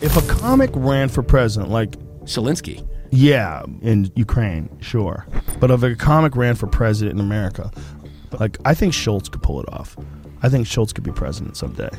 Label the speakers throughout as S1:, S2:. S1: If a comic ran for president, like
S2: Zelensky.
S1: yeah, in Ukraine, sure, but if a comic ran for president in America, like I think Schultz could pull it off. I think Schultz could be president someday.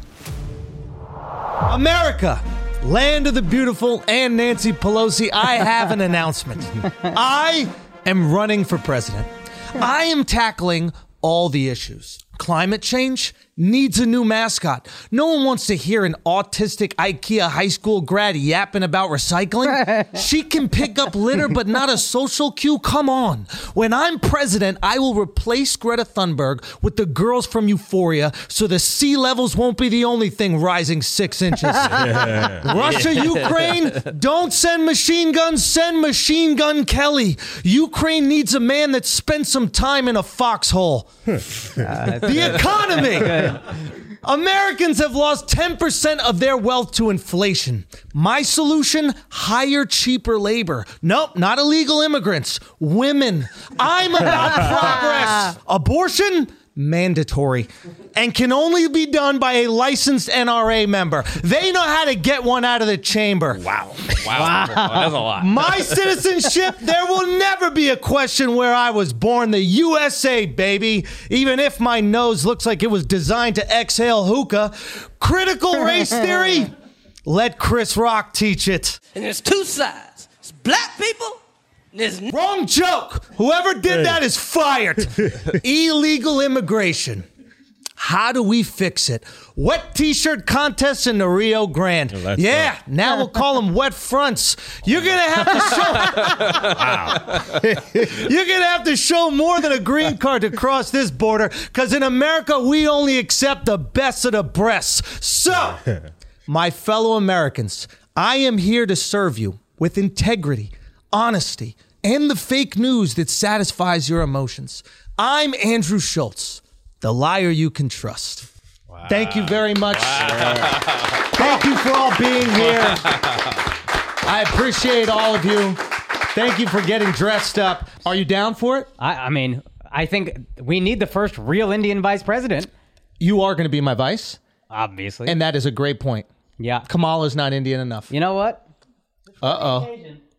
S3: America, land of the beautiful, and Nancy Pelosi, I have an announcement. I am running for president. I am tackling all the issues. Climate change needs a new mascot. No one wants to hear an autistic IKEA high school grad yapping about recycling. she can pick up litter, but not a social cue. Come on. When I'm president, I will replace Greta Thunberg with the girls from Euphoria so the sea levels won't be the only thing rising six inches. Russia, Ukraine, don't send machine guns, send machine gun Kelly. Ukraine needs a man that spent some time in a foxhole. the economy. Americans have lost 10% of their wealth to inflation. My solution hire cheaper labor. Nope, not illegal immigrants, women. I'm about progress. Abortion? Mandatory and can only be done by a licensed NRA member. They know how to get one out of the chamber.
S2: Wow. Wow. That's a lot.
S3: My citizenship, there will never be a question where I was born. The USA, baby. Even if my nose looks like it was designed to exhale hookah. Critical race theory, let Chris Rock teach it.
S4: And there's two sides. It's black people and there's n-
S3: Wrong joke. Whoever did that is fired. Illegal immigration. How do we fix it? Wet t-shirt contest in the Rio Grande. yeah, now we'll call them wet fronts. You're gonna have to show. You're gonna have to show more than a green card to cross this border, because in America we only accept the best of the breasts. So, my fellow Americans, I am here to serve you with integrity, honesty, and the fake news that satisfies your emotions. I'm Andrew Schultz, the liar you can trust. Thank you very much. Thank you for all being here. I appreciate all of you. Thank you for getting dressed up. Are you down for it?
S5: I, I mean, I think we need the first real Indian vice president.
S3: You are going to be my vice,
S5: Obviously.
S3: and that is a great point.
S5: yeah.
S3: Kamala's not Indian enough.
S5: You know what?
S3: Uh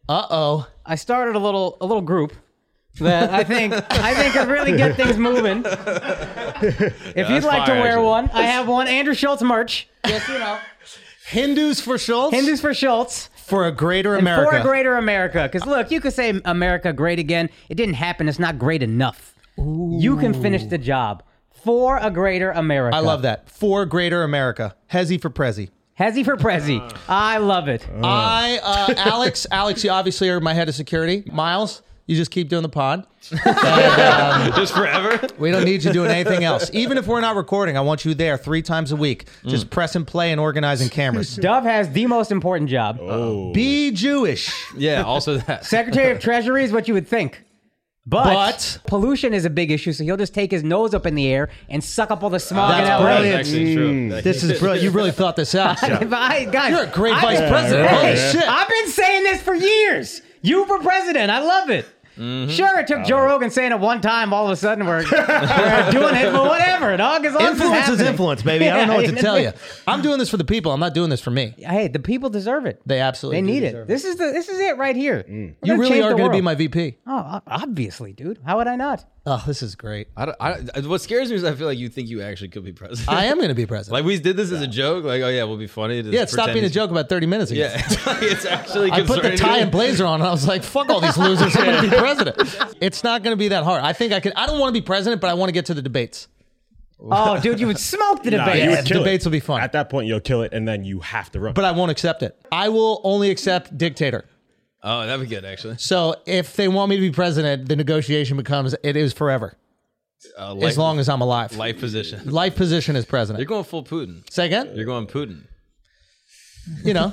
S3: oh.
S5: I started a little a little group that I think I think could really get things moving. If you'd like to
S2: fire,
S5: wear
S2: actually.
S5: one, I have one Andrew Schultz merch. Just you know,
S3: Hindus for Schultz?
S5: Hindus for Schultz.
S3: for a greater
S5: and
S3: America.
S5: For a greater America. Because look, you could say America great again. It didn't happen. It's not great enough. You can finish the job for a greater America.
S3: I love that. For greater America. Hezzy for Prezi.
S5: Hezzy for Prezi. I love it.
S3: I, uh, Alex, Alex, you obviously are my head of security. Miles, you just keep doing the pod.
S5: um,
S2: Just forever.
S3: We don't need you doing anything else. Even if we're not recording, I want you there three times a week,
S5: Mm.
S3: just press and play and organizing cameras.
S5: Dove has the most important job.
S3: Be Jewish.
S2: Yeah. Also that.
S5: Secretary of Treasury is what you would think. But,
S3: But-
S5: pollution is a big issue, so he'll just take his nose up in the air and suck up all the smog.
S3: That's
S5: in LA.
S3: brilliant. Mm.
S2: actually true.
S3: This is brilliant. You really thought this out.
S5: If I, guys,
S3: You're a great
S5: I-
S3: vice president.
S5: Hey,
S3: Holy shit.
S5: I've been saying this for years. You were president. I love it.
S3: Mm-hmm.
S5: Sure, it took Joe Rogan saying it one time. All of a sudden, we're, we're doing it, but whatever. Dog is
S3: Influence is influence, baby. I don't know what
S5: Yeah.
S3: to tell you. I'm doing this for the people. I'm not doing this for me.
S5: Hey, the people deserve it.
S3: They absolutely
S5: They
S3: do
S5: need
S3: deserve Mm.
S5: it. This is the this is it right here. We're
S3: You
S5: gonna
S3: really
S5: change
S3: are
S5: the
S3: going to be
S5: world.
S3: my VP.
S5: Oh, o- obviously, dude. How would I not?
S3: Oh, this is great.
S2: I don't, I don't, what scares me is I feel like you think you actually could be president.
S3: I am going to be president.
S2: like we did this as a joke. Like, oh yeah, we'll be funny. Just
S3: yeah, it stopped
S2: pretend
S3: being a
S2: he's-
S3: joke about 30 minutes ago.
S2: Yeah, it's, like, it's actually.
S3: I put the
S2: concerning.
S3: tie and blazer on, and I was like, "Fuck all these losers! I'm gonna be president." It's not gonna be that hard. I think I could. I don't want to be president, but I want to get to the debates.
S5: Oh, dude, you would smoke the
S6: Nah,
S5: debate.
S6: Ah, you
S3: Yeah,
S6: would kill
S3: debates
S6: it.
S3: will be fun.
S6: At that point, you'll kill it, and then you have to run.
S3: But I won't accept it. I will only accept dictator.
S2: Oh, that'd be good actually.
S3: So if they want me to be president, the negotiation becomes it is forever
S2: Uh,
S3: as long as I'm alive.
S2: life position.
S3: Life position as
S2: You're
S3: president.
S2: going full Putin.
S3: Say again?
S2: You're going Putin.
S3: You know.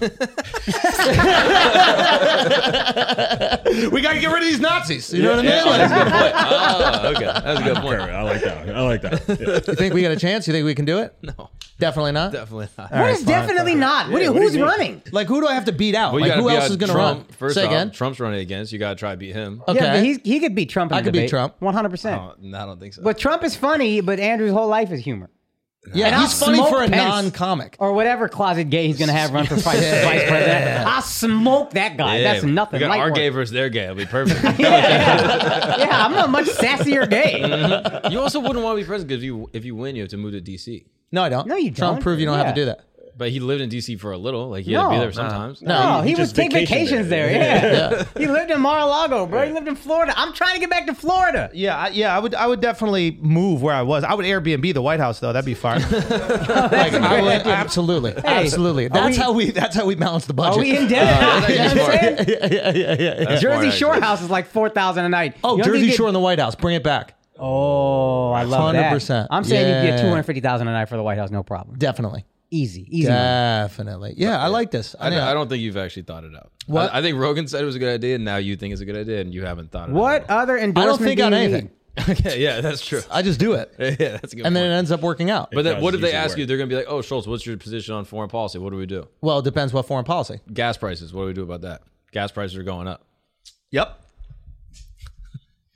S3: we gotta get rid of these Nazis. You know what I mean? Like,
S2: Good point. Oh, okay, that's a good point.
S6: I like that. I like that. Yeah.
S3: you think we got a chance? You think we can do it?
S2: No,
S3: Definitely not.
S2: definitely not.
S5: What is definitely not? What do you-
S6: what do
S5: who's
S6: you mean?
S5: running?
S3: Like who do I have to beat out?
S2: Well, you
S3: like
S2: gotta
S3: who
S2: beat
S3: else
S2: out
S3: is gonna
S2: Trump.
S3: run?
S2: First
S3: Say
S2: off,
S3: again. Uh,
S2: Trump's running against. You got to try to beat him.
S3: Okay.
S5: Yeah, but he's, he could be Trump. In
S3: I
S5: a
S3: could beat
S5: debate.
S3: Trump.
S2: Oh.
S5: 100%.
S2: No, I don't think so.
S5: But Trump is funny, but Andrew's whole life is humor.
S3: Yeah,
S5: And
S3: he's
S5: I'll
S3: funny
S5: smoke
S3: for a
S5: Pence.
S3: non-comic.
S5: Or whatever closet gay he's gonna have run for vice, vice president. I'll smoke that guy. That's
S2: Yeah, We
S5: nothing.
S2: got
S5: Light
S2: our
S5: work.
S2: gay versus their gay. It'll be perfect.
S5: yeah, I'm a much sassier gay.
S2: you also wouldn't want to be president because if you if you win, you have to move to DC.
S3: No, I don't.
S5: No, you
S3: Trump
S5: don't.
S3: proved you don't have to do
S5: Yeah.
S3: that.
S2: But he lived in DC for a little. Like he had to be
S5: No.
S2: there sometimes.
S5: No, he,
S6: he
S5: was
S6: just
S5: take
S6: vacationed
S5: vacations there.
S6: there.
S5: Yeah. he lived in Mar-a-Lago, bro. He lived in Florida. I'm trying to get back to Florida.
S7: Yeah, I, yeah, I would, I would definitely move where I was. I would Airbnb the White House though. That'd be fine.
S3: Like, I would, absolutely, absolutely. That's
S5: we-
S3: how we. That's how we balance the budget.
S5: Are we in
S2: that's
S5: debt? Oh, you know what I'm saying?
S3: yeah, yeah, yeah, yeah, yeah.
S2: smart,
S5: Jersey
S2: actually.
S5: Shore house is like four thousand a night.
S3: Oh,
S5: You don't think
S3: Jersey
S5: you
S3: Shore in
S5: get-
S3: the White House. Bring it back.
S5: Oh, I love that.
S3: 100%.
S5: I'm saying you you get
S3: Yeah.
S5: two hundred fifty thousand a night for the White House, no problem.
S3: Definitely.
S5: Easy, easy. money.
S3: Definitely. Yeah, I like this.
S2: I,
S3: know.
S2: I don't think you've actually thought it out.
S3: What?
S2: I, I think Rogan said it was a good idea, and now you think it's a good idea, and you haven't thought it out.
S5: What other endorsement?
S3: think
S5: do
S3: on
S5: you
S3: anything.
S5: need?
S2: Okay, yeah, that's true.
S3: I just do it,
S2: Yeah, that's a good.
S3: and then
S2: point.
S3: it ends up working out.
S2: But then,
S6: does
S2: what if they
S6: usually
S2: ask you?
S6: work.
S2: They're going to be like, "Oh, Schultz, what's your position on foreign policy? What do we do?
S3: well, it depends what foreign policy.
S2: Gas prices. What do we do about that? Gas prices are going up.
S7: yep.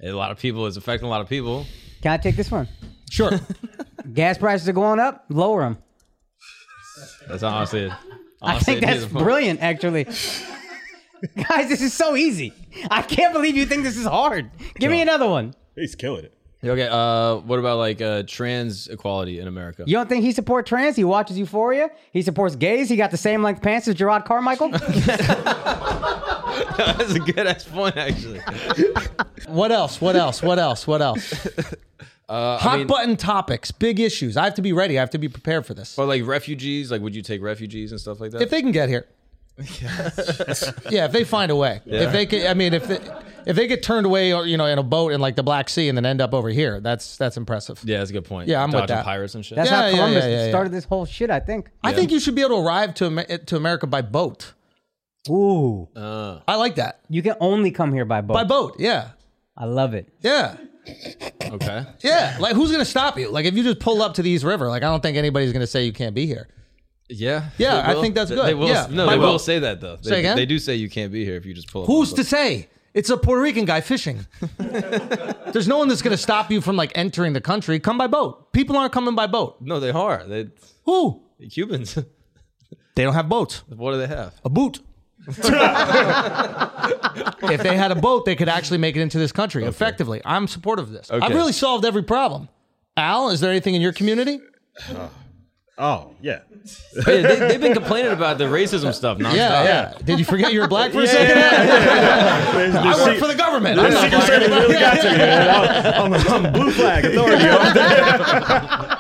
S2: A lot of people. It's affecting a lot of people.
S5: Can I take this one?
S3: Sure.
S5: Gas prices are going up. Lower them.
S2: That's honestly. it.
S5: I
S2: honestly,
S5: think
S2: it is
S5: that's
S2: a point.
S5: brilliant, actually. Guys, this is so easy. I can't believe you think this is hard. Give me another one.
S6: He's killing it.
S2: Okay. Uh, what about like uh, trans equality in America?
S5: You don't think he support trans? He watches Euphoria. He supports gays. He got the same length pants as Gerard Carmichael.
S2: that's a good ass point, actually.
S3: what else? What else? What else? What else? Hot
S2: Uh, mean-
S3: button topics, big issues. I have to be ready. I have to be prepared for this.
S2: But like refugees, like would you take refugees and stuff like that?
S3: if they can get here. yeah, if they find a way. If they could, I mean, if they, if they get turned away, or you know, in a boat in like the Black Sea and then end up over here, that's that's impressive.
S2: yeah, that's a good point.
S3: Yeah, I'm with
S2: Dodging
S3: that.
S2: pirates and shit.
S5: That's
S3: Yeah,
S5: how
S3: yeah,
S5: Columbus
S3: yeah, yeah, yeah.
S5: started this whole shit, I think.
S3: I think you should be able to arrive to Amer- to America by boat.
S5: Ooh.
S2: Uh.
S3: I like that
S5: You can only come here by boat.
S3: by boat. Yeah,
S5: I love it.
S3: yeah,
S2: okay.
S3: yeah. Like who's gonna stop you? Like if you just pull up to the East River, like I don't think anybody's gonna say you can't be here.
S2: Yeah.
S3: Yeah,
S2: They
S3: I
S2: will-
S3: think that's
S2: they-
S3: good.
S2: They will,
S3: Yeah.
S2: No,
S3: By
S2: they will
S3: boat.
S2: say that though. They,
S3: Say again?
S2: They do say you can't be here if you just pull. up on
S3: Who's
S2: the
S3: to
S2: boat.
S3: say? It's a Puerto Rican guy fishing. There's no one that's gonna stop you from like entering the country. Come by boat. People aren't coming by boat.
S2: No, they are. They
S3: Who?
S2: Cubans.
S3: They don't have boats.
S2: what do they have?
S3: a boot. if they had a boat, they could actually make it into this country effectively. I'm supportive of this. I've
S2: Okay.
S3: really solved every problem. Al, is there anything in your community?
S6: Oh yeah.
S2: Yeah, they, they've been complaining about the racism stuff. Nonstop.
S3: Yeah, yeah. Did you forget you were black for a second? I work for the government. I'm
S6: The
S3: not
S6: Secret
S3: black.
S6: Service really got to me. man. I'm, I'm, I'm blue flag authority. over there.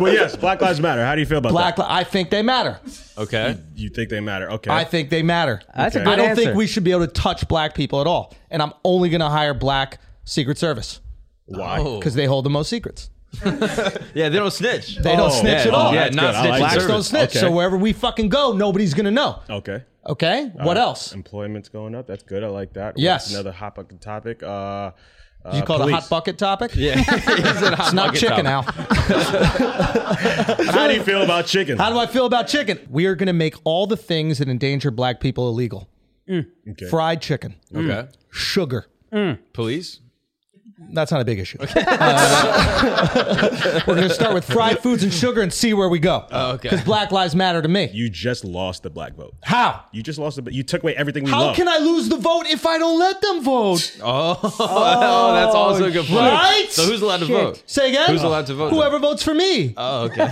S6: well, yes, Black Lives Matter. How do you feel about
S3: Black,
S6: that?
S3: li- I think they matter.
S2: Okay.
S6: You think they matter? Okay.
S3: I think they matter.
S5: That's a
S6: Okay.
S5: good
S3: I don't
S5: answer.
S3: think we should be able to touch black people at all. And I'm only going to hire black Secret Service
S6: Why?
S3: because they hold the most secrets.
S2: Yeah, they don't snitch.
S3: They
S6: Oh,
S3: don't snitch
S2: yeah,
S3: at all.
S2: Yeah,
S6: That's
S2: not snitch.
S6: good. I like
S2: Blacks
S3: Blacks
S6: service.
S3: don't snitch.
S6: Okay.
S3: So wherever we fucking go, nobody's going to know.
S6: Okay.
S3: Okay. What
S6: Uh,
S3: else?
S6: Employment's going up. That's good. I like that.
S3: Yes.
S6: What's another hot button topic. Uh, uh,
S3: You call it a
S6: police.
S3: hot bucket topic?
S2: Yeah,
S3: It's not chicken,
S2: now.
S3: Al.
S6: How do you feel about chicken?
S3: How do I feel about chicken? We are going to make all the things that endanger black people illegal.
S5: Mm.
S6: Okay.
S3: Fried chicken,
S2: Okay.
S3: sugar.
S2: Police.
S3: That's not a big issue. Uh, we're going to start with fried foods and sugar and see where we go.
S2: Oh, okay.
S3: Because black lives matter to me.
S6: You just lost the black vote.
S3: How?
S6: You just lost the. You took away everything we
S3: How
S6: love.
S3: can I lose the vote if I don't let them vote?
S2: Oh, that's also a good point.
S3: Right?
S2: So who's allowed to
S5: Shit.
S2: vote?
S3: Say again?
S2: Who's allowed to vote?
S3: Whoever votes for me.
S2: Oh, okay.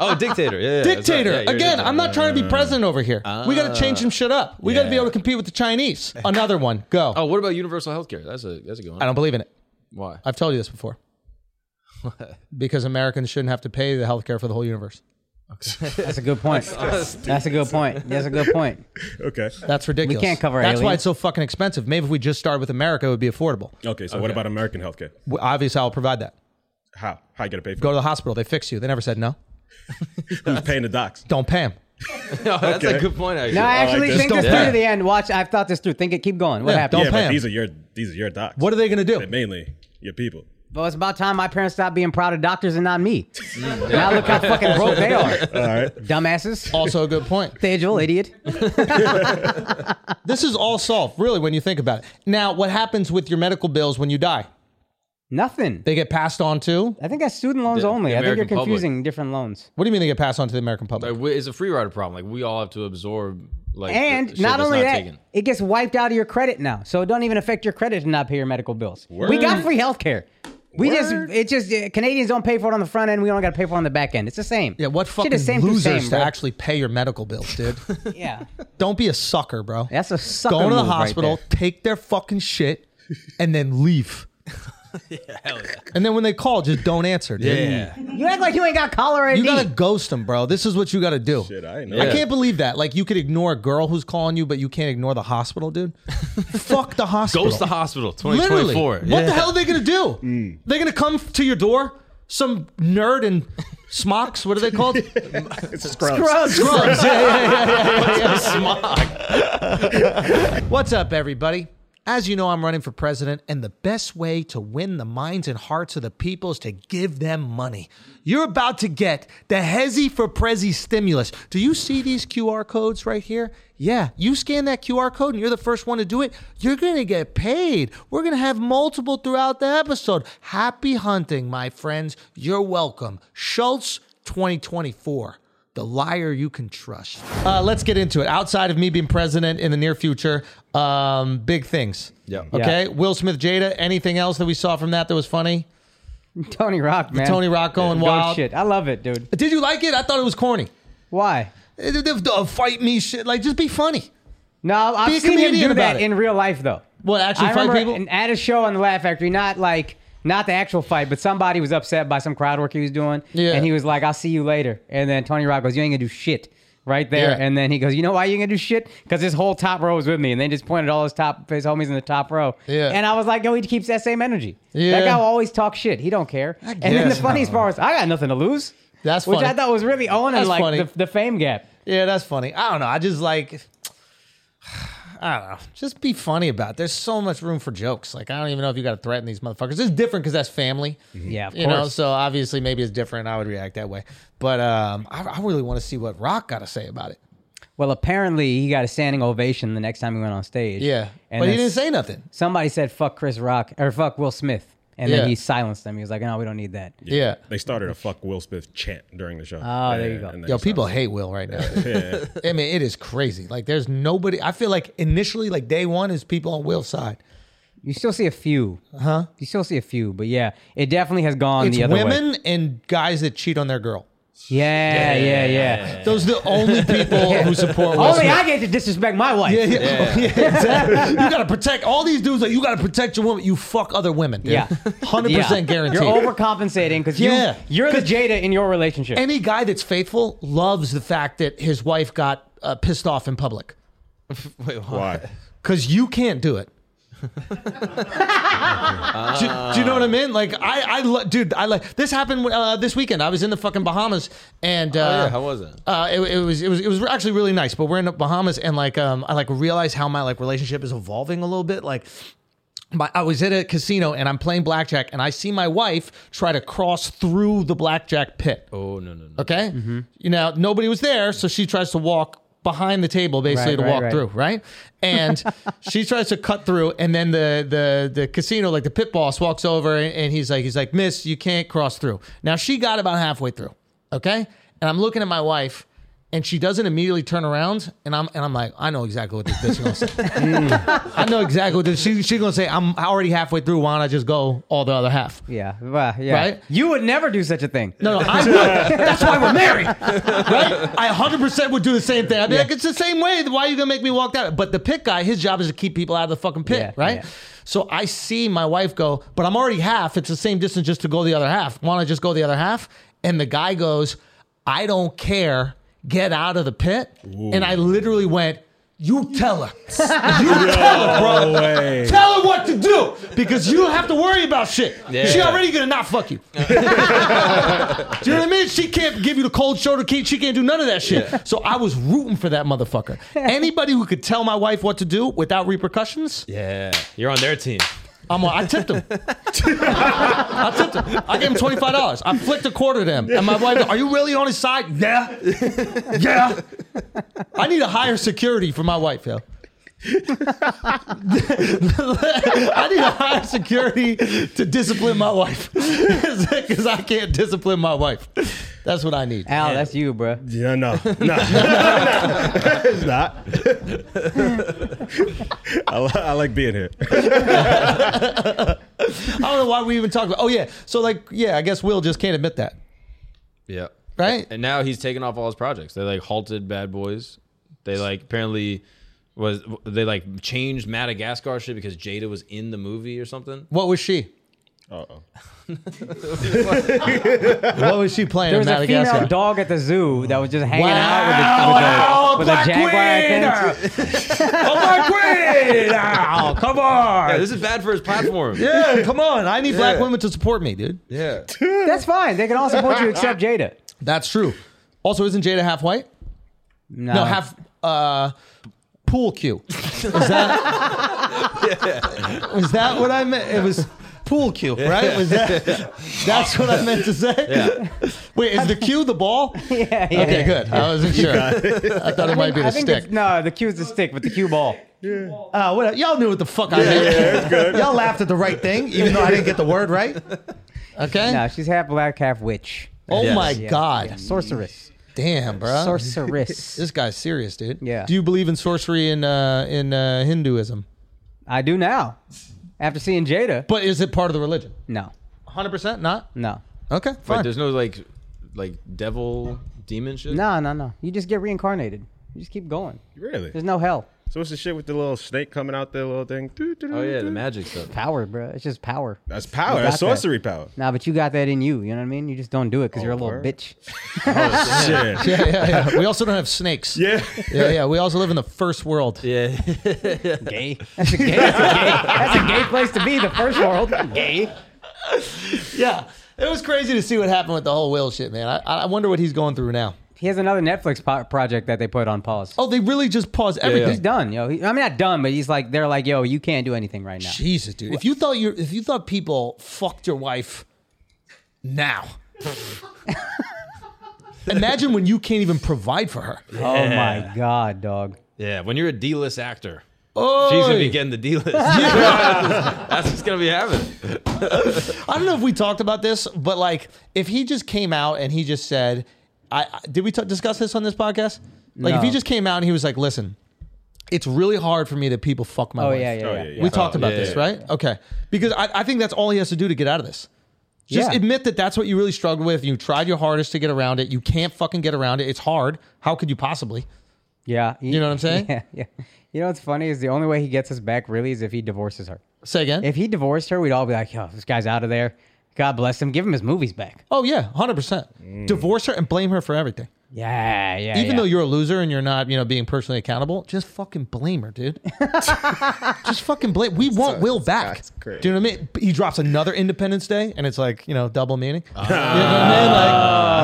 S2: Oh, dictator. Yeah, yeah, that's right.
S3: Dictator.
S2: Yeah, you're a
S3: Again,
S2: dictator. Ah.
S3: I'm not trying to be president over here. we got to change some shit up. We got to be
S2: yeah.
S3: able to compete with the Chinese. Another one. Go.
S2: Oh, what about universal health care? That's a that's a good one.
S3: I don't believe in it.
S2: Why?
S3: I've told you this before. because Americans shouldn't have to pay the healthcare for the whole universe.
S5: That's a good point. That's a good point. That's a good point.
S6: Okay.
S3: That's ridiculous.
S5: can't cover
S3: That's why
S5: aliens.
S3: it's so fucking expensive. Maybe if we just started with America, it would be affordable.
S6: Okay. So what about American healthcare?
S3: W- Obviously, I'll provide that.
S6: How? How you gonna pay for?
S3: Go to the hospital. They fix you. They never said no.
S6: it? Who's paying the docs?
S3: Don't pay them.
S2: No, that's a
S6: Okay.
S2: good point. Actually.
S5: No,
S3: Oh,
S5: I actually
S6: this.
S5: think
S3: Don't
S5: this through
S2: pay.
S5: to the end. Watch, I've thought this through. Think it. Keep going. What
S3: Yeah,
S5: happened?
S3: don't
S6: yeah,
S3: pay
S6: but
S3: 'em.
S6: these are your these are your docs.
S3: What are they going to do?
S6: They're mainly your people.
S5: Well, it's about time my parents stopped being proud of doctors and not me.
S3: Mm,
S5: Now look how fucking broke they are.
S6: All right.
S5: Dumbasses.
S3: Also, a good point.
S5: Thagil, idiot.
S3: This is all solved, really, when you think about it. Now, what happens with your medical bills when you die?
S5: Nothing.
S3: They get passed on to.
S5: I think that's student loans
S2: The-
S5: only.
S2: the
S5: I think you're
S2: American public.
S5: confusing different loans.
S3: What do you mean they get passed on to the American public?
S2: Like, we- it's a free rider problem. Like we all have to absorb. Like the- the
S5: And
S2: shit
S5: not
S2: that's
S5: only that,
S2: taken.
S5: it gets wiped out of your credit now, so it don't even affect your credit to not pay your medical bills. We got free health care. We
S2: Word.
S5: just it just uh, Canadians don't pay for it on the front end. We don't got to pay for it on the back end. It's the same.
S3: Yeah, what
S5: Shit
S3: fucking
S5: is same to
S3: losers
S5: same,
S3: to
S5: bro.
S3: actually pay your medical bills, dude?
S5: Yeah,
S3: Don't be a sucker, bro.
S5: that's a sucker.
S3: Go to the
S5: move right
S3: hospital,
S5: there.
S3: take their fucking shit, and then leave. And then when they call, just don't answer, dude.
S2: Yeah.
S5: You act like you ain't got cholera.
S3: You
S5: ID.
S3: gotta ghost them, bro. This is what you gotta do.
S6: Shit, I ain't know.
S3: I
S2: Yeah.
S3: can't believe that. Like, you could ignore a girl who's calling you, but you can't ignore the hospital, dude. Fuck the hospital.
S2: Goes to hospital. Twenty
S3: Literally.
S2: twenty
S3: What
S2: four.
S3: the hell are they gonna do?
S6: Mm.
S3: They're gonna come to your door, some nerd and smocks. What are they called?
S6: It's scrubs.
S3: Scrubs. Scrubs. Yeah, yeah, yeah, yeah, yeah. What's up, everybody? As you know, I'm running for president, and the best way to win the minds and hearts of the people is to give them money. You're about to get the Hezi for Prezi stimulus. Do you see these QR codes right here? Yeah, you scan that QR code and you're the first one to do it, you're going to get paid. We're going to have multiple throughout the episode. Happy hunting, my friends. You're welcome. Schultz 2024 the liar you can trust. Uh, let's get into it. Outside of me being president in the near future, um, big things.
S2: Yeah.
S3: Okay. Will Smith, Jada. Anything else that we saw from that that was funny?
S5: Tony Rock, man.
S3: Tony Rock going
S5: Good
S3: wild.
S5: shit. I love it, dude.
S3: Did you like it? I thought it was corny.
S5: Why?
S3: Eh, eh, eh, Fight me, shit. Like, just be funny.
S5: No, I've
S3: Be a
S5: seen him
S3: comedian
S5: do
S3: about
S5: that
S3: it.
S5: in real life though.
S3: What, actually
S5: I
S3: fight
S5: remember
S3: people?
S5: an- at a show on the Laugh Factory, not like not the actual fight, but somebody was upset by some crowd work he was doing,
S3: Yeah.
S5: and he was like, "I'll see you later." And then Tony Rock goes, "You ain't gonna do shit." Right there,
S3: Yeah.
S5: and then he goes, "You know why you ain't gonna do shit? Because his whole top row was with me, and they just pointed all his top his homies in the top row."
S3: Yeah.
S5: and I was like, "Yo, he keeps that same energy.
S3: Yeah.
S5: That guy will always talk shit. He don't care." And then the
S3: guess.
S5: funniest part was, "I got nothing to lose."
S3: That's
S5: which I
S3: funny.
S5: thought was really owning
S3: That's
S5: like
S3: funny.
S5: the, the fame gap.
S3: Yeah, that's funny. I don't know. I just like. I don't know. Just be funny about. It. There's so much room for jokes. Like I don't even know if you got to threaten these motherfuckers. It's different because that's family.
S5: Yeah, of
S3: you know.
S5: course.
S3: So obviously, maybe it's different. I would react that way. But um, I, I really want to see what Rock got to say about it.
S5: Well, apparently he got a standing ovation the next time he went on stage.
S3: Yeah,
S5: and
S3: but he
S5: then
S3: didn't say nothing.
S5: Somebody said "fuck Chris Rock" or "fuck Will Smith," and
S3: Yeah.
S5: then he silenced them. He was like, "No, we don't need that."
S3: Yeah.
S6: They started a fuck Will Smith chant during the show. Oh,
S5: there you go.
S3: Yo, people hate Will right now. I mean, it is crazy. Like, there's nobody. I feel like initially, like day one, is people on Will's side.
S5: You still see a few, huh? You still see a few, but yeah, it definitely has gone
S3: It's
S5: the other way.
S3: women and guys that cheat on their girl.
S5: Yeah, yeah, yeah.
S3: Those are the only people who support Will
S5: Only
S3: Smith.
S5: Oh, I get to disrespect my wife.
S3: Yeah, yeah. yeah, exactly. You gotta protect all these dudes. Like you gotta protect your woman. You fuck other women. Dude.
S5: Yeah.
S3: hundred percent guaranteed.
S5: You're overcompensating because you,
S3: Yeah.
S5: you're the Jada in your relationship.
S3: Any guy that's faithful loves the fact that his wife got uh, pissed off in public
S6: Why?
S3: because you can't do it. do, do you know what I mean? Like I, I, lo- dude, I like this happened uh, this weekend. I was in the fucking Bahamas and uh,
S2: Oh, yeah, how was it?
S3: Uh, it, it was it was it was actually really nice. But we're in the Bahamas and like um, I like realized how my like relationship is evolving a little bit. Like my, I was at a casino and I'm playing blackjack and I see my wife try to cross through the blackjack pit.
S2: Oh no no no.
S3: Okay. You know, nobody was there, so she tries to walk behind the table basically
S5: Right,
S3: to
S5: right,
S3: walk
S5: right.
S3: through, right? And she tries to cut through, and then the the the casino, like the pit boss, walks over and, and he's like, he's like, Miss, you can't cross through. Now she got about halfway through. Okay. And I'm looking at my wife. And she doesn't immediately turn around, and I'm and I'm like, I know exactly what this bitch is gonna say.
S5: Mm.
S3: I know exactly what this, she she's gonna say. I'm already halfway through. Why don't I just go all the other half?
S5: yeah, well, yeah.
S3: Right?
S5: You would never do such a thing.
S3: No, no, I would. That's why we're married, right? I 100% would do the same thing. I'd be like, it's the same way. Why are you gonna make me walk that? But the pit guy, his job is to keep people out of the fucking pit,
S5: Yeah,
S3: right?
S5: yeah.
S3: So I see my wife go, but I'm already half. It's the same distance just to go the other half. Want to just go the other half? And the guy goes, I don't care. Get out of the pit. And I literally went. You tell her. You tell her, bro.
S6: No way.
S3: Tell her what to do because you don't have to worry about shit. She
S2: Yeah.
S3: already gonna not fuck you. do you know what I mean? She can't give you the cold shoulder. Key. She can't do none of that shit. So I was rooting for that motherfucker. Anybody who could tell my wife what to do without repercussions,
S2: Yeah, you're on their team.
S3: I'm like, I tipped him. I tipped him. I gave him twenty five dollars. I flicked a quarter to him, and my wife, are you really on his side? Yeah, yeah. I need a higher security for my wife, yo. I need to hire security to discipline my wife because I can't discipline my wife. That's what I need.
S5: Al, that's you, bro.
S6: Yeah, no, no, no, no. it's not. I, li- I like being here.
S3: I don't know why we even talked about. Oh yeah, so like yeah, I guess Will just can't admit that,
S2: Yeah.
S3: right?
S2: And now he's taken off all his projects. They like halted Bad Boys. They like apparently was they like changed Madagascar shit because Jada was in the movie or something.
S3: What was she?
S6: Uh-oh.
S3: What was she playing
S5: There
S3: in
S5: was a
S3: Madagascar?
S5: female dog at the zoo that was just hanging
S3: Wow,
S5: out with the, with the, with the jaguar. I think.
S3: oh my queen! Ow, come on!
S2: Yeah, this is bad for his platform.
S3: Yeah, come on! I need black women to support me, dude.
S2: Yeah.
S5: That's fine. They can all support you except Jada.
S3: That's true. Also, isn't Jada half white?
S5: No,
S3: No, half uh, pool cue. Is that was that what I meant? It was pool cue, right? Was that, that's what I meant to say. Wait, is the cue the ball?
S5: Yeah, yeah,
S3: okay,
S5: yeah.
S3: good. I wasn't sure. I thought it might be
S5: I
S3: the
S5: think
S3: stick.
S5: it's- no, the cue is the stick with the cue ball.
S3: Uh, whatever. Y'all knew what the fuck I meant. Y'all laughed at the right thing, even though I didn't get the word right. Okay.
S5: No, she's half black, half witch.
S3: oh
S2: Yes.
S3: my
S2: Yeah.
S3: god.
S5: Sorceress.
S3: Damn, bro.
S5: Sorceress.
S3: This guy's serious, dude.
S5: Yeah.
S3: Do you believe in sorcery in uh, in uh, Hinduism?
S5: I do now. After seeing Jada.
S3: But is it part of the religion?
S5: No,
S3: Hundred percent, not.
S5: no.
S3: Okay,
S2: But
S3: fine.
S2: there's no like like devil demon shit.
S5: No, no, no. You just get reincarnated. You just keep going.
S6: Really?
S5: There's no hell.
S6: So what's the shit with the little snake coming out the little thing?
S2: Oh yeah, the magic stuff.
S5: Power, bro. It's just power.
S6: That's power.
S5: You
S6: That's
S5: got that.
S6: sorcery power.
S5: Nah, but you got that in you. You know what I mean? You just don't do it
S3: Oh,
S5: because you're a little
S6: word.
S5: bitch.
S6: Shit.
S3: yeah, yeah, yeah. We also don't have snakes.
S6: Yeah.
S3: yeah, yeah. We also live in the first world.
S2: Yeah.
S5: Gay. That's a gay. That's a gay, that's a gay place to be. The first world. Gay.
S3: Yeah. It was crazy to see what happened with the whole Will shit, man. I, I wonder what he's going through now.
S5: He has another Netflix po- project that they put on pause.
S3: Oh, they really just paused everything.
S5: He's done, yo. He, I mean, not done, but he's like, they're like, yo, you can't do anything right now.
S3: Jesus, dude. If you thought you if you thought people fucked your wife now. Imagine when you can't even provide for her.
S5: Oh my god, dog.
S2: Yeah. When you're a D list actor,
S3: Oh,
S2: she's gonna be getting the D list. That's what's gonna be happening.
S3: I don't know if we talked about this, but like if he just came out and he just said, "I, I did we t- discuss this on this podcast?" Like if
S5: No.
S3: he just came out and he was like, "Listen, it's really hard for me that people fuck my
S5: Oh
S3: wife."
S5: yeah, yeah,
S6: Oh,
S5: yeah.
S6: yeah, yeah.
S3: We talked about
S2: yeah,
S3: this,
S2: yeah.
S3: right? Okay, because I, I think that's all he has to do to get out of this. Just
S5: Yeah.
S3: admit that that's what you really struggled with. You tried your hardest to get around it. You can't fucking get around it. It's hard. How could you possibly?
S5: Yeah.
S3: You know what I'm saying?
S5: Yeah, yeah. You know what's funny is the only way he gets us back really is if he divorces her.
S3: Say again.
S5: If he divorced her, we'd all be like, yo, this guy's out of there. God bless him. Give him his movies back.
S3: oh yeah, hundred percent.
S2: Mm.
S3: Divorce her and blame her for everything.
S5: Yeah, yeah.
S3: Even
S5: yeah.
S3: though you're a loser and you're not, you know, being personally accountable, just fucking blame her, dude. just fucking blame. We want Will back.
S6: that's great.
S3: Do you know what I mean? He drops another Independence Day, and it's like you know, double meaning. you know what I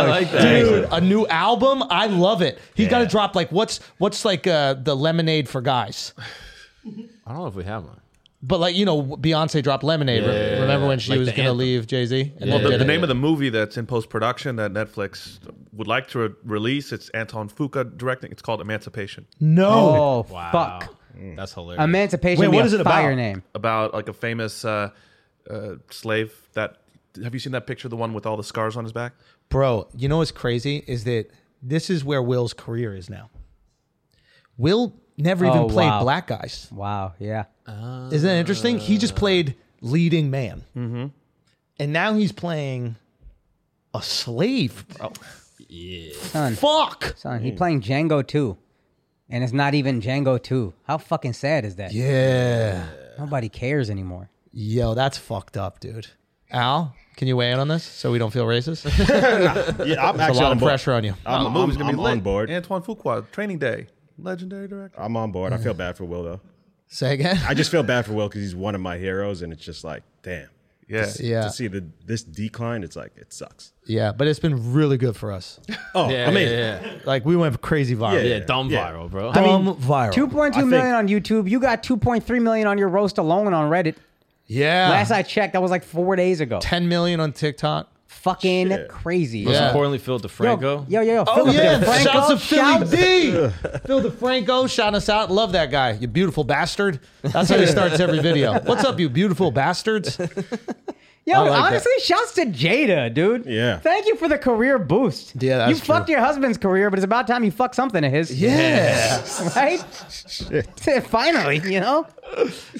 S3: mean? Like,
S2: like that.
S3: dude, a new album. I love it. He's got to drop like what's what's like uh, the lemonade for guys.
S2: I don't know if we have one.
S3: But like you know, Beyonce dropped Lemonade. Re- Remember when she
S2: Like
S3: was
S2: the
S3: gonna
S2: anthem.
S3: leave Jay Z? And
S2: Well,
S3: they
S8: The,
S3: did
S8: the
S3: it.
S8: name of the movie that's in post production that Netflix would like to re- release, it's Anton Fuqua directing. It's called Emancipation.
S3: no.
S5: Oh fuck.
S2: Mm. That's hilarious.
S5: Emancipation.
S3: Wait,
S5: would be
S3: what
S5: a
S3: is it about?
S5: fire name?
S8: About like a famous uh, uh, slave that. Have you seen that picture? The one with all the scars on his back.
S3: Bro, you know what's crazy is that this is where Will's career is now. Will never even
S5: Oh,
S3: played
S5: wow.
S3: black guys.
S5: Wow. Yeah.
S3: Isn't that interesting? He just played leading man. Mm-hmm. And now he's playing a slave, bro.
S5: Son.
S3: Fuck.
S5: Son, he playing Django 2. And it's not even Django 2. How fucking sad is that?
S3: Yeah.
S5: Nobody cares anymore.
S3: Yo, that's fucked up, dude. Al, can you weigh in on this so we don't feel racist?
S6: Yeah, I'm
S3: a
S6: actually
S3: lot
S6: on
S3: of
S6: board.
S3: pressure on you.
S6: I'm,
S8: The
S6: I'm,
S8: movie's gonna
S6: I'm
S8: be
S6: on
S8: lit.
S6: board.
S8: Antoine Fuqua, Training Day, legendary director.
S6: I'm on board. I feel bad for Will though.
S3: Say again.
S6: I just feel bad for Will because he's one of my heroes, and it's just like, damn.
S8: Yeah.
S3: Yeah.
S6: To see the this decline, it's like it sucks.
S3: Yeah, but it's been really good for us.
S6: Oh,
S2: yeah,
S6: amazing.
S2: yeah, yeah.
S3: Like we went crazy viral.
S2: Yeah, dumb
S6: Yeah.
S2: viral, bro.
S3: Dumb viral.
S5: 2.2 million on YouTube. You got 2.3 million on your roast alone on Reddit.
S3: yeah.
S5: Last I checked, that was like four days ago.
S3: 10 million on TikTok.
S5: fucking crazy.
S2: Most
S3: Yeah.
S2: importantly, Phil DeFranco.
S5: Yo, yo, yo.
S3: Oh
S5: Phil
S3: yeah,
S5: DeFranco,
S3: shouts to Philly
S5: shouts-
S3: D. Phil DeFranco shouting us out. Love that guy. You beautiful bastard. That's how he starts every video. What's up, you beautiful bastards?
S5: Yo,
S3: like that.
S5: honestly, shouts to Jada, dude.
S6: Yeah.
S5: Thank you for the career boost.
S3: Yeah, that's
S5: You
S3: true.
S5: fucked your husband's career, but it's about time you fuck something of his.
S3: Yeah.
S5: Right? Finally, you know?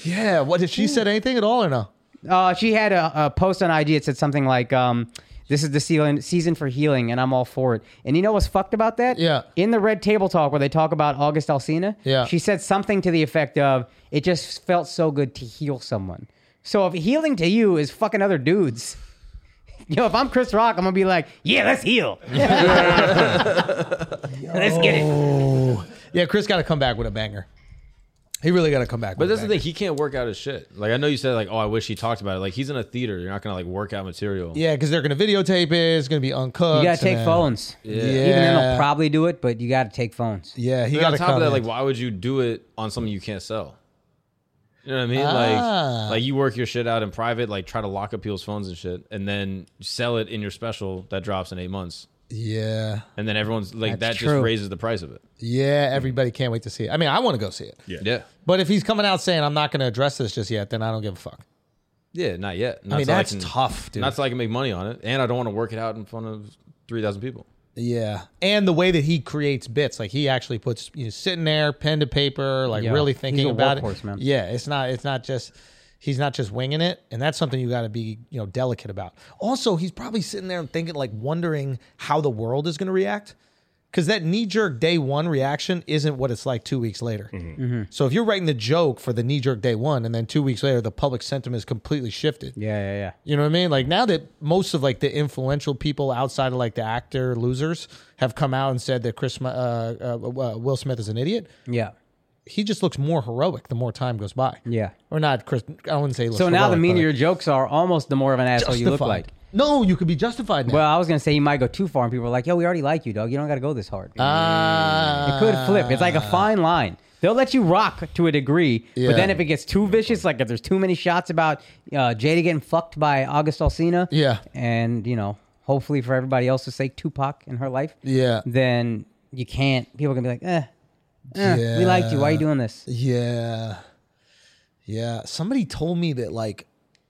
S3: Yeah. What if she said anything at all or no?
S5: Uh, she had a, a post on IG. It said something like, um, "This is the season season for healing, and I'm all for it." And you know what's fucked about that?
S3: Yeah.
S5: In the Red Table Talk, where they talk about August Alsina,
S3: Yeah.
S5: she said something to the effect of, "It just felt so good to heal someone." So if healing to you is fucking other dudes, yo, if I'm Chris Rock, I'm gonna be like, "Yeah, let's heal. let's get it."
S3: Yeah, Chris got to come back with a banger. He really got to come back.
S2: But
S3: with
S2: that's
S3: a
S2: the
S3: banger.
S2: thing. He can't work out his shit. Like I know you said, like, oh, I wish he talked about it. Like he's in a theater. You're not gonna like work out material.
S3: Yeah, because they're gonna videotape it. It's gonna be uncooked.
S5: You gotta
S3: and
S5: take
S3: then-
S5: phones.
S3: Yeah.
S5: Even then, they'll probably do it, but you gotta take phones.
S3: Yeah, he
S2: But
S3: got
S2: on
S3: to
S2: top
S3: come.
S2: of that,
S3: in.
S2: like, why would you do it on something you can't sell? You know what I mean?
S3: Ah.
S2: Like, like you work your shit out in private. Like, try to lock up people's phones and shit, and then sell it in your special that drops in eight months,
S3: yeah,
S2: and then everyone's like,
S5: That's
S2: that
S5: true.
S2: just raises the price of it.
S3: yeah. Everybody can't wait to see it. I mean, I want to go see it.
S6: Yeah.
S2: Yeah,
S3: But if he's coming out saying I'm not gonna address this just yet, then I don't give a fuck.
S2: yeah, not yet. Not
S3: I mean,
S2: till
S3: that's
S2: can-
S3: tough, dude.
S2: Not so I can make money on it, and I don't want to work it out in front of three thousand people.
S3: Yeah, and the way that he creates bits, like he actually puts you know, sitting there, pen to paper, like
S5: Yeah.
S3: really
S5: He's
S3: thinking
S5: a
S3: about it.
S5: workhorse, man.
S3: Yeah, it's not it's not just he's not just winging it, and that's something you got to be you know delicate about. Also, he's probably sitting there and thinking, like wondering how the world is going to react. Because that knee jerk day one reaction isn't what it's like two weeks later.
S5: Mm-hmm.
S3: So if you're writing the joke for the knee jerk day one, and then two weeks later the public sentiment is completely shifted,
S5: Yeah, yeah, yeah.
S3: you know what I mean? Like now that most of like the influential people outside of like the actor losers have come out and said that Chris uh, uh, uh, Will Smith is an idiot,
S5: Yeah.
S3: he just looks more heroic the more time goes by.
S5: Yeah.
S3: or not Chris. I wouldn't say. He looks
S5: So now the
S3: heroic,
S5: mean
S3: but,
S5: your
S3: like,
S5: jokes are almost the more of an asshole you look
S3: justified.
S5: like.
S3: No, you could be justified now.
S5: Well, I was gonna say you might go too far, and people are like, "Yo, we already like you, dog. You don't gotta go this hard."
S3: Ah.
S5: it could flip. It's like a fine line. They'll let you rock to a degree,
S3: Yeah.
S5: but then if it gets too vicious, like if there's too many shots about uh, Jada getting fucked by August Alsina,
S3: Yeah.
S5: and you know, hopefully for everybody else's sake, Tupac in her life,
S3: Yeah.
S5: then you can't. People are gonna be like, "Eh, eh, we liked you. Why are you doing this?"
S3: Yeah. Yeah. Somebody told me that like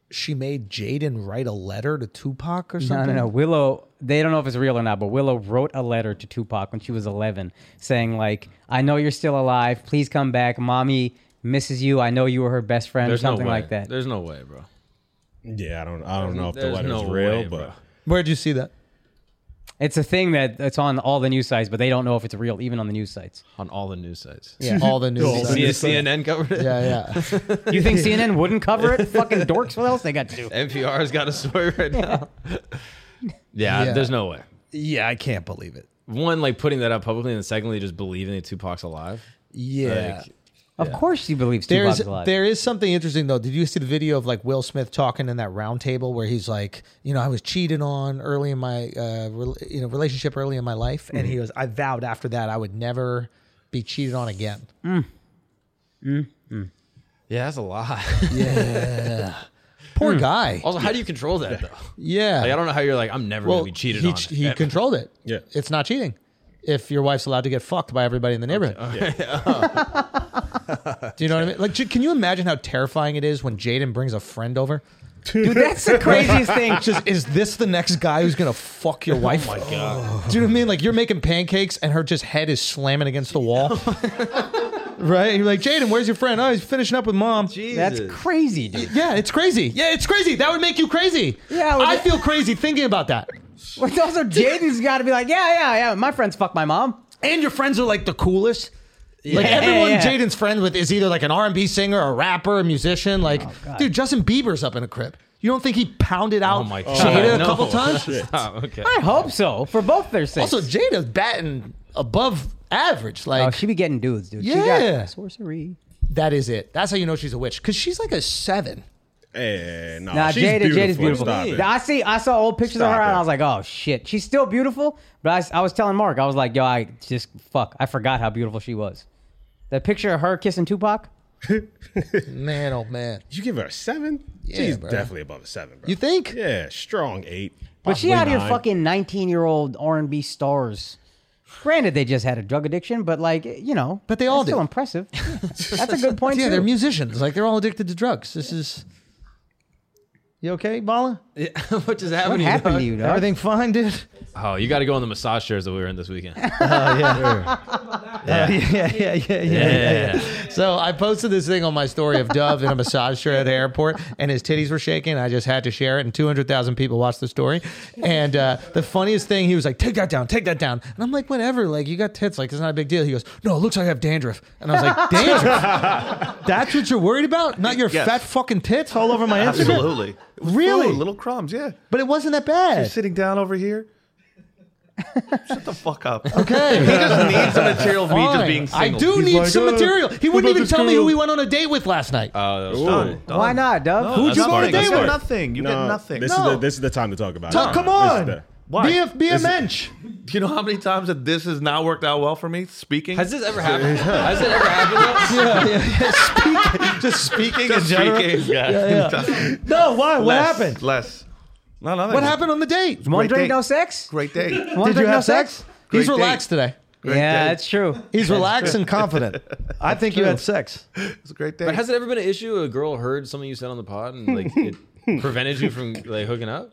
S3: she made Jaden write a letter to Tupac or
S5: No,
S3: something.
S5: no, no. Willow, they don't know if it's real or not, but Willow wrote a letter to Tupac when she was 11 saying, like, I know you're still alive. Please come back. Mommy misses you. I know you were her best friend
S2: There's
S5: or something
S2: no way.
S5: like that.
S2: There's no way, bro.
S6: Yeah, I don't. I don't know if the
S2: There's
S6: letter's
S2: no
S6: real,
S2: way,
S6: but
S2: bro.
S3: Where'd you see that?
S5: It's a thing that it's on all the news sites, but they don't know if it's real, even on the news sites.
S2: On all the news sites.
S3: Yeah, all the news.
S2: See a CNN covered it.
S3: yeah, yeah.
S5: You think CNN wouldn't cover it? Fucking dorks. What else they got to do?
S2: NPR's got a story right now. yeah,
S3: Yeah.
S2: there's no way.
S3: Yeah, I can't believe it.
S2: One, like putting that up publicly, and secondly, just believing that Tupac's alive.
S3: Yeah.
S2: Like,
S5: Of course she believes
S3: there's
S5: Tupac's alive.
S3: there is something interesting though. Did you see the video of like Will Smith talking in that round table where he's like, you know, I was cheated on early in my uh rel you know relationship early in my life and
S2: Mm-hmm.
S3: he goes, I vowed after that I would never be cheated on again.
S2: Hmm. yeah, that's a lot.
S3: Poor guy.
S2: also, how do you control that though?
S3: Yeah.
S2: Like, I don't know how you're like, I'm never
S3: well,
S2: gonna be cheated
S3: he,
S2: on.
S3: ch- he
S2: ever.
S3: controlled it.
S6: Yeah.
S3: It's not cheating. If your wife's allowed to get fucked by everybody in the neighborhood. Do you know what I mean? Like, j- can you imagine how terrifying it is when Jaden brings a friend over?
S5: Dude, that's the craziest thing.
S3: Just is this the next guy who's gonna fuck your wife? Oh my god! Do you know what I mean? Like you're making pancakes and her just head is slamming against the wall, right? You're like, Jaden, where's your friend? Oh, he's finishing up with mom.
S5: That's
S2: Jesus.
S5: crazy, dude.
S3: Yeah, it's crazy. Yeah, it's crazy. That would make you crazy.
S5: Yeah, it would-
S3: I feel crazy thinking about that.
S5: But also, Jaden's got to be like, yeah, yeah, yeah. My friends fuck my mom.
S3: And your friends are like the coolest. Like everyone
S5: Yeah.
S3: Jaden's friend with is either like an R&B singer, a rapper, a musician. Like, dude, Justin Bieber's up in a crib. You don't think he pounded out
S2: Oh my god.
S3: Jada a
S2: no.
S3: couple times?
S2: Stop, Oh, okay.
S5: I hope so, for both their sakes.
S3: Also, Jada's batting above average.
S5: Oh,
S3: Like
S5: she be getting dudes, dude. She
S3: Yeah.
S5: got sorcery.
S3: that is it. That's how you know she's a witch because she's like a seven.
S6: hey, no,
S5: Nah,
S6: Oh, she's
S5: Jada,
S6: beautiful.
S5: Jada's beautiful.
S6: Stop it.
S5: I see. I saw old pictures of
S6: Stop
S5: her, and
S6: it.
S5: I was like, "Oh shit, she's still beautiful." But I s- I, was telling Mark, I was like, "Yo, I just fuck, I forgot how beautiful she was." That picture of her kissing Tupac.
S3: Man, oh man.
S6: You give her a seven?
S3: Yeah,
S6: She's
S3: bro.
S6: definitely above a seven, bro.
S3: You think?
S6: Yeah, strong eight.
S5: But she
S6: possibly
S5: out here
S6: nine.
S5: fucking 19 year old R&B stars. Granted, they just had a drug addiction, but like, you know.
S3: But they all
S5: that's still
S3: do.
S5: impressive. that's a good point,
S3: Yeah,
S5: too.
S3: they're musicians. Like they're all addicted to drugs. This is. You okay, Bala?
S2: what just
S5: what
S2: happened?
S5: happened to you, dog?
S3: Everything fine, dude?
S2: Oh, you got to go on the massage chairs that we were in this weekend.
S3: Yeah, yeah, yeah, yeah, yeah, yeah. So I posted this thing on my story of Dove in a massage chair at the airport, and his titties were shaking. I just had to share it, and 200,000 people watched the story. And uh, the funniest thing, he was like, take that down, take that down. And I'm like, whatever, like, you got tits, like, it's not a big deal. He goes, no, it looks like I have dandruff. And I was like, dandruff? That's what you're worried about? Not your
S8: Yes.
S3: fat fucking tits all over my Instagram?
S8: Absolutely. It was
S3: Really?
S8: food, little crumbs, yeah.
S3: But it wasn't that bad.
S8: Sitting down over here. Shut the fuck up.
S3: Okay.
S8: He just needs the material of me just
S3: Fine.
S8: being
S3: I
S8: single.
S3: do need
S6: like,
S3: some
S6: uh,
S3: material. He
S6: what
S3: wouldn't
S6: about
S3: even
S6: this
S3: tell me
S6: girl?
S3: who he went on a date with last
S8: Uh,
S3: night.
S2: Oh, that was
S8: Done,
S2: fun.
S8: done.
S5: Why not, Dove?
S8: Who'd
S6: you go on a date
S8: You got
S6: with?
S8: nothing. You get nothing.
S6: This,
S3: No.
S6: is the, this is the time to talk about
S3: Talk-
S6: it.
S3: come
S6: This is
S3: on.
S6: the-
S8: Why?
S3: Be a, be a
S6: This is-
S3: mensch.
S8: Do you know how many times that this has not worked out well for me? Speaking,
S2: Has this ever happened? Has it ever happened? though?
S3: yeah, yeah, yeah. Speak, just speaking
S8: just
S3: in general.
S8: speaking. Yeah.
S3: No, why? What
S8: Less,
S3: happened?
S8: Less. No, nothing.
S3: What happened on the date?
S5: One
S8: Great
S5: drink,
S8: date.
S5: no sex?
S8: Great
S5: One
S8: day.
S3: Did you
S5: drink, no
S3: have sex?
S8: Great
S3: He's relaxed today.
S5: Yeah,
S8: Great date.
S5: that's true.
S3: He's relaxed and confident. I think you had sex.
S8: It's a great day.
S2: But has it ever been an issue? A girl heard something you said on the pod and like it prevented you from like hooking up?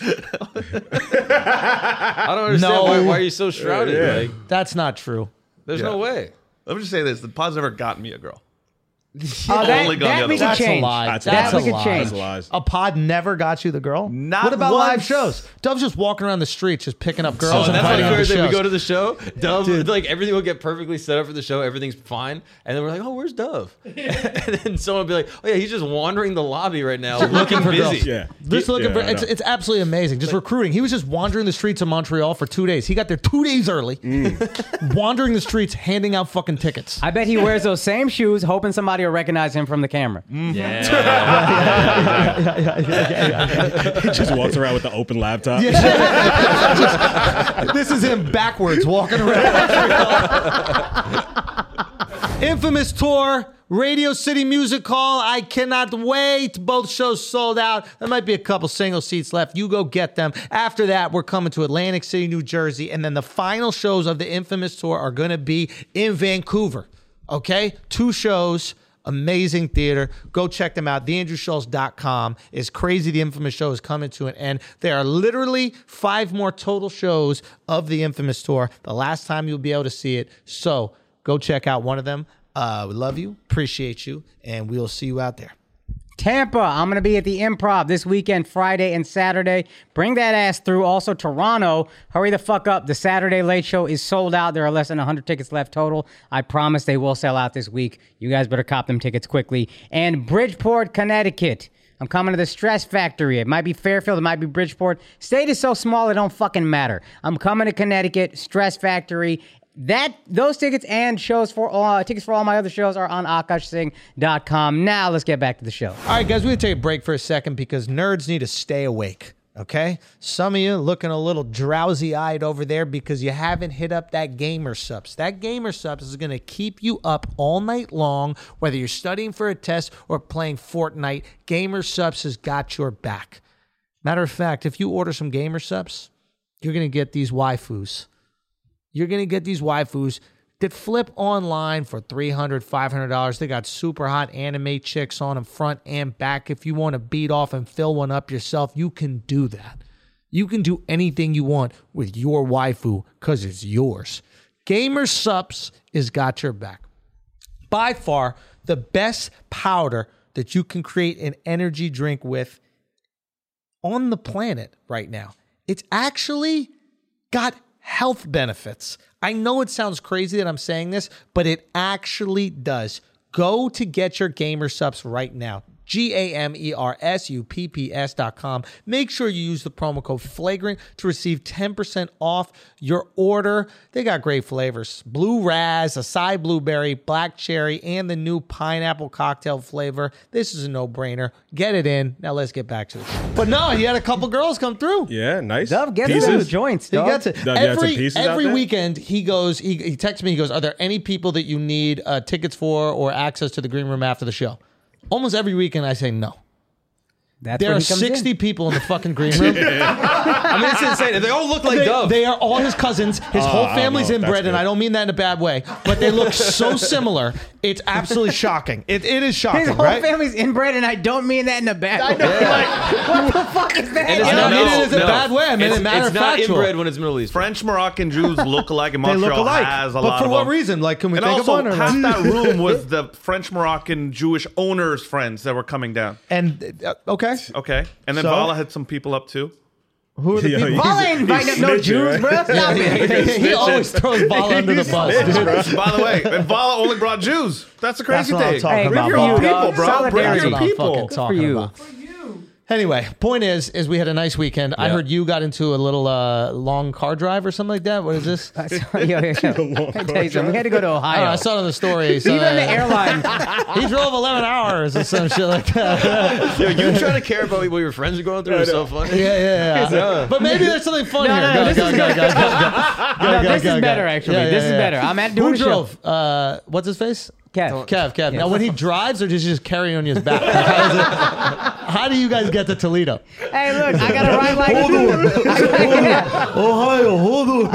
S2: I don't understand
S3: No.
S2: why, why are you so shrouded? Like,
S3: That's not true.
S2: there's
S8: Yeah.
S2: no way.
S8: Let me just say this: the pod's never gotten me a girl.
S5: Oh,
S8: Only
S5: that,
S8: gone the
S5: that we
S8: other way.
S5: could
S3: That's
S5: change.
S3: a lie.
S6: That's a
S5: that
S6: lie.
S5: we could
S3: That's a
S5: change.
S6: lie. Lies.
S3: A pod never got you the girl.
S8: Not
S3: what about live
S8: once.
S3: shows? Dove's just walking around the streets, just picking up
S2: Oh,
S3: girls and
S2: that's like
S3: inviting them to
S2: weird that we
S3: shows.
S2: go to the show. Dove, like everything will get perfectly set up for the show. Everything's fine, and then we're like, "Oh, where's Dove?" and then someone will be like, "Oh yeah, he's just wandering the lobby right now, looking
S3: for girls.
S2: busy."
S6: Yeah.
S3: Just
S6: Yeah,
S3: looking for
S6: I
S3: it's,
S6: know.
S3: it's absolutely amazing. Just recruiting. He was just wandering the streets of Montreal for two days. He got there two days early, wandering the streets, handing out fucking tickets.
S5: I bet he wears those same shoes, hoping somebody will recognize him from the camera.
S6: He just walks around with the open laptop.
S3: this is him backwards walking around. Infamous tour, Radio City Music Hall. I cannot wait. Both shows sold out. There might be a couple single seats left. You go get them. After that, we're coming to Atlantic City, New Jersey. And then the final shows of the Infamous tour are going to be in Vancouver. Okay? Two shows. Amazing theater. Go check them out. TheAndrewSchultz.com. It's crazy. The Infamous Show is coming to an end. There are literally five more total shows of the Infamous Tour. The last time you'll be able to see it. So go check out one of them. Uh, we love you, appreciate you, and we'll see you out there.
S5: Tampa, I'm going to be at the improv this weekend, Friday and Saturday. Bring that ass through. Also, Toronto, hurry the fuck up. The Saturday Late Show is sold out. There are less than 100 tickets left total. I promise they will sell out this week. You guys better cop them tickets quickly. And Bridgeport, Connecticut. I'm coming to the Stress Factory. It might be Fairfield, it might be Bridgeport. State is so small, it don't fucking matter. I'm coming to Connecticut, Stress Factory. That those tickets and shows for all uh, tickets for all my other shows are on akashsing.com. Now let's get back to the show.
S3: All right, guys, we're going to take a break for a second because nerds need to stay awake. Okay? Some of you looking a little drowsy eyed over there because you haven't hit up that gamer subs. That gamer subs is going to keep you up all night long, whether you're studying for a test or playing Fortnite. Gamer subs has got your back. Matter of fact, if you order some gamer subs, you're going to get these waifus you're going to get these waifus that flip online for $300, $500. They got super hot anime chicks on them front and back. If you want to beat off and fill one up yourself, you can do that. You can do anything you want with your waifu because it's yours. Gamer Sups is got your back by far the best powder that you can create an energy drink with on the planet right now. It's actually got health benefits. I know it sounds crazy that I'm saying this, but it actually does. Go to get your gamer subs right now. G A M E R S U P P S dot com. Make sure you use the promo code FLAGRANT to receive 10% off your order. They got great flavors blue raz, acai blueberry, black cherry, and the new pineapple cocktail flavor. This is a no brainer. Get it in. Now let's get back to it. But no, you had a couple girls come through.
S6: Yeah, nice.
S5: Dove, get
S6: Pieces.
S5: some joints,
S3: He
S5: dog.
S3: gets it.
S6: Doug, you got some
S3: every
S6: pieces out
S3: every
S6: there?
S3: weekend, he goes. He, he texts me. He goes, "Are there any people that you need uh, tickets for or access to the green room after the show?" Almost every weekend, I say no.
S5: That's
S3: There
S5: where
S3: are
S5: he comes in.
S3: sixty people in the fucking green room.
S2: I mean, it's insane. They all look like
S3: they,
S2: Dove.
S3: they are all his cousins. His whole
S6: Ah, I don't
S3: family's
S6: know if that's
S3: inbred, and
S6: good.
S3: I don't mean that in a bad way. But they look so similar. It's absolutely shocking. It, it is shocking,
S5: His whole
S3: right?
S5: family's inbred, and I don't mean that in a bad way. Like, what the fuck is that?
S2: And it's
S3: I
S2: not,
S3: don't mean
S2: no,
S3: it as a
S2: no.
S3: bad way. I mean
S2: it's,
S3: it matter
S2: it's not
S3: factual.
S2: inbred when it's Middle East.
S8: French Moroccan Jews look alike in
S3: they
S8: Montreal.
S3: look alike.
S8: Has a
S3: But
S8: lot
S3: for
S8: of
S3: what
S8: them.
S3: reason? Like, can we
S8: And
S3: think of
S8: also,
S3: one? Or
S8: half
S3: not?
S8: that room was the French Moroccan Jewish owners' friends that were coming down.
S3: And uh, okay,
S8: Okay, and then
S3: So?
S8: Vala had some people up too.
S3: who are the
S6: Yo,
S3: people?
S6: he's-
S5: Ball ain't inviting up no
S6: snitching,
S5: Jews,
S6: right?
S5: bro. Stop it.
S3: he, he always throws ball under the bus. Oh, dude.
S8: By the way, and Vala only brought Jews. That's the
S3: That's
S8: crazy
S3: what I'm
S8: thing.
S3: talking
S5: Hey, good
S3: about.
S5: for
S3: Bob.
S5: you, dog.
S8: people, bro. Bring
S5: Solidarity.
S8: your
S3: That's what I'm
S8: people.
S3: fucking
S8: Good
S5: for
S3: talking
S5: you.
S3: about. Anyway, point is, is we had a nice weekend. I
S2: Yeah.
S3: heard you got into a little uh, long car drive or something like that. What is this? I
S5: yo, yo, yo. I tell you something. We had to go to
S3: don't know,
S5: Ohio.
S3: I saw it on the story. So, uh,
S5: Even the airline.
S3: he drove 11 hours or some shit like that.
S2: Yo, you trying to care about what your friends are going through is so funny.
S3: Yeah, yeah, yeah. But maybe there's something fun
S5: uh, No,
S3: here. Go,
S5: no, no, this
S3: go,
S5: is
S3: go,
S5: good.
S3: go, go, go, go,
S5: No,
S3: go,
S5: this
S3: go, go.
S5: is better, actually.
S3: Yeah, yeah,
S5: This is
S3: yeah.
S5: better. I'm at doing
S3: Who
S5: a show.
S3: drove? Uh, what's his face?
S5: Kev.
S3: Kev, Kev.
S5: Yeah.
S3: Now, when he drives, or does he just carry on his back? How, is it, how do you guys get to Toledo?
S5: Hey, look, I got to ride like a dude. I gotta-
S3: Ohio, hold on.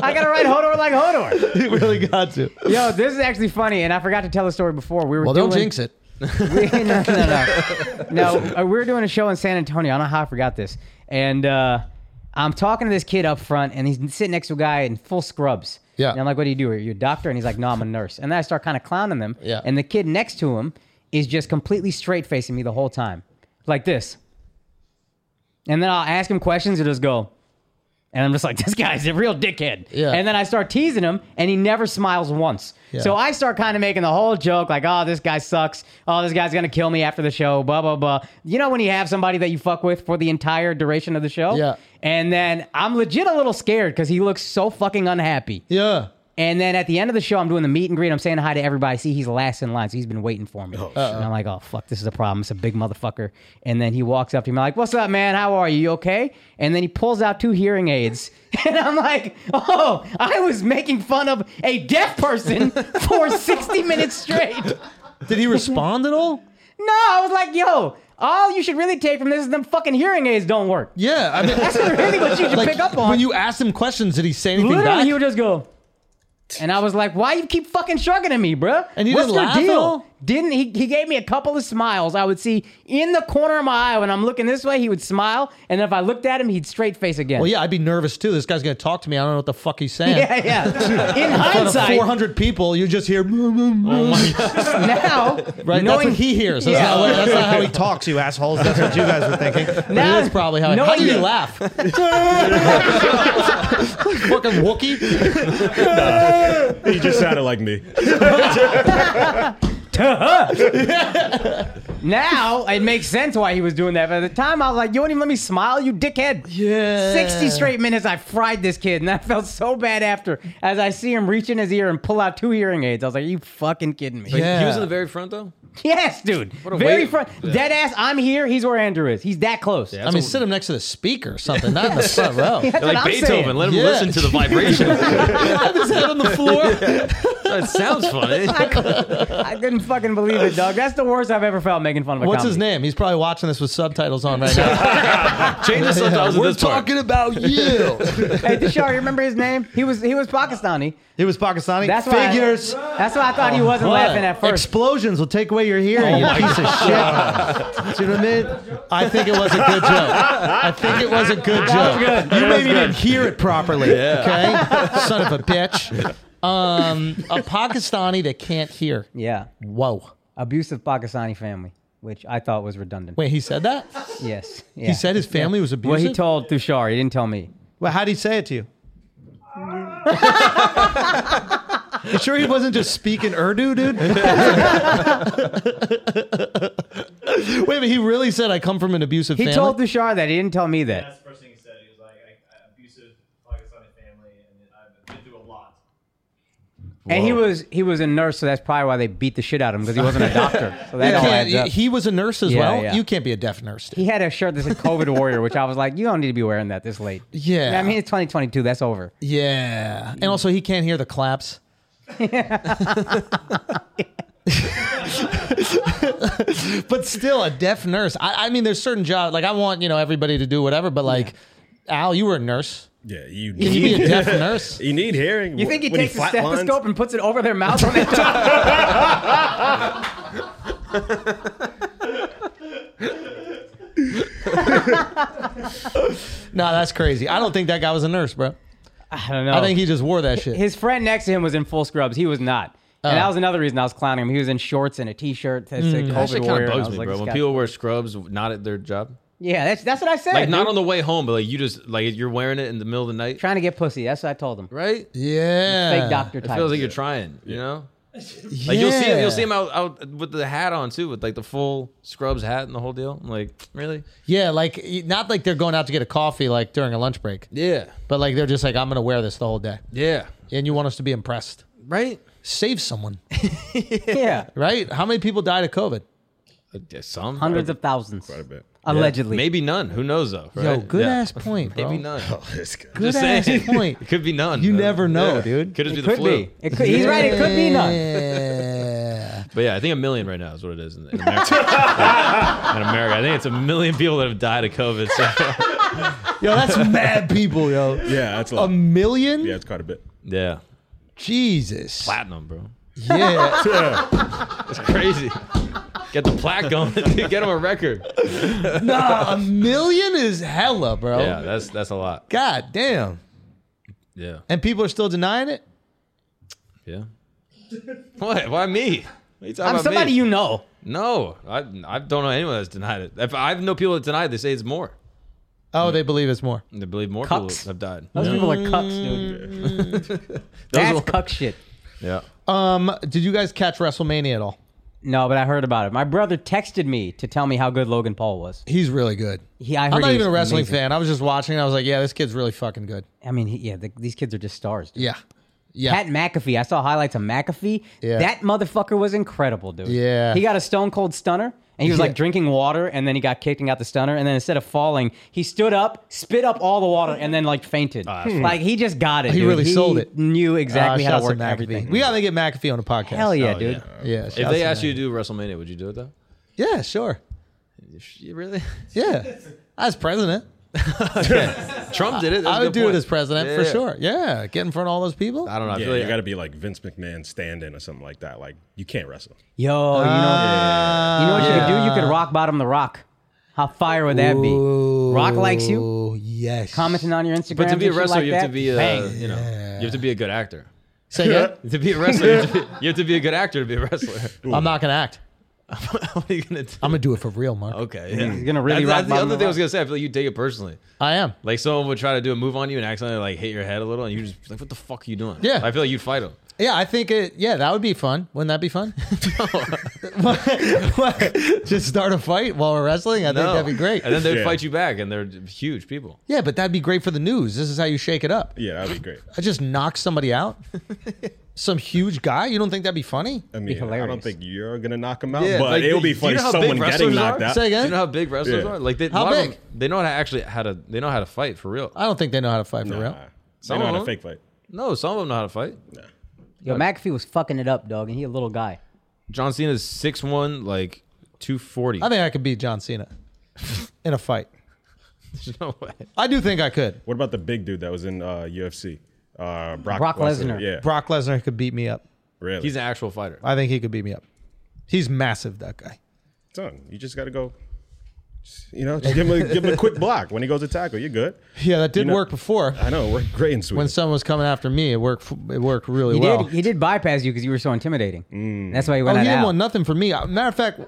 S5: I got to ride Hodor like Hodor.
S3: he really got to.
S5: Yo, this is actually funny, and I forgot to tell the story before. We were
S3: Well,
S5: doing,
S3: don't jinx it.
S5: we, no, no, no. No, uh, we were doing a show in San Antonio. I don't know how I forgot this. And uh, I'm talking to this kid up front, and he's sitting next to a guy in full scrubs.
S3: Yeah.
S5: And I'm like, what do you do? Are you a doctor? And he's like, no, I'm a nurse. And then I start kind of clowning him.
S3: Yeah.
S5: And the kid next to him is just completely straight facing me the whole time, like this. And then I'll ask him questions and just go, and I'm just like, this guy's a real dickhead.
S3: Yeah.
S5: And then I start teasing him, and he never smiles once.
S3: Yeah.
S5: So I start kind of making the whole joke, like, oh, this guy sucks. Oh, this guy's going to kill me after the show, blah, blah, blah. You know, when you have somebody that you fuck with for the entire duration of the show?
S3: Yeah.
S5: And then I'm legit a little scared because he looks so fucking unhappy.
S3: Yeah.
S5: And then at the end of the show, I'm doing the meet and greet. I'm saying hi to everybody. See, he's last in line, so he's been waiting for me. and I'm like, oh fuck, this is a problem. It's a big motherfucker. And then he walks up to me like, "What's up, man? How are you? You okay?" And then he pulls out two hearing aids, and I'm like, "Oh, I was making fun of a deaf person for 60 minutes straight."
S3: Did he respond at all?
S5: No, I was like, "Yo, all you should really take from this is them fucking hearing aids don't work."
S3: Yeah. I mean,
S5: That's really what you should
S3: like,
S5: pick up on.
S3: When you asked him questions, did he say anything
S5: Literally,
S3: back?
S5: he would just go. And I was like, "Why you keep fucking shrugging at me, bruh?
S3: And he
S5: What's
S3: didn't
S5: your
S3: laugh at
S5: deal?
S3: all?
S5: Didn't he? He gave me a couple of smiles. I would see in the corner of my eye when I'm looking this way, he would smile, and if I looked at him, he'd straight face again.
S3: well, yeah, I'd be nervous too. This guy's going to talk to me. I don't know what the fuck he's saying.
S5: yeah, yeah. In
S3: In front of
S5: hindsight,
S3: 400 people, you just hear. Oh
S5: now
S3: Right, that's
S5: knowing
S3: what he hears. That's, not what, that's not how he talks, you assholes. That's what you guys were thinking.
S5: Now-
S3: that is probably how. he
S5: no,
S3: how do
S5: yeah.
S3: you laugh? Fucking Wookie.
S6: He just sounded like me.
S5: now it makes sense why he was doing that. But at the time, I was like, "You won't even let me smile, you dickhead."
S3: Yeah.
S5: 60 straight minutes, I fried this kid, and I felt so bad after as I see him reach in his ear and pull out two hearing aids. I was like, Are you fucking kidding me?
S3: Yeah.
S2: He was in the very front though.
S5: Yes, dude.
S2: a
S5: Very
S2: wave.
S5: front.
S2: Yeah.
S5: Dead ass, I'm here. He's where Andrew is. He's that close.
S3: I mean, sit him next to the speaker or something, not in the front row.
S5: That's
S2: Like
S5: what I'm
S2: Beethoven,
S5: saying.
S2: let him
S3: Yeah.
S2: listen to the vibrations.
S3: Have his head on the floor.
S2: that sounds funny.
S5: I couldn't fucking believe it, dog. That's the worst I've ever felt making fun of a
S3: What's
S5: comedy.
S3: his name? He's probably watching this with subtitles on right now.
S2: Change the subtitles at
S3: We're
S2: this part.
S3: talking about you.
S5: Hey, Dishar, you remember his name? He was he was Pakistani.
S3: He was Pakistani.
S5: That's why
S3: Figures.
S5: that's why I thought he wasn't
S3: What?
S5: laughing at first. Oh
S3: Explosions will take away your hearing,
S2: Oh,
S3: you piece of shit. See what I mean? I think it was a good joke. I think it was a good joke.
S5: That was good.
S3: You maybe didn't hear it properly. Okay? Son of a bitch. Um, a Pakistani that can't hear.
S5: yeah.
S3: Whoa.
S5: Abusive Pakistani family, which I thought was redundant.
S3: Wait, he said that?
S5: Yes.
S3: He said his family was abusive?
S5: Well, he told Tushar. He didn't tell me.
S3: Well, how'd he say it to you? You sure he wasn't just speaking Urdu, dude? Wait a minute, he really said I come from an abusive
S5: He
S3: family.
S5: told Bashar that. He didn't tell me that.
S9: That's the first thing he said. He was like, I, I abusive Pakistani family, and I've been through a lot.
S5: And he was he was a nurse, so that's probably why they beat the shit out of him because he wasn't a doctor. So that
S3: You
S5: all
S3: can't-
S5: adds up.
S3: he was a nurse as
S5: Yeah,
S3: well.
S5: yeah.
S3: You can't be a deaf nurse. Dude.
S5: He had a shirt that said COVID warrior, which I was like, you don't need to be wearing that this late.
S3: Yeah.
S5: I mean, it's 2022. That's over.
S3: Yeah. And also, he can't hear the claps. but still, a deaf nurse. I, I mean, there's certain jobs. Like, I want, you know, everybody to do whatever, but like, Al, you were a nurse.
S6: Yeah, you
S3: You can be
S6: need
S3: a deaf nurse.
S6: you need hearing.
S5: You think he
S6: When
S5: takes a
S6: flatlines-
S5: stethoscope and puts it over their mouth when they talk?
S3: No, that's crazy. I don't think that guy was a nurse, bro.
S5: I don't know.
S3: I think he just wore that shit. Oh.
S5: His friend next to him was in full scrubs. He was not. And that was another reason I was clowning him. He was in shorts and a t-shirt that
S3: Mm.
S5: said
S2: That
S5: COVID
S2: shit kind
S5: warrior.
S2: of
S5: and I
S2: bugs
S5: was
S2: me,
S5: like,
S2: bro.
S5: this
S2: When
S5: guy-
S2: people wear scrubs, not at their job,
S5: yeah, that's that's what I said.
S2: like not
S5: dude.
S2: on the way home, but like you just like you're wearing it in the middle of the night,
S5: trying to get pussy. That's what I told him.
S2: right?
S3: yeah.
S5: Fake doctor
S2: It
S5: type.
S2: feels like you're trying, you know. Like you'll see,
S3: Yeah.
S2: you'll see him out, out with the hat on too, with like the full scrubs hat and the whole deal. I'm like, really?
S3: Yeah, like, not like they're going out to get a coffee, like during a lunch break,
S2: Yeah,
S3: but like they're just like, I'm going to wear this the whole day.
S2: yeah,
S3: And you want us to be impressed.
S2: right.
S3: Save someone,
S5: yeah,
S3: right? How many people died of COVID?
S2: Uh, yeah, Some
S5: hundreds of thousands,
S6: bit.
S5: allegedly.
S2: maybe none. Who knows though?
S3: Yo,
S2: right?
S3: good
S2: Yeah.
S3: ass point, bro.
S2: Maybe none.
S6: This guy.
S3: Good
S2: Just
S3: ass
S2: saying.
S3: point.
S2: It could be none.
S3: You
S2: though.
S3: never know, dude.
S2: Could just be
S5: It
S2: the
S5: could
S2: flu.
S5: be. It could, he's right. It could be none.
S3: Yeah.
S2: But yeah, I think a million right now is what it is in, in America. in America, I think it's a million people that have died of COVID. So.
S3: yo, that's mad people, yo.
S6: Yeah, that's a
S3: A
S6: lot.
S3: million?
S6: yeah, it's quite a bit.
S2: yeah,
S3: Jesus.
S2: platinum, bro.
S3: Yeah.
S2: It's crazy. Get the plaque going. dude. Get him a record.
S3: nah, a million is hella, bro.
S2: Yeah, that's that's a lot.
S3: God damn.
S2: Yeah,
S3: And people are still denying it?
S2: yeah. What? Why me? What are you talking
S5: I'm
S2: about
S5: somebody
S2: me?
S5: you know.
S2: No, I I don't know anyone that's denied it. If I know people that deny it, they say it's more.
S3: Oh, they believe it's more.
S2: They believe more
S5: Cucks.
S2: people have died.
S5: Those people are cucks, dude. That's cuck shit.
S2: Yeah.
S3: Um, did you guys catch WrestleMania at all?
S5: No, but I heard about it. My brother texted me to tell me how good Logan Paul was.
S3: He's really good.
S5: He, I heard
S3: I'm not
S5: he
S3: even
S5: was
S3: a wrestling
S5: amazing.
S3: fan. I was just watching and I was like, yeah, this kid's really fucking good.
S5: I mean, he, yeah, the, these kids are just stars. Dude.
S3: Yeah. Yeah.
S5: Pat McAfee, I saw highlights of McAfee.
S3: Yeah.
S5: That motherfucker was incredible, dude.
S3: Yeah.
S5: He got a stone cold stunner and he was
S3: Yeah.
S5: like drinking water and then he got kicked and got the stunner. And then instead of falling, he stood up, spit up all the water, and then like fainted.
S2: Ah,
S5: like he just got it.
S3: Hmm. He
S5: dude.
S3: really sold it.
S5: knew exactly
S3: Uh,
S5: how
S3: shouts
S5: to work
S3: McAfee.
S5: everything.
S3: We gotta get McAfee on the podcast.
S5: Hell yeah,
S2: Oh,
S5: dude.
S3: Yeah.
S2: If
S3: shouts
S2: they
S3: to
S2: asked you to do WrestleMania, would you do it though?
S3: McAfee. Yeah, sure.
S2: You really?
S3: Yeah. As president.
S2: Trump did it. That's a
S3: I would
S2: good
S3: do
S2: point.
S3: it as president
S2: Yeah,
S3: for
S2: yeah.
S3: sure. Yeah, get in front of all those people.
S2: I don't know. I
S6: Yeah,
S2: feel like
S6: you got to be like Vince McMahon stand-in or something like that. Like you can't wrestle.
S5: Yo, you know,
S3: Ah.
S5: you know what you could do? You could rock bottom the rock. How fire would that be? Rock likes you.
S3: Oh yes.
S5: Commenting on your Instagram.
S2: But to be a wrestler,
S5: like
S2: you have
S5: that,
S2: to be a
S5: bang.
S2: you know you have to be a good actor.
S3: Say again?
S2: To be a wrestler, you have to be, you have to be a good actor to be a wrestler.
S3: I'm not gonna act.
S2: what are you gonna do?
S3: I'm gonna do it for real, Mark.
S2: okay, yeah.
S5: He's gonna really rock
S2: That's, that's the
S5: bottom
S2: other
S5: the
S2: thing I was
S5: rock.
S2: gonna say. I feel like you take it personally.
S3: I am.
S2: Like someone would try to do a move on you and accidentally like hit your head a little, and you just like, what the fuck are you doing?
S3: Yeah.
S2: I feel like you'd fight him.
S3: Yeah, I think it. Yeah, that would be fun. Wouldn't that be fun? What? Just start a fight while we're wrestling. I think that'd be great.
S2: And then they'd
S6: Yeah.
S2: fight you back, and they're huge people.
S3: yeah, but that'd be great for the news. This is how you shake it up.
S6: Yeah, that'd be great.
S3: I just knock somebody out. Some huge guy. You don't think that'd be funny?
S6: I mean, I
S5: hilarious.
S6: don't think you're gonna knock him out,
S2: Yeah,
S6: but
S2: like,
S6: it'll
S2: do
S6: be
S2: you
S6: funny.
S2: know how big
S6: someone
S2: wrestlers
S6: getting knocked
S2: are?
S6: out.
S3: Say again.
S2: Do you know how big wrestlers
S6: Yeah.
S2: are? Like they,
S3: How
S2: a lot of
S3: big?
S2: them, they know how to actually how to they know how to fight for real.
S3: I don't think they know how to fight for
S6: Nah,
S3: real.
S6: they
S2: of
S6: know how
S2: them.
S6: to fake fight.
S2: No, some of them know how to fight.
S5: Yo, McAfee was fucking it up, dog, and he a little guy.
S2: John Cena's six one, like two forty.
S3: I think I could beat John Cena in a fight.
S2: There's no way.
S3: I do think I could.
S6: What about the big dude that was in uh, UFC? Uh, Brock,
S5: Brock Lesnar.
S6: Yeah,
S3: Brock Lesnar could beat me up.
S6: really.
S2: He's an actual fighter.
S3: I think he could beat me up. He's massive, that guy.
S6: Son, you just got to go. just, You know, just give him a, give him a quick block when he goes to tackle. You're good.
S3: Yeah, that did
S6: You know-
S3: work before.
S6: I know. We're great in Sweden.
S3: When someone was coming after me, it worked. It worked really
S5: He
S3: well.
S2: Mm.
S5: did. He did bypass you because you were so intimidating. That's why he
S3: oh,
S5: went
S3: he
S5: out.
S3: didn't want nothing from me. Uh, Matter of fact,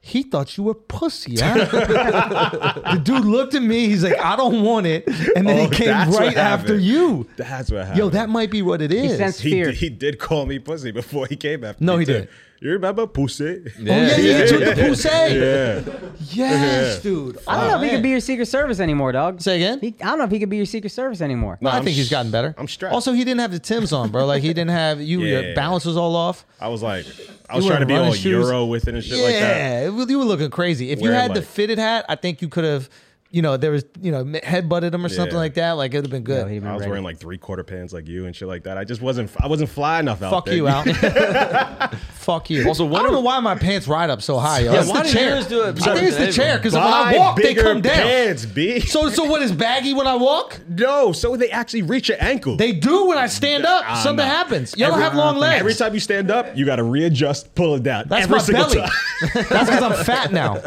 S3: he thought you were pussy. Huh? the dude looked at me. He's like, I don't want it. And then
S6: Oh,
S3: he came
S6: that's what
S3: right after
S6: happened.
S3: you.
S6: That's what happened.
S3: Yo, that might be what it is.
S5: sensed-
S6: he,
S5: fear.
S6: did- he did call me pussy before he came after.
S3: No,
S6: me,
S3: he
S6: too.
S3: didn't.
S6: You remember pussy?
S3: oh, yeah, yeah, yeah, took the pussy.
S6: Yeah.
S3: Yes, dude.
S5: I don't know if
S3: Oh,
S5: he
S3: man.
S5: could be your Secret Service anymore, dog.
S3: Say again?
S5: He, I don't know if he could be your Secret Service anymore.
S6: No,
S3: I
S6: I'm
S3: think he's
S6: sh-
S3: gotten better.
S6: I'm strapped.
S3: Also, he didn't have the Tim's on, bro. Like, he didn't have, you, your
S6: Yeah.
S3: balance was all off.
S6: I was like, I was
S3: You
S6: trying to be
S3: wearing
S6: all
S3: running shoes?
S6: Euro with it and shit
S3: yeah,
S6: like that.
S3: it was- you were looking crazy. If you
S6: Wearing,
S3: had the
S6: like-
S3: fitted hat, I think you could have, you know, there was, you know, headbutted him or something
S6: Yeah.
S3: like that. Like, it would have been
S5: No,
S3: good.
S5: he'd been
S6: I was
S5: ready.
S6: wearing like three quarter pants like you and shit like that. I just wasn't. I wasn't fly enough out
S3: Fuck
S6: there.
S3: you out. Fuck you. Also, I don't know why my pants ride up so high. Yo.
S2: Yeah,
S3: It's
S2: why
S3: the
S2: do
S3: chair.
S2: yours do it
S3: I think it's the
S2: better
S3: chair
S2: than
S3: because when
S6: Buy
S3: I walk, they
S6: bigger
S3: come down.
S6: Pants, B.
S3: So, so what is baggy when I walk?
S6: no, so they actually reach your ankle.
S3: They do when I stand up.
S6: Ah,
S3: Something
S6: no.
S3: happens. Y'all
S6: Every-
S3: have long legs.
S6: Every time you stand up, you got to readjust, pull it down.
S3: That's
S6: every
S3: my
S6: single
S3: belly.
S6: time.
S3: That's because I'm fat now.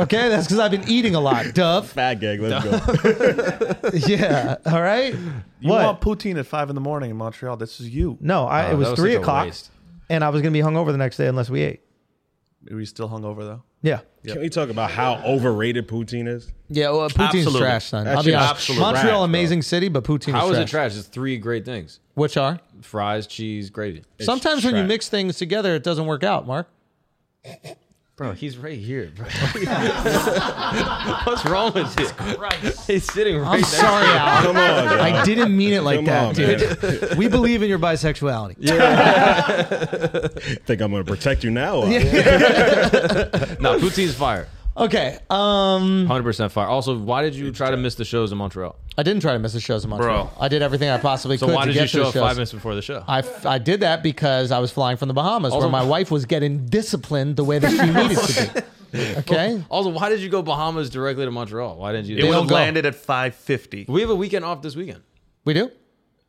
S3: Okay, that's because I've been eating a lot. Dove.
S6: Fat gang, let's go.
S3: Yeah. All right.
S8: You
S3: what?
S8: want poutine at five in the morning in Montreal? This is you.
S3: no, I,
S2: Oh,
S3: it was
S2: that was
S3: three
S2: such a
S3: o'clock,
S2: waste.
S3: and I was gonna be hungover the next day unless we ate.
S8: Are you still hungover though?
S3: Yeah.
S6: Can we talk about how overrated poutine is?
S3: Yeah. Well, poutine's
S8: Absolutely.
S3: trash, son.
S6: That
S3: I'll be
S6: shit's
S3: honest.
S6: absolute
S3: Montreal,
S6: trash, bro.
S3: amazing city, but poutine.
S2: How
S3: is
S2: is it trash? It's three great things:
S3: Which are?
S2: fries, cheese, gravy.
S3: Sometimes when you
S6: trash.
S3: mix things together, it doesn't work out, Mark.
S2: Bro, he's right here, bro. What's wrong with you? He's sitting right
S3: I'm
S2: there.
S3: sorry, Al.
S6: Come on, bro.
S3: I didn't mean it like
S6: Come
S3: that,
S6: on,
S3: dude.
S6: man.
S3: We believe in your bisexuality.
S6: Think I'm gonna protect you now? or-
S2: No, poutine's fire.
S3: Okay. Um,
S2: 100% fire. Also, why did you try to miss the shows in Montreal?
S3: I didn't try to miss the shows in Montreal.
S8: Bro.
S3: I did everything I possibly
S2: So
S3: could
S2: why
S3: to
S2: did
S3: get
S2: you
S3: to
S2: show
S3: the
S2: up
S3: shows.
S2: five minutes before the show?
S3: I, I did that because I was flying from the Bahamas,
S2: Also-
S3: where my wife was getting disciplined the way that she needed to be. Okay,
S2: also, why did you go Bahamas directly to Montreal? Why didn't you?
S8: It would
S3: don't
S8: have
S3: go.
S8: landed at five fifty.
S2: we have a weekend off this weekend,
S3: we do.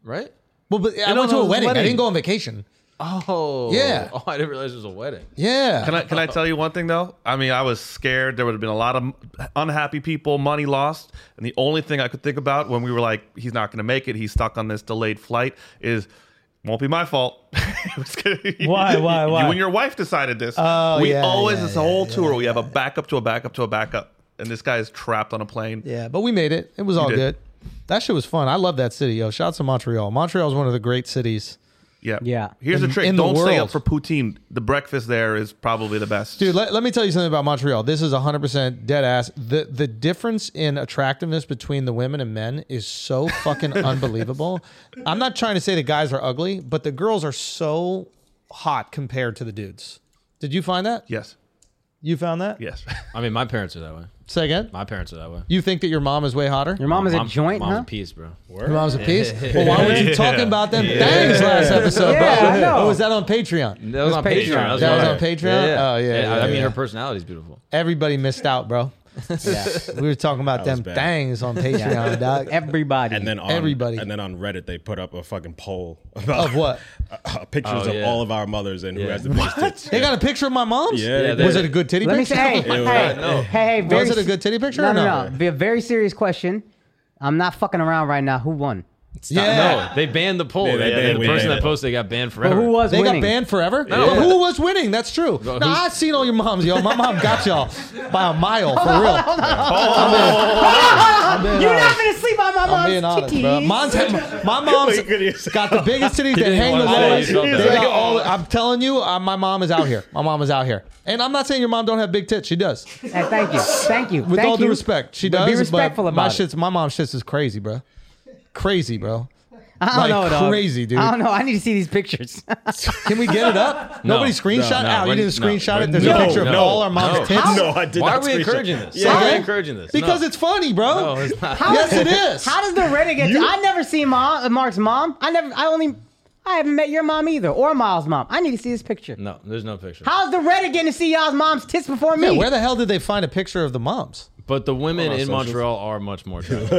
S2: right?
S3: Well, but I
S8: no,
S3: went to
S8: no,
S3: a
S8: it's a
S3: wedding. I
S8: wedding.
S3: didn't go on vacation.
S2: Oh.
S3: Yeah.
S2: Oh, I didn't realize it was a wedding.
S3: Yeah,
S8: Can I can I tell you one thing though? I mean, I was scared. There would have been a lot of unhappy people, money lost, and the only thing I could think about when we were like, "He's not going to make it. He's stuck on this delayed flight," is. Won't be my fault. It was gonna-
S3: Why, why, why?
S8: You and your wife decided this.
S3: Oh,
S8: we
S3: yeah,
S8: always
S3: yeah,
S8: this whole tour. we have a backup to a backup to a backup, and this guy is trapped on a plane.
S3: yeah, but we made it. It was all
S8: did.
S3: good. That shit was fun. I love that city, yo. Shouts to Montreal. Montreal is one of the great cities,
S8: Yeah.
S5: Yeah.
S8: Here's
S3: In-
S8: the trick:
S3: in the
S8: don't stay
S3: world.
S8: up for poutine. The breakfast there is probably the best.
S3: dude. Let, let me tell you something about Montreal. This is hundred percent dead ass. The the difference in attractiveness between the women and men is so fucking unbelievable. I'm not trying to say the guys are ugly, but the girls are so hot compared to the dudes. Did you find that?
S8: yes.
S3: You found that?
S8: Yes.
S2: I mean, my parents are that way.
S3: Say again.
S2: My parents are that way.
S3: You think that your mom is way hotter?
S5: Your mom is a
S2: Mom-
S5: joint,
S2: mom's
S5: huh?
S2: a piece, bro.
S3: Your mom's a piece. well, why were you talking about them things last episode,
S5: Yeah,
S3: bro?
S5: I know.
S3: Oh, was that on Patreon?
S2: That was,
S5: was
S2: on
S5: Patreon.
S2: Patreon.
S3: That
S2: right.
S3: was on Patreon?
S2: Yeah, yeah.
S3: Oh, yeah,
S2: I-
S3: yeah,
S2: I mean,
S3: yeah.
S2: her personality is beautiful.
S3: Everybody missed out, bro. We were talking about them
S6: was bad.
S3: things on Patreon, dog.
S5: Everybody.
S6: And then on,
S3: Everybody.
S6: And then on Reddit, they put up a fucking poll about
S3: Of what?
S6: uh, pictures
S2: Oh,
S6: of
S2: yeah.
S6: all of our mothers and who
S2: Yeah.
S6: has the biggest tits.
S3: They got a picture of my mom's?
S6: Yeah, Yeah, they-
S3: was it a good titty
S5: Let me
S3: picture?
S5: say, hey,
S6: It
S5: hey,
S6: was-
S5: hey, hey, very
S3: was it a
S5: s-
S3: good titty picture
S5: No,
S3: or
S5: no,
S3: no?
S5: no. Be a very serious question. I'm not fucking around right now. Who won?
S3: Yeah.
S2: No, they banned the poll.
S6: Yeah, they
S2: They-
S6: banned-
S2: the
S6: we
S2: person
S6: banned
S2: that
S6: it.
S2: posted got banned
S5: But
S2: forever.
S5: who was
S3: They
S5: winning?
S3: got banned forever?
S2: Yeah.
S3: But who was winning? That's true.
S2: Well,
S3: Now,
S2: who's-
S3: I've seen all your moms, yo. My mom got y'all by a mile, for real. I'm being
S5: You're
S3: honest.
S5: not gonna sleep on my
S3: I'm being
S5: mom's
S3: honest, bro.
S5: titties.
S3: Mine's my mom's got the biggest titties that
S2: didn't
S3: hang the
S2: wanna say oh. it, he
S3: lowest.
S2: felt
S3: They
S2: bad.
S3: got all- I'm telling you, uh, my mom is out here. My mom is out here, and I'm not saying your mom don't have big tits. She does.
S5: Hey, thank you, thank you.
S3: With
S5: thank
S3: all
S5: you.
S3: due respect, she
S5: But
S3: does.
S5: Be respectful
S3: but
S5: about
S3: my
S5: it.
S3: shits. My mom's shits is crazy, bro. Crazy, bro.
S5: I don't
S3: like
S5: know, dog.
S3: crazy, dude.
S5: I don't know. I need to see these pictures.
S3: Can we get it up?
S2: No.
S3: Nobody screenshot.
S2: No,
S3: Al, you
S2: we're-
S3: didn't
S2: no,
S3: screenshot
S2: we're-
S3: it. There's
S6: No,
S3: a picture of
S6: no,
S3: all our mom's
S2: no.
S3: tits.
S6: No, I did
S2: Why
S6: not
S2: are we
S6: screenshot.
S2: encouraging this?
S6: Yeah.
S2: Why are
S3: Okay?
S2: we encouraging this?
S3: Because
S2: No.
S3: it's funny, bro.
S2: No, it's not.
S3: yes, it is.
S5: How does the Reddit get?
S6: You-
S5: I never seen mom, Mark's mom. I never. I only. I haven't met your mom either, or Miles' mom. I need to see this picture.
S2: No, there's no picture.
S5: How's the Reddit getting to see y'all's mom's tits before me?
S3: yeah, where the hell did they find a picture of the moms?
S2: But the women in Montreal are much more attractive.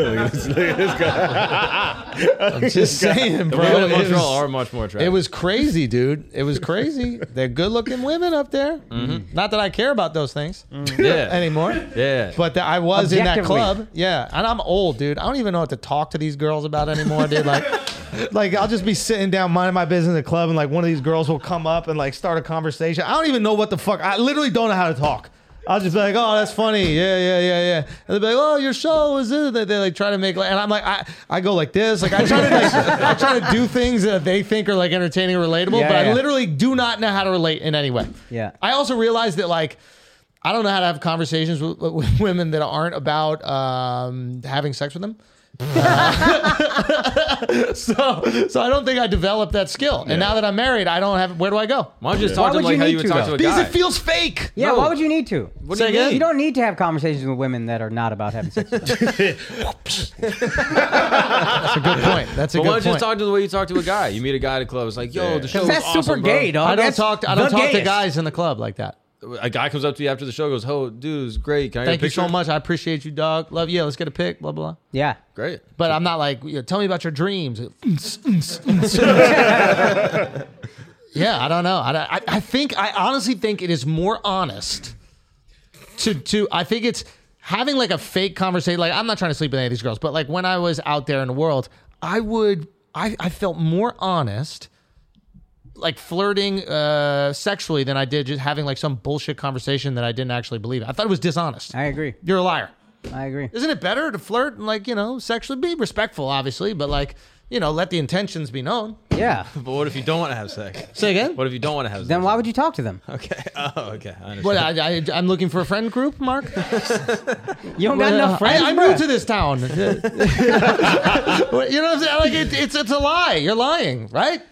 S3: I'm just saying,
S2: The
S3: bro.
S2: women in
S3: It was-
S2: Montreal are much more attractive.
S3: It was crazy, dude. It was crazy. They're good looking women up there. Not that I care about those things
S2: yeah,
S3: anymore.
S2: yeah.
S3: But that I was in that
S5: Objectively.
S3: club. Yeah. And I'm old, dude. I don't even know what to talk to these girls about anymore, dude. Like, like I'll just be sitting down minding my business in the club and like one of these girls will come up and like start a conversation. I don't even know what the fuck. I literally don't know how to talk. I'll just be like, oh, that's funny. Yeah, yeah, yeah, yeah. And they'll be like, oh, your show was this. They, they like try to make, like, and I'm like, I, I go like this. Like I try to, like, I try to do things that they think are like entertaining or relatable,
S5: Yeah,
S3: but I
S5: yeah.
S3: literally do not know how to relate in any way.
S5: Yeah.
S3: I also realize that like. I don't know how to have conversations with, with women that aren't about um, having sex with them. Uh, so, so I don't think I developed that skill. And now that I'm married, I don't have. Where do I go?
S2: Why don't you just talk to
S5: Why
S2: him like
S5: would you
S2: how
S5: need
S2: you would
S5: to,
S2: talk to
S5: though?
S2: a
S3: Because
S2: guy?
S3: it feels fake.
S5: Yeah,
S2: No.
S5: why would you need to?
S2: What do you mean?
S5: You don't need to have conversations with women that are not about having sex. with them.
S3: That's a good point. That's a
S2: But
S3: good
S2: why don't
S3: point.
S2: you just talk to the way you talk to a guy? You meet a guy at a club. It's like, yo, the show was
S5: That's
S2: awesome,
S5: super
S2: bro.
S5: gay, dog.
S3: I don't
S5: That's
S3: talk. To, I don't
S5: the
S3: talk to
S5: gayest.
S3: guys in the club like that.
S2: A guy comes up to you after the show, goes, "Oh, dude, it was great. Can I
S3: Thank
S2: get a
S3: you
S2: picture?"
S3: so much. I appreciate you, dog. Love you. Let's get a pic. Blah blah. blah.
S5: Yeah.
S2: Great.
S3: But I'm not like, you know, tell me about your dreams. yeah, I don't know. I, don't- I, I think I honestly think it is more honest to to. I think it's having like a fake conversation. Like I'm not trying to sleep with any of these girls, but like when I was out there in the world, I would I I felt more honest. Like flirting uh, sexually than I did just having like some bullshit conversation that I didn't actually believe. I thought it was dishonest.
S5: I agree.
S3: You're a liar
S5: I agree.
S3: isn't it better to flirt and like you know sexually be respectful obviously but like you know let the intentions be known
S5: Yeah.
S2: But what if you don't want to have sex?
S3: say again
S2: What if you don't want to have sex?
S5: Then why would you talk to them?
S2: Okay. Oh, okay. I understand.
S3: what I, I, i'm looking for a friend group mark
S5: You don't got enough friends.
S3: uh, I, am
S5: bruh.
S3: new to this town you know what i'm saying like it, it's it's a lie you're lying right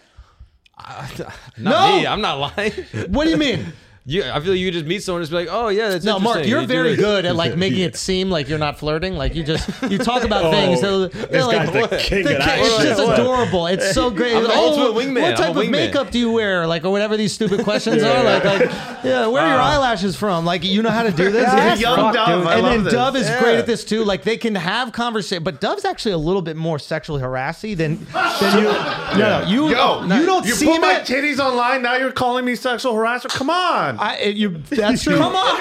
S2: Not
S3: No!
S2: me. I'm not lying.
S3: what do you mean
S2: You, I feel like you just meet someone and just be like, "Oh yeah, that's
S3: no mark
S2: interesting."
S3: you're
S2: You do
S3: very
S2: it. Oh,
S3: good at like making it seem like you're not flirting like you just you talk about things that, they're
S6: This
S3: like
S6: guy's the king
S3: The
S6: of
S3: kid-
S6: that
S3: it's
S6: shit.
S3: just adorable. It's so great.
S2: I'm the
S3: Oh,
S2: ultimate wingman.
S3: What type
S2: I'm
S3: of
S2: a wingman.
S3: makeup do you wear? Like, or whatever these stupid questions are. Like, like, yeah, where are your eyelashes from? Like, you know how to do this?
S5: Yes,
S8: Young
S5: fuck,
S8: Dove,
S5: dude.
S8: I
S3: and
S8: love
S3: then
S8: this.
S3: Dove is
S8: Yeah.
S3: great at this too. Like they can have conversation, but Dove's actually a little bit more sexually harassy than than you. No, no, you
S8: Yo,
S3: you don't
S8: you
S3: seem
S8: put my
S3: it.
S8: titties online. Now you're calling me sexual harasser. Come on.
S3: I, it- you, that's true. Come on,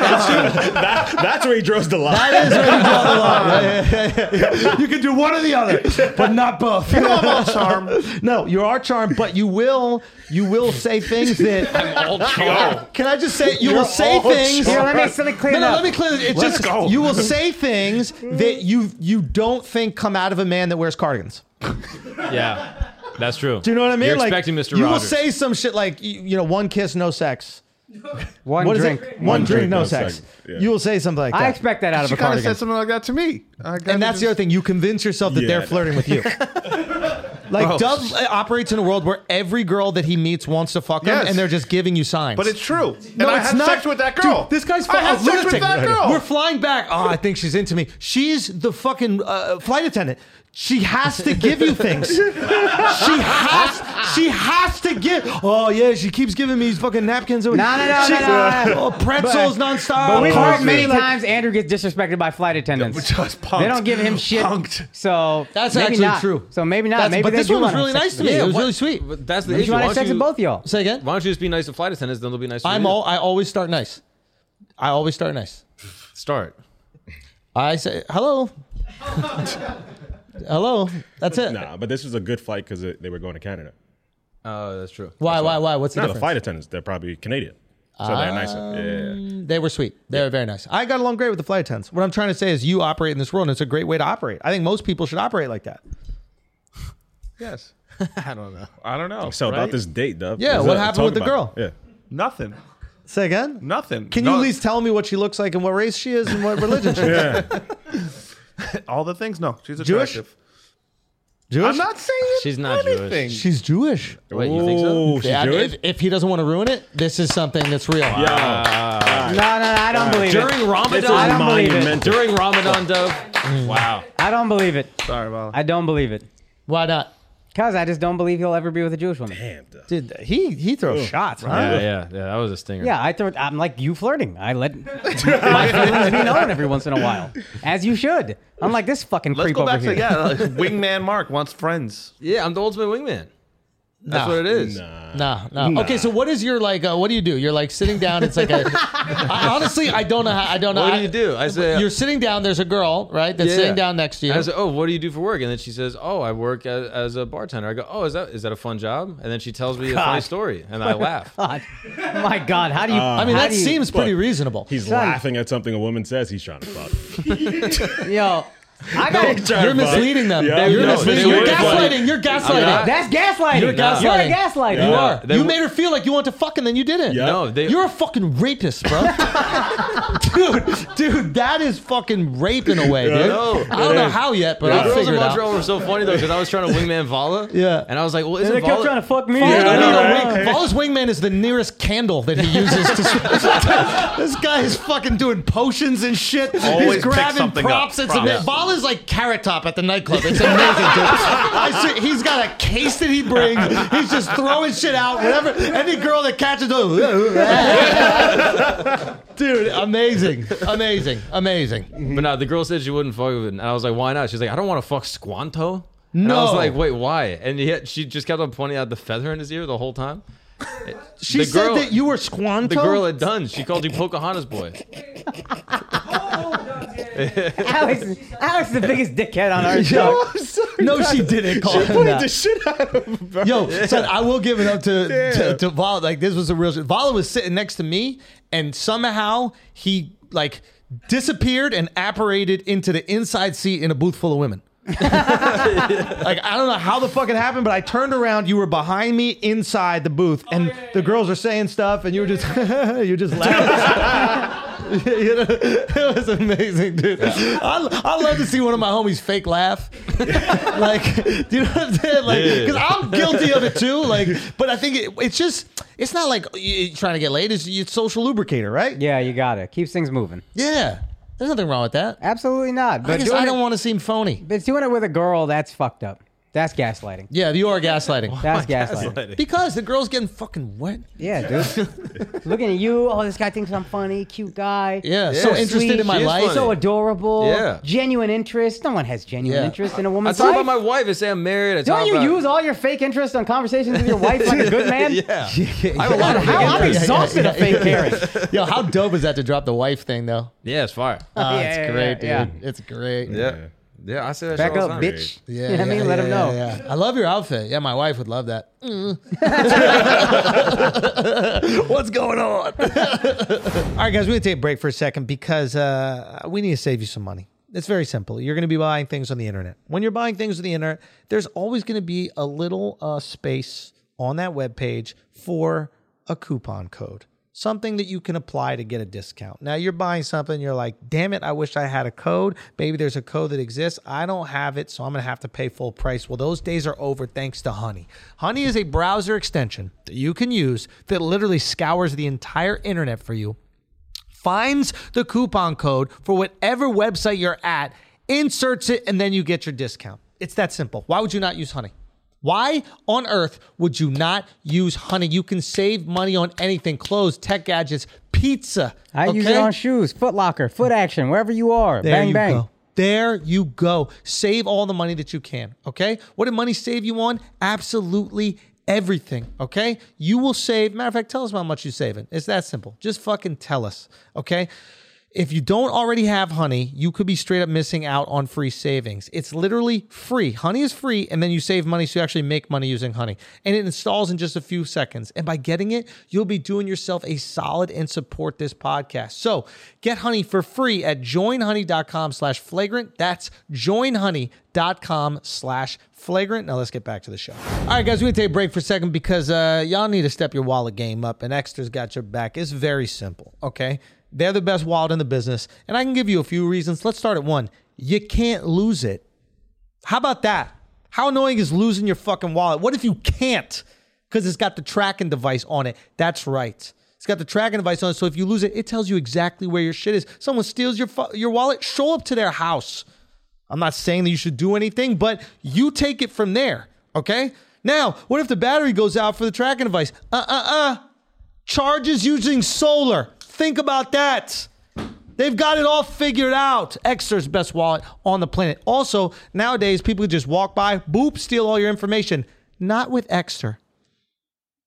S6: That, that's where he draws the line.
S3: that is where you draw the line. You can do one or the other, but not both. You are all charm. No, you are charmed, but you will you will say things that.
S2: All charm.
S3: Can I just say you will say
S6: all
S3: things?
S5: Here, let me, let me clear
S3: No,
S5: it
S3: no,
S5: up.
S3: let me clear. this. It's just
S8: go.
S3: you will say things that you you don't think come out of a man that wears cardigans.
S2: Yeah, that's true.
S3: Do you know what I mean?
S2: You're
S3: like,
S2: expecting Mr.
S3: You
S2: Rogers.
S3: will say some shit like you, you know, one kiss, no sex.
S5: One
S3: What is
S5: drink.
S3: it? One, drink, no, sex.
S6: Yeah.
S3: You will say something like that.
S5: I expect that out of
S8: she
S5: a
S8: kind of
S5: cardigan.
S8: said something like that to me. I
S3: and that's the other
S8: just-
S3: thing. You convince yourself that
S6: Yeah, I
S3: they're
S6: know.
S3: flirting with you. like
S8: Bro.
S3: Dove uh, operates in a world where every girl that he meets wants to fuck him,
S8: Yes.
S3: and they're just giving you signs.
S8: But it's true. And
S3: No,
S8: I
S3: it's
S8: had
S3: not.
S8: sex with that girl.
S3: Dude, this guy's
S8: I had
S3: fucking
S8: sex with that girl.
S3: We're flying back. Oh, I think she's into me. She's the fucking uh, flight attendant. She has to give you things. she has. She has to give. Oh yeah, she keeps giving me these fucking napkins. No,
S5: no, no,
S3: she,
S5: no, no.
S3: Oh, pretzels nonstop.
S8: Oh,
S5: But we've heard many
S3: Like,
S5: times Andrew gets disrespected by flight attendants.
S8: just punked.
S5: They don't give him shit.
S8: Punked.
S5: So
S3: That's
S5: maybe
S3: actually
S5: not.
S3: true.
S5: So maybe not.
S3: That's-
S5: maybe
S3: but
S5: they
S3: this
S5: do
S3: one was
S5: wanna
S3: really
S5: have
S3: nice
S5: sex
S3: to
S5: with
S3: me.
S5: you.
S3: It was
S2: what-
S3: really sweet.
S2: But that's the
S5: Maybe
S2: issue.
S5: you want
S2: Why don't
S5: to have sex
S2: you,
S5: with both y'all.
S3: Say again.
S2: Why don't you just be nice to flight attendants? Then they'll be nice. To
S3: I'm
S2: you.
S3: all. I always start nice. I always start nice.
S2: Start.
S3: I say hello. hello. That's it.
S6: Nah, but this was a good flight because they were going to Canada.
S2: Oh, that's true.
S3: Why? Why? Why? What's the
S6: No, the
S3: difference?
S6: flight attendants, they're probably Canadian. So they're nicer. Yeah, Yeah. yeah.
S3: They were sweet. They were very nice. I got along great with the flight attendants. What I'm trying to say is, you operate in this world, and it's a great way to operate. I think most people should operate like that.
S8: Yes. I don't know. I don't know.
S6: So
S8: right?
S6: about this date, Dove.
S3: Yeah,
S6: What's
S3: what
S6: up?
S3: happened
S6: Talk
S3: with the
S6: about it.
S8: Nothing.
S3: Say again.
S8: Nothing.
S3: Can you
S8: No-
S3: at least tell me what she looks like and what race she is and what religion she is?
S6: Yeah. yeah.
S8: all the things? No, she's
S3: Jewish?
S8: attractive.
S3: Jewish.
S8: I'm not saying
S2: She's not Jewish.
S8: anything.
S3: She's Jewish.
S2: Wait, you think so?
S6: Oh, she's
S3: Yeah,
S6: Jewish?
S3: If, if he doesn't want to ruin it, this is something that's real.
S5: No, no, no. I don't believe it.
S2: During
S6: This is
S2: Ramadan.
S5: I don't believe it.
S6: monumental.
S2: During Ramadan, Dove. Wow.
S5: I don't believe it.
S8: Sorry, about
S5: I don't believe it.
S3: Why not?
S5: Cause I just don't believe he'll ever be with a Jewish woman.
S6: Damn, Dove.
S3: Dude, he he throws shots. Huh?
S2: Yeah, yeah, yeah. That was a stinger.
S5: Yeah, I throw. I'm like you flirting. I let my feelings be known every once in a while, as you should. I'm like this fucking
S8: Let's
S5: creep
S8: go
S5: over
S8: back
S5: here.
S8: to yeah. like, Wingman Mark wants friends.
S2: Yeah, I'm the ultimate wingman. That's what it is.
S3: Nah, no. Okay, so what is your like? Uh, what do you do? You're like sitting down. It's like a. I, honestly, I don't know. How, I don't know.
S2: What
S3: I-
S2: do you do? I say
S3: You're sitting down. There's a girl right that's
S2: Yeah.
S3: sitting down next to you.
S2: And I said, "Oh, what do you do for work?" And then she says, "Oh, I work as, as a bartender." I go, "Oh, is that is that a fun job?" And then she tells me a funny story, and I laugh.
S5: God. My God, how do you?
S3: I mean,
S5: how
S3: that
S5: do you-
S3: seems pretty reasonable.
S6: He's laughing at something a woman says he's trying to fuck.
S5: yo. I got to
S3: You're misleading them.
S6: Yeah,
S3: you're
S6: no,
S3: misleading.
S2: they
S3: You're
S2: were
S3: gaslighting.
S2: funny.
S3: You're gaslighting.
S2: not.
S5: That's gaslighting.
S3: You're gaslighting.
S5: You're a gaslighter.
S3: you
S2: No,
S3: are.
S2: they
S3: you
S2: were-
S3: made her feel like you want to fuck and then you didn't.
S6: Yeah.
S2: No, they-
S3: you're a fucking rapist, bro. dude, dude, that is fucking rape in a way, dude.
S2: No,
S3: I don't
S2: it
S3: know
S2: is.
S3: how yet, but
S2: The
S3: I'll
S2: girls
S3: figure
S2: in
S3: it out.
S2: Montreal were so funny though because I was trying to wingman Vala.
S3: Yeah.
S2: and I was like, "Well,
S5: They
S2: isn't
S5: kept
S2: Vala?"
S5: trying to fuck me.
S3: Paul
S5: I don't
S3: Domingo
S5: know.
S3: Wing- Paul's wingman is the nearest candle that he uses. To, this guy is fucking doing potions and shit.
S8: Always
S3: He's
S8: pick
S3: grabbing
S8: something
S3: props.
S8: up.
S3: It's
S8: Props.
S3: ama- Ball is like carrot top at the nightclub. It's amazing. Dude. I swear, he's got a case that he brings. He's just throwing shit out. Whatever. Any girl that catches, dude, amazing, amazing, amazing.
S2: But no, the girl said she wouldn't fuck with it, and I was like, "Why not?" She's like, "I don't want to fuck Squanto." And I was
S3: No.
S2: like, "Wait, why?" And yet she just kept on pointing out the feather in his ear the whole time.
S3: She
S2: The
S3: said
S2: girl-
S3: that you were
S2: The
S3: Squanto.
S2: girl had done. She called you Pocahontas boy.
S5: Alex, Alex is the biggest dickhead on our show.
S3: no, she didn't call him that.
S6: shit out of him, bro.
S3: Yo, son, I will give it up to
S6: Yeah.
S3: to, to Vala. Like this was a real shit. Vala was sitting next to me, and somehow he like disappeared and apparated into the inside seat in a booth full of women. like I don't know how the fuck it happened, but I turned around. You were behind me inside the booth, and the girls were saying stuff, and you were just you were just laughing. You know, it was amazing, dude. I, I love to see one of my homies fake laugh. like, do you know what I'm saying? Like, because I'm guilty of it too. Like, but I think it, it's just it's not like you- you're trying to get laid. It's your social lubricator, right?
S5: Yeah, you got it. Keeps things moving.
S3: Yeah. There's nothing wrong with that.
S5: Absolutely not.
S3: I,
S5: But
S3: just,
S5: doing
S3: I don't
S5: it,
S3: want to seem phony.
S5: But doing it with a girl, that's fucked up. That's gaslighting.
S3: Yeah, you are gaslighting.
S5: That's gaslighting.
S3: Because the girl's getting fucking wet.
S5: Yeah, dude. Looking at you. Oh, this guy thinks I'm funny. Cute guy.
S3: Yeah, so
S5: Sweet.
S3: interested in my
S5: She is
S3: life.
S5: funny. So adorable.
S2: Yeah.
S5: Genuine interest. No one has genuine
S3: Yeah.
S5: interest in a
S2: I
S5: woman's
S2: talk
S5: life.
S2: about my wife. I say I'm married. I talk
S5: Don't you
S2: about-
S5: use all your fake interest on conversations with your wife like a good man?
S2: Yeah. I have a lot of
S5: How- I'm
S2: interest.
S5: exhausted of fake caring.
S3: Yo, how dope is that to drop the wife thing though?
S2: Yeah, it's fire.
S3: Oh,
S5: Yeah,
S3: it's
S5: yeah,
S3: great,
S5: yeah,
S3: dude. It's great.
S2: Yeah. Yeah, I say that
S5: Back
S2: shit all
S5: up,
S2: the time.
S5: bitch.
S3: Yeah,
S5: you know what I
S3: yeah,
S5: mean? Let
S3: yeah,
S5: him know.
S3: yeah, yeah. I love your outfit. Yeah, my wife would love that. What's going on? All right, guys, we're going to take a break for a second because uh, we need to save you some money. It's very simple. You're going to be buying things on the internet. When you're buying things on the internet, there's always going to be a little uh, space on that web page for a coupon code, something that you can apply to get a discount. Now, you're buying something, you're like, damn it, I wish I had a code. Maybe there's a code that exists. I don't have it, so I'm going to have to pay full price. Well, those days are over thanks to Honey. Honey is a browser extension that you can use that literally scours the entire internet for you finds the coupon code for whatever website you're at, inserts it, and then you get your discount. It's that simple. Why would you not use Honey? Why on earth would you not use Honey? You can save money on anything clothes, tech gadgets, pizza.
S5: I use it
S3: okay?
S5: on shoes, Foot Locker, Foot Action, wherever you are.
S3: There
S5: bang
S3: you
S5: bang.
S3: Go. There you go. Save all the money that you can. Okay. What did money save you on? Absolutely everything. Okay. You will save. Matter of fact, tell us how much you saving. It's that simple. Just fucking tell us. Okay. If you don't already have Honey, you could be straight up missing out on free savings. It's literally free. Honey is free, and then you save money, so you actually make money using Honey. And it installs in just a few seconds. And by getting it, you'll be doing yourself a solid and support this podcast. So get Honey for free at joinhoney.com slash flagrant. That's joinhoney.com slash flagrant. Now let's get back to the show. All right, guys, we're going to take a break for a second because uh, y'all need to step your wallet game up, and Extra's got your back. It's very simple, okay? They're the best wallet in the business, and I can give you a few reasons. Let's start at one. You can't lose it. How about that? How annoying is losing your fucking wallet? What if you can't? Because it's got the tracking device on it. That's right. It's got the tracking device on it. So if you lose it, it tells you exactly where your shit is. Someone steals your fu- your wallet, show up to their house. I'm not saying that you should do anything, but you take it from there. Okay. Now, what if the battery goes out for the tracking device? Uh uh uh. Charges using solar. Think about that. They've got it all figured out. Extra's best wallet on the planet. Also, nowadays, people can just walk by, boop, steal all your information. Not with Extra.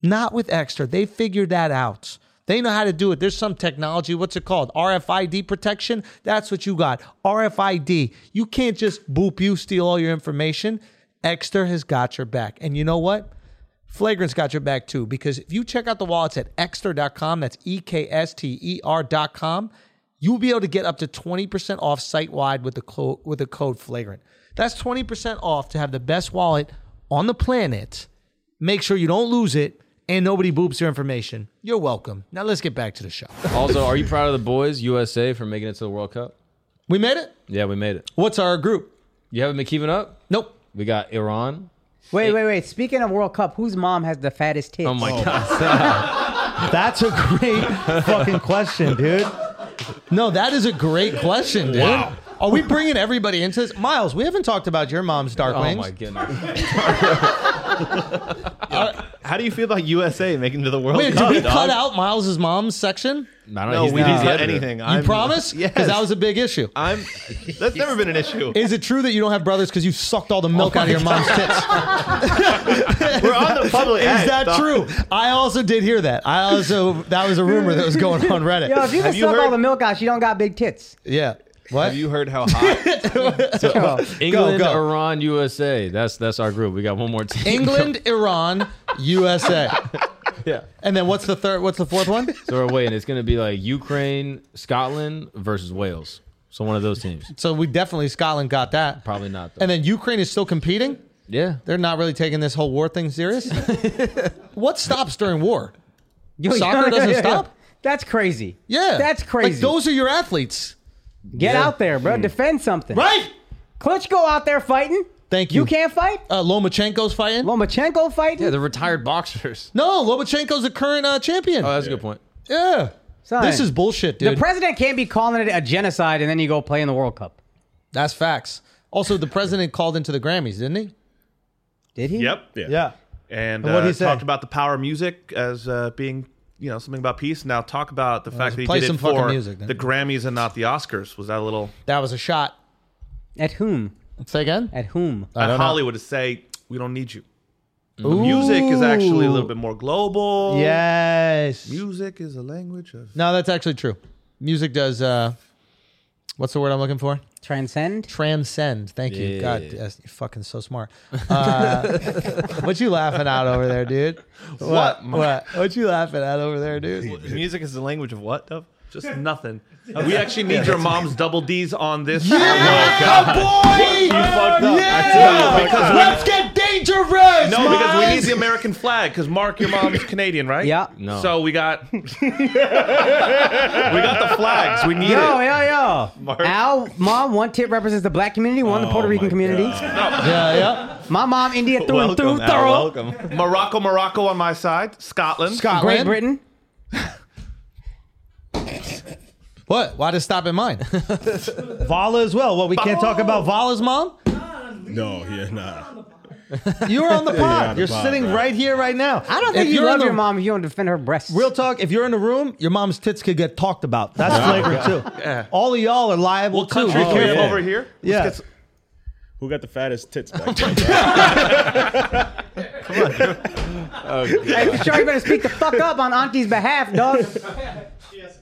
S3: Not with extra. They figured that out. They know how to do it. There's some technology. What's it called? RFID protection? That's what you got. RFID. You can't just boop you, steal all your information. Exter has got your back. And you know what? Flagrant's got your back too, because if you check out the wallets at exter.com, that's E K S T E R.com, you'll be able to get up to 20% off site wide with, the clo- with the code Flagrant. That's 20% off to have the best wallet on the planet. Make sure you don't lose it and nobody boops your information. You're welcome. Now let's get back to the show.
S2: Also, are you proud of the boys USA for making it to the World Cup?
S3: We made it.
S2: Yeah, we made it.
S3: What's our group?
S2: You haven't been keeping up.
S3: Nope.
S2: We got Iran.
S5: Wait, wait, wait. Speaking of World Cup, whose mom has the fattest tits?
S2: Oh my god.
S3: That's a great fucking question, dude. No, that is a great question, dude. Are we bringing everybody into this? Miles, we haven't talked about your mom's dark
S2: Oh
S3: wings.
S2: my goodness.
S10: How do you feel about USA making it to the World
S3: Wait,
S10: Cup?
S3: did we
S10: dog?
S3: cut out Miles' mom's section?
S2: No,
S10: No, we
S2: not
S10: didn't cut anything.
S3: You
S10: I'm,
S3: promise?
S10: Yes.
S3: Because that was a big issue.
S10: I'm. That's never been an issue.
S3: Is it true that you don't have brothers because you sucked all the milk out of your mom's tits?
S10: We're on the public.
S3: Is
S10: eye,
S3: that
S10: dog.
S3: true? I also did hear that. I also that was a rumor that was going on Reddit.
S5: Yo, if you can
S10: Have you
S5: suck all
S10: heard-
S5: the milk out, she don't got big tits.
S3: yeah. What?
S10: Have you heard how hot?
S5: Yo,
S2: England,
S3: go.
S2: Iran, USA. That's that's our group. We got one more team.
S3: England, Iran, USA.
S2: Yeah.
S3: And then what's the third? What's the fourth one?
S2: So we're waiting. It's gonna be like Ukraine, Scotland versus Wales. So one of those teams.
S3: So we definitely Scotland got that.
S2: Probably not. Though.
S3: And then Ukraine is still competing.
S2: yeah.
S3: They're not really taking this whole war thing serious. what stops during war?
S5: yo,
S3: Soccer
S5: yo,
S3: doesn't
S5: yo, yo.
S3: stop?
S5: That's crazy.
S3: Yeah,
S5: That's crazy.
S3: Like those are your athletes,
S5: Get out there, bro.
S3: Hmm.
S5: Defend something.
S3: right?
S5: Klitschko out there fighting.
S3: Thank you.
S5: You can't fight.
S3: Uh, Lomachenko's fighting.
S5: Lomachenko fighting.
S2: Hmm. Yeah, they're retired boxers.
S3: no, Lomachenko's the current uh, champion.
S2: Oh, that's a good point.
S3: yeah.
S5: Son,
S3: This is bullshit,
S5: the
S3: dude.
S5: president can't be calling it a genocide and then you go play in the World Cup.
S3: That's facts. Also, the president called into the Grammys, didn't he?
S5: Did he?
S8: Yep.
S3: Yeah.
S10: And
S3: And what'd
S10: uh,
S3: he say?
S10: talked about the power of music as uh, being, you know, something about peace. Now talk about the fact that he
S3: play
S10: did
S3: some
S10: it
S3: fucking
S10: for
S3: music, then.
S10: the Grammys and not the Oscars. Was that a little?
S3: That was a shot.
S5: At whom?
S3: Say again.
S5: At whom?
S10: at
S3: know.
S10: Hollywood to say we don't need you. The music is actually a little bit more global.
S3: Yes.
S10: Music is a language of
S3: No, that's actually true. Music does. uh What's the word I'm looking for?
S5: Transcend?
S3: Transcend. Thank you.
S2: Yeah.
S3: God, yes, you're fucking so smart. Uh, what you laughing at over there, dude? What? What? What you laughing at over there, dude?
S10: music is the language of what? Of just nothing. we actually need your mom's double D's on this.
S3: Oh, boy!
S10: fucked up.
S3: Yeah!
S10: I Because
S3: Let's get dangerous.
S10: No, because we
S3: Miles!
S10: need the American flag. Because Mark, your mom's Canadian, right?
S5: Yeah.
S2: No.
S10: So we got we got the flags. We need
S5: Yo,
S10: it.
S5: yo, yo. Al, mom, one tip represents the black community, one
S10: Oh
S5: the Puerto Rican community.
S3: Yeah, yeah.
S5: My mom, India through and through,
S10: Welcome, Al,
S5: thorough.
S10: welcome. Morocco, Morocco on my side. Scotland.
S3: Scotland.
S5: Great Britain.
S3: What? Why just stop at mine? Vala as well. What? We can't talk about Vala's mom.
S6: No, yeah, nah.
S3: You were on the pod.
S6: on the
S3: you're
S6: pod,
S3: sitting
S6: bro.
S3: right here, right now.
S5: I don't
S3: If
S5: think you
S3: you're in
S5: love
S3: the-
S5: your mom if you don't defend her breasts.
S3: Real talk. If you're in the room, your mom's tits could get talked about. That's flagrant too. All of y'all are liable
S10: What
S3: too. Be
S10: country came
S3: careful.
S10: over here? Let's
S3: Yeah.
S10: get s-
S6: Who got the fattest tits back there?
S5: Hey, for sure, you better speak the fuck up on auntie's behalf, dog.
S9: She has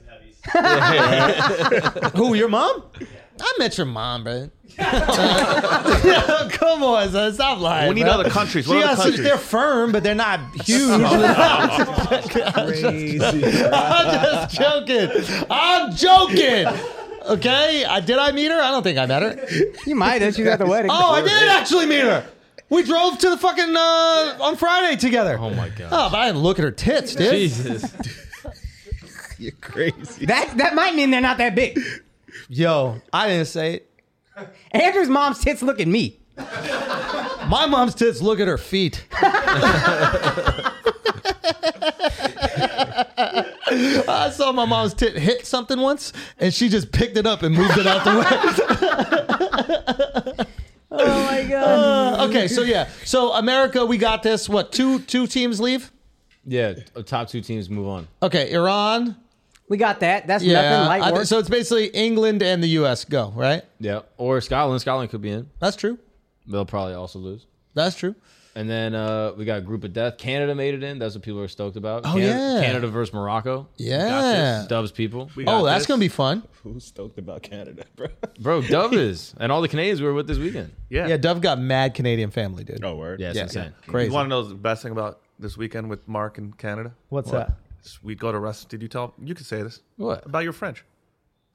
S9: some heavies.
S3: Who? Your mom? I met your mom, bro. Come on, son. Stop lying.
S10: We need
S3: bro.
S10: other countries. What
S3: She
S10: other
S3: has-
S10: countries?
S3: they're firm, but they're not huge. I'm just joking. I'm joking. Okay, I, did I meet her? I don't think I met her.
S5: You might have. She was at the wedding.
S3: Oh, I did actually meet her. We drove to the fucking uh, on Friday together.
S2: Oh my god.
S3: Oh, but I didn't look at her tits, dude.
S2: Jesus.
S6: You're crazy.
S5: That, that might mean they're not that big.
S3: Yo, I didn't say it.
S5: Andrew's mom's tits look at me.
S3: My mom's tits look at her feet. I saw my mom's tit hit something once, and she just picked it up and moved it out the way.
S5: Oh my god.
S3: Okay, so yeah, so America, we got this. What two two teams leave?
S2: Yeah. Top two teams move on.
S3: Okay, Iran.
S5: we got that. That's
S3: Yeah,
S5: nothing light
S3: I
S5: work.
S3: thi- so it's basically England and the U.S. go right.
S2: Yeah. Or Scotland. Scotland could be in.
S3: That's true.
S2: They'll probably also lose.
S3: That's true.
S2: And then uh, we got Group of Death. Canada made it in. That's what people are stoked about.
S3: Oh,
S2: Canada,
S3: yeah.
S2: Canada versus Morocco.
S3: Yeah.
S2: Dubs people.
S3: Oh, that's gonna be fun.
S6: Who's stoked about Canada, bro?
S2: Bro, Dove is. And all the Canadians we were with this weekend.
S3: Yeah. Dove got mad Canadian family, dude.
S6: No Oh, word.
S2: Yeah, it's
S3: Yeah.
S2: insane.
S3: Crazy.
S8: You want to know the best thing about this weekend with Mark in Canada?
S3: What's
S8: What?
S3: that?
S8: Is We'd go to rest. Did you tell? You could say this.
S2: What?
S8: about your French?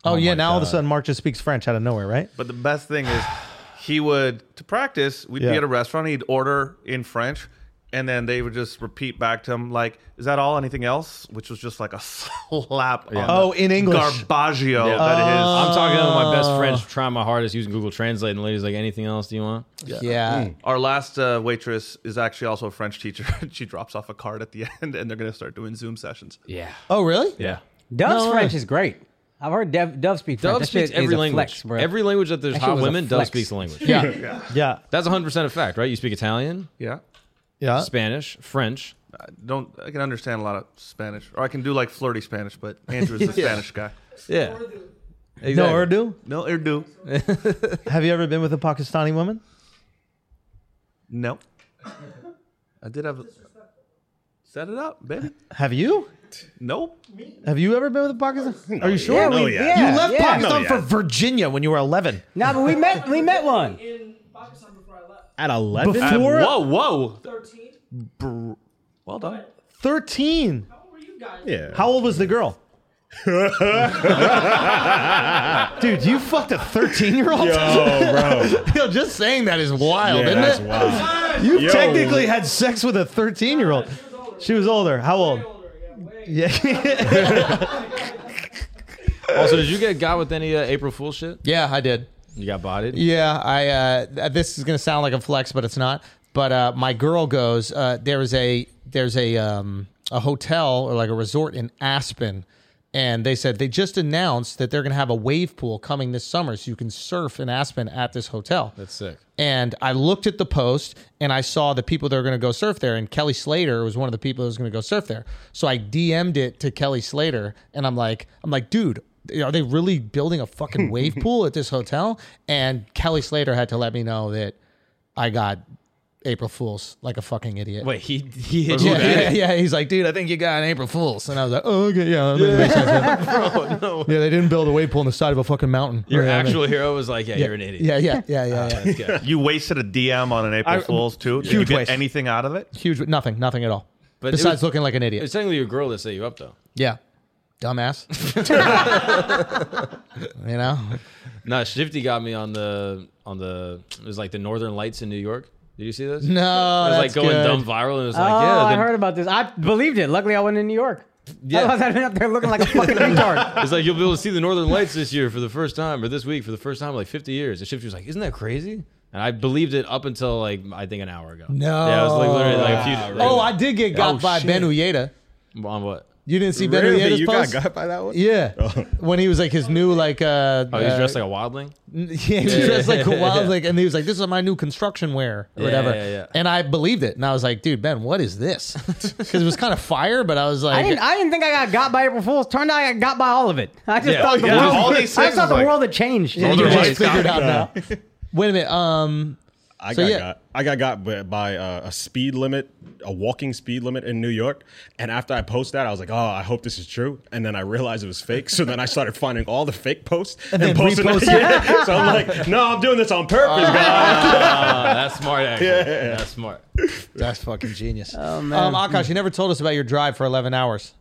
S3: Oh, yeah, now all of a sudden Mark just speaks French out of nowhere, right?
S8: But the best thing is, he would to practice. We'd
S1: Yeah.
S8: be at a restaurant. He'd order in French, and then they would just repeat back to him like, "Is that all? Anything else?" Which was just like a slap. On
S3: Oh,
S8: the
S3: in English. Oh.
S8: Garbaggio. that is.
S2: I'm talking to my best friends,
S3: Uh.
S2: trying my hardest using Google Translate. And the lady's like, anything else do you want?
S3: Yeah.
S8: Our last uh, waitress is actually also a French teacher. she drops off a card at the end, and they're going to start doing Zoom sessions.
S2: Yeah.
S3: Oh, really?
S2: Yeah.
S5: Dove's
S3: No way.
S5: French is great. I've heard Dev, Dove speak French.
S2: Dove
S5: That shit
S2: speaks
S5: is
S2: every
S5: a
S2: language.
S5: flex, bro.
S2: Every language that there's
S5: That shit
S2: hot
S5: was a
S2: women, Dove
S5: flex.
S2: speaks the language.
S3: Yeah. Yeah.
S2: That's 100% a fact, right? You speak Italian,
S8: Yeah,
S3: Yeah.
S2: Spanish, French.
S8: I don't I can understand a lot of Spanish, or I can do like flirty Spanish. But Andrew's the Spanish guy. er,
S2: Yeah. Exactly.
S3: No Urdu?
S8: No Urdu.
S3: Have you ever been with a Pakistani woman?
S8: No. I did have. Set it up, baby.
S3: Have you?
S8: Nope.
S3: Have you ever been with a Pakistani? Are you sure?
S5: yeah,
S6: No,
S5: we,
S6: Oh, yeah.
S5: yeah.
S3: You left
S5: yeah.
S3: Pakistan
S6: No,
S3: for
S6: Oh, yeah.
S3: Virginia when you were 11.
S5: No, but we met we met one.
S9: In Pakistan before I left,
S1: At 11?
S3: Before
S8: Whoa, whoa.
S9: 13.
S8: Well done.
S3: 13.
S9: How old were you guys?
S6: Yeah.
S3: How old was the girl? Dude, you fucked a 13 year old?
S6: Yo, bro.
S3: Yo, just saying that is wild,
S6: Oh, Yeah,
S3: isn't
S6: that's
S3: it?
S6: wild.
S3: You
S6: Yo.
S3: technically had sex with a 13 year old.
S9: She was older.
S3: She was older. How old?
S9: Way older. Yeah, way.
S3: Yeah.
S2: Also, did you get got with any uh, April Fool shit?
S3: yeah, I did.
S2: You got bodied?
S3: Yeah, I. Uh, th- this is gonna sound like a flex, but it's not. But uh, my girl goes. Uh, there's a there's a um, a hotel or like a resort in Aspen, and they said they just announced that they're gonna have a wave pool coming this summer, so you can surf in Aspen at this hotel.
S2: That's sick.
S3: And I looked at the post and I saw the people that are going to go surf there. And Kelly Slater was one of the people that was going to go surf there. So I DM'd it to Kelly Slater and I'm like, I'm like, dude, are they really building a fucking wave pool at this hotel? And Kelly Slater had to let me know that I got April Fools like a fucking idiot.
S2: Wait, he, he hit
S3: Yeah,
S2: you.
S3: yeah, yeah. He's like, dude, I think you got an April Fool's. And I was like, oh, okay, yeah. that makes sense. Yeah, they didn't build a wave pool on the side of a fucking mountain.
S2: Your
S3: Yeah, I mean-
S2: actual hero was like, yeah, you're an idiot.
S3: Yeah, yeah, yeah, yeah, yeah.
S2: That's good.
S8: You wasted a DM on an April
S3: I-
S8: Fool's too. Did you
S3: Huge
S8: get
S3: waste.
S8: anything out of it?
S3: Huge, nothing, nothing at all.
S2: But it
S3: Besides
S2: was-
S3: looking like an idiot.
S2: It's technically your girl that set you up, though.
S3: yeah, dumbass. you know,
S2: No, Shifty got me on the on the. It was like the Northern Lights in New York. Did you see this?
S3: no,
S2: It was
S3: that's
S2: like going
S3: good.
S2: dumb viral, and it was
S5: Oh,
S2: like, yeah,
S5: I
S2: the-
S5: heard about this. I believed it. Luckily, I wasn't in New York.
S2: Yeah.
S5: Otherwise, I'd been up there looking like a fucking retard.
S2: It's like you'll be able to see the Northern Lights this year for the first time, or this week for the first time, in like 50 years. And Shifty was like, "Isn't that crazy?" And I believed it up until like I think an hour ago.
S3: No.
S2: yeah, it was like literally like a few.
S3: Oh, I did get got
S2: Oh,
S3: by
S2: shit.
S3: Ben Uyeda.
S2: on what?
S3: You didn't see Ben
S6: Really?
S3: Uyeda's
S6: You got
S3: post?
S6: got by that one?
S3: yeah, when he was like his new like uh,
S2: Oh, he's dressed like a wildling.
S3: yeah, he was dressed like a wild like, and he was like, "This is my new construction wear or
S2: Yeah,
S3: whatever,"
S2: yeah, yeah.
S3: and I believed it, and I was like, "Dude, Ben, what is this?" Because it was kind of fire, but I was like,
S5: I didn't. I didn't think I got got by April Fools. Turned out I got got by all of it. I just
S2: Yeah.
S5: thought the
S2: Yeah,
S5: world.
S8: all they
S5: I just
S8: said
S5: thought
S8: was
S5: the
S8: like-
S5: world had changed.
S3: You
S8: Otherwise,
S3: just figured out now. Wait a minute. Um,
S6: I
S3: So,
S6: got
S3: yeah.
S6: got I got got by, by uh, a speed limit, a walking speed limit in New York. And after I post that, I was like, "Oh, I hope this is true." And then I realized it was fake. So then I started finding all the fake posts and,
S3: then
S6: posting them.
S3: repost
S6: Yeah. So I'm like, "No, I'm doing this on purpose, guys."
S2: Uh, that's smart. Actually. That's smart.
S3: That's fucking genius. Oh man, um, Akash, you never told us about your drive for eleven hours.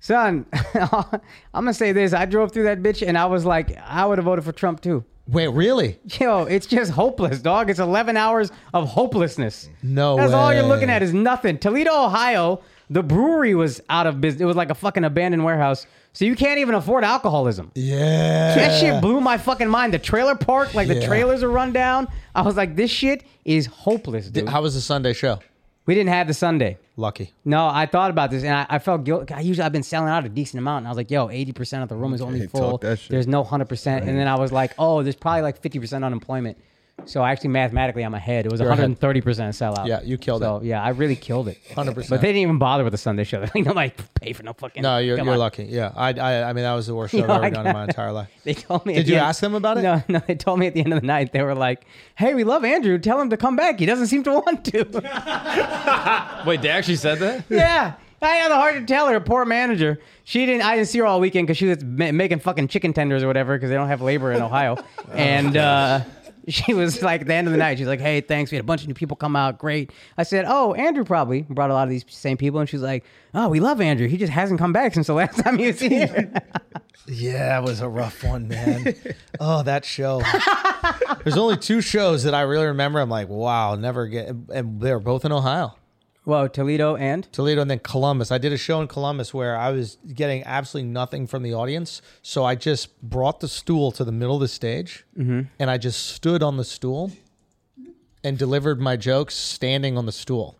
S5: Son, I'm gonna say this. I drove through that bitch and I was like, I would have voted for Trump too.
S3: Wait, really?
S5: Yo, it's just hopeless, dog. It's 11 hours of hopelessness.
S3: No
S5: That's all you're
S3: way.
S5: looking at is nothing. Toledo, Ohio, the brewery was out of business. It was like a fucking abandoned warehouse. So you can't even afford alcoholism.
S3: Yeah.
S5: That shit blew my fucking mind. The trailer park, like the
S3: Yeah.
S5: trailers are run down. I was like, this shit is hopeless, dude.
S3: How was the Sunday show?
S5: we didn't have the Sunday.
S3: Lucky.
S5: No, I thought about this and I, I felt guilty. I usually I've been selling out a decent amount, and I was like, "Yo, eighty percent of the room is only
S6: Okay,
S5: full.
S6: talk that shit.
S5: There's no hundred percent." And then I was like, "Oh, there's probably like fifty percent unemployment." So actually, mathematically, I'm ahead. It was
S3: You're ahead.
S5: 130 percent sellout.
S3: Yeah, you killed
S5: so,
S3: it.
S5: Yeah, I really killed it.
S3: 100%.
S5: But they didn't even bother with the Sunday show. They nobody pay for no fucking.
S3: No, you're,
S5: come
S3: you're
S5: on.
S3: lucky. Yeah, I, I I mean that was the worst show
S5: You know,
S3: I've ever
S5: I
S3: done in my
S5: got-
S3: entire life.
S5: They told me.
S3: Did
S5: at
S3: you
S5: the end-
S3: ask them about it?
S5: No, no. They told me at the end of the night. They were like, "Hey, we love Andrew. Tell him to come back. He doesn't seem to want to."
S2: Wait, they actually said that?
S5: yeah. I had a hard to tell her, poor manager. She didn't. I didn't see her all weekend because she was ma- making fucking chicken tenders or whatever because they don't have labor in Ohio.
S3: Oh,
S5: and uh, she was like, at the end of the night, she's like, "Hey, thanks. We had a bunch of new people come out. Great." I said, "Oh, Andrew probably brought a lot of these same people." And she's like, "Oh, we love Andrew. He just hasn't come back since the last time he was here."
S3: Yeah, it was a rough one, man. oh, that show. There's only two shows that I really remember. I'm like, wow, never get. And they were both in Ohio,
S5: Whoa, Toledo and
S3: Toledo, and then Columbus. I did a show in Columbus where I was getting absolutely nothing from the audience, so I just brought the stool to the middle of the stage,
S2: Mm-hmm.
S3: and I just stood on the stool. And delivered my jokes standing on the stool.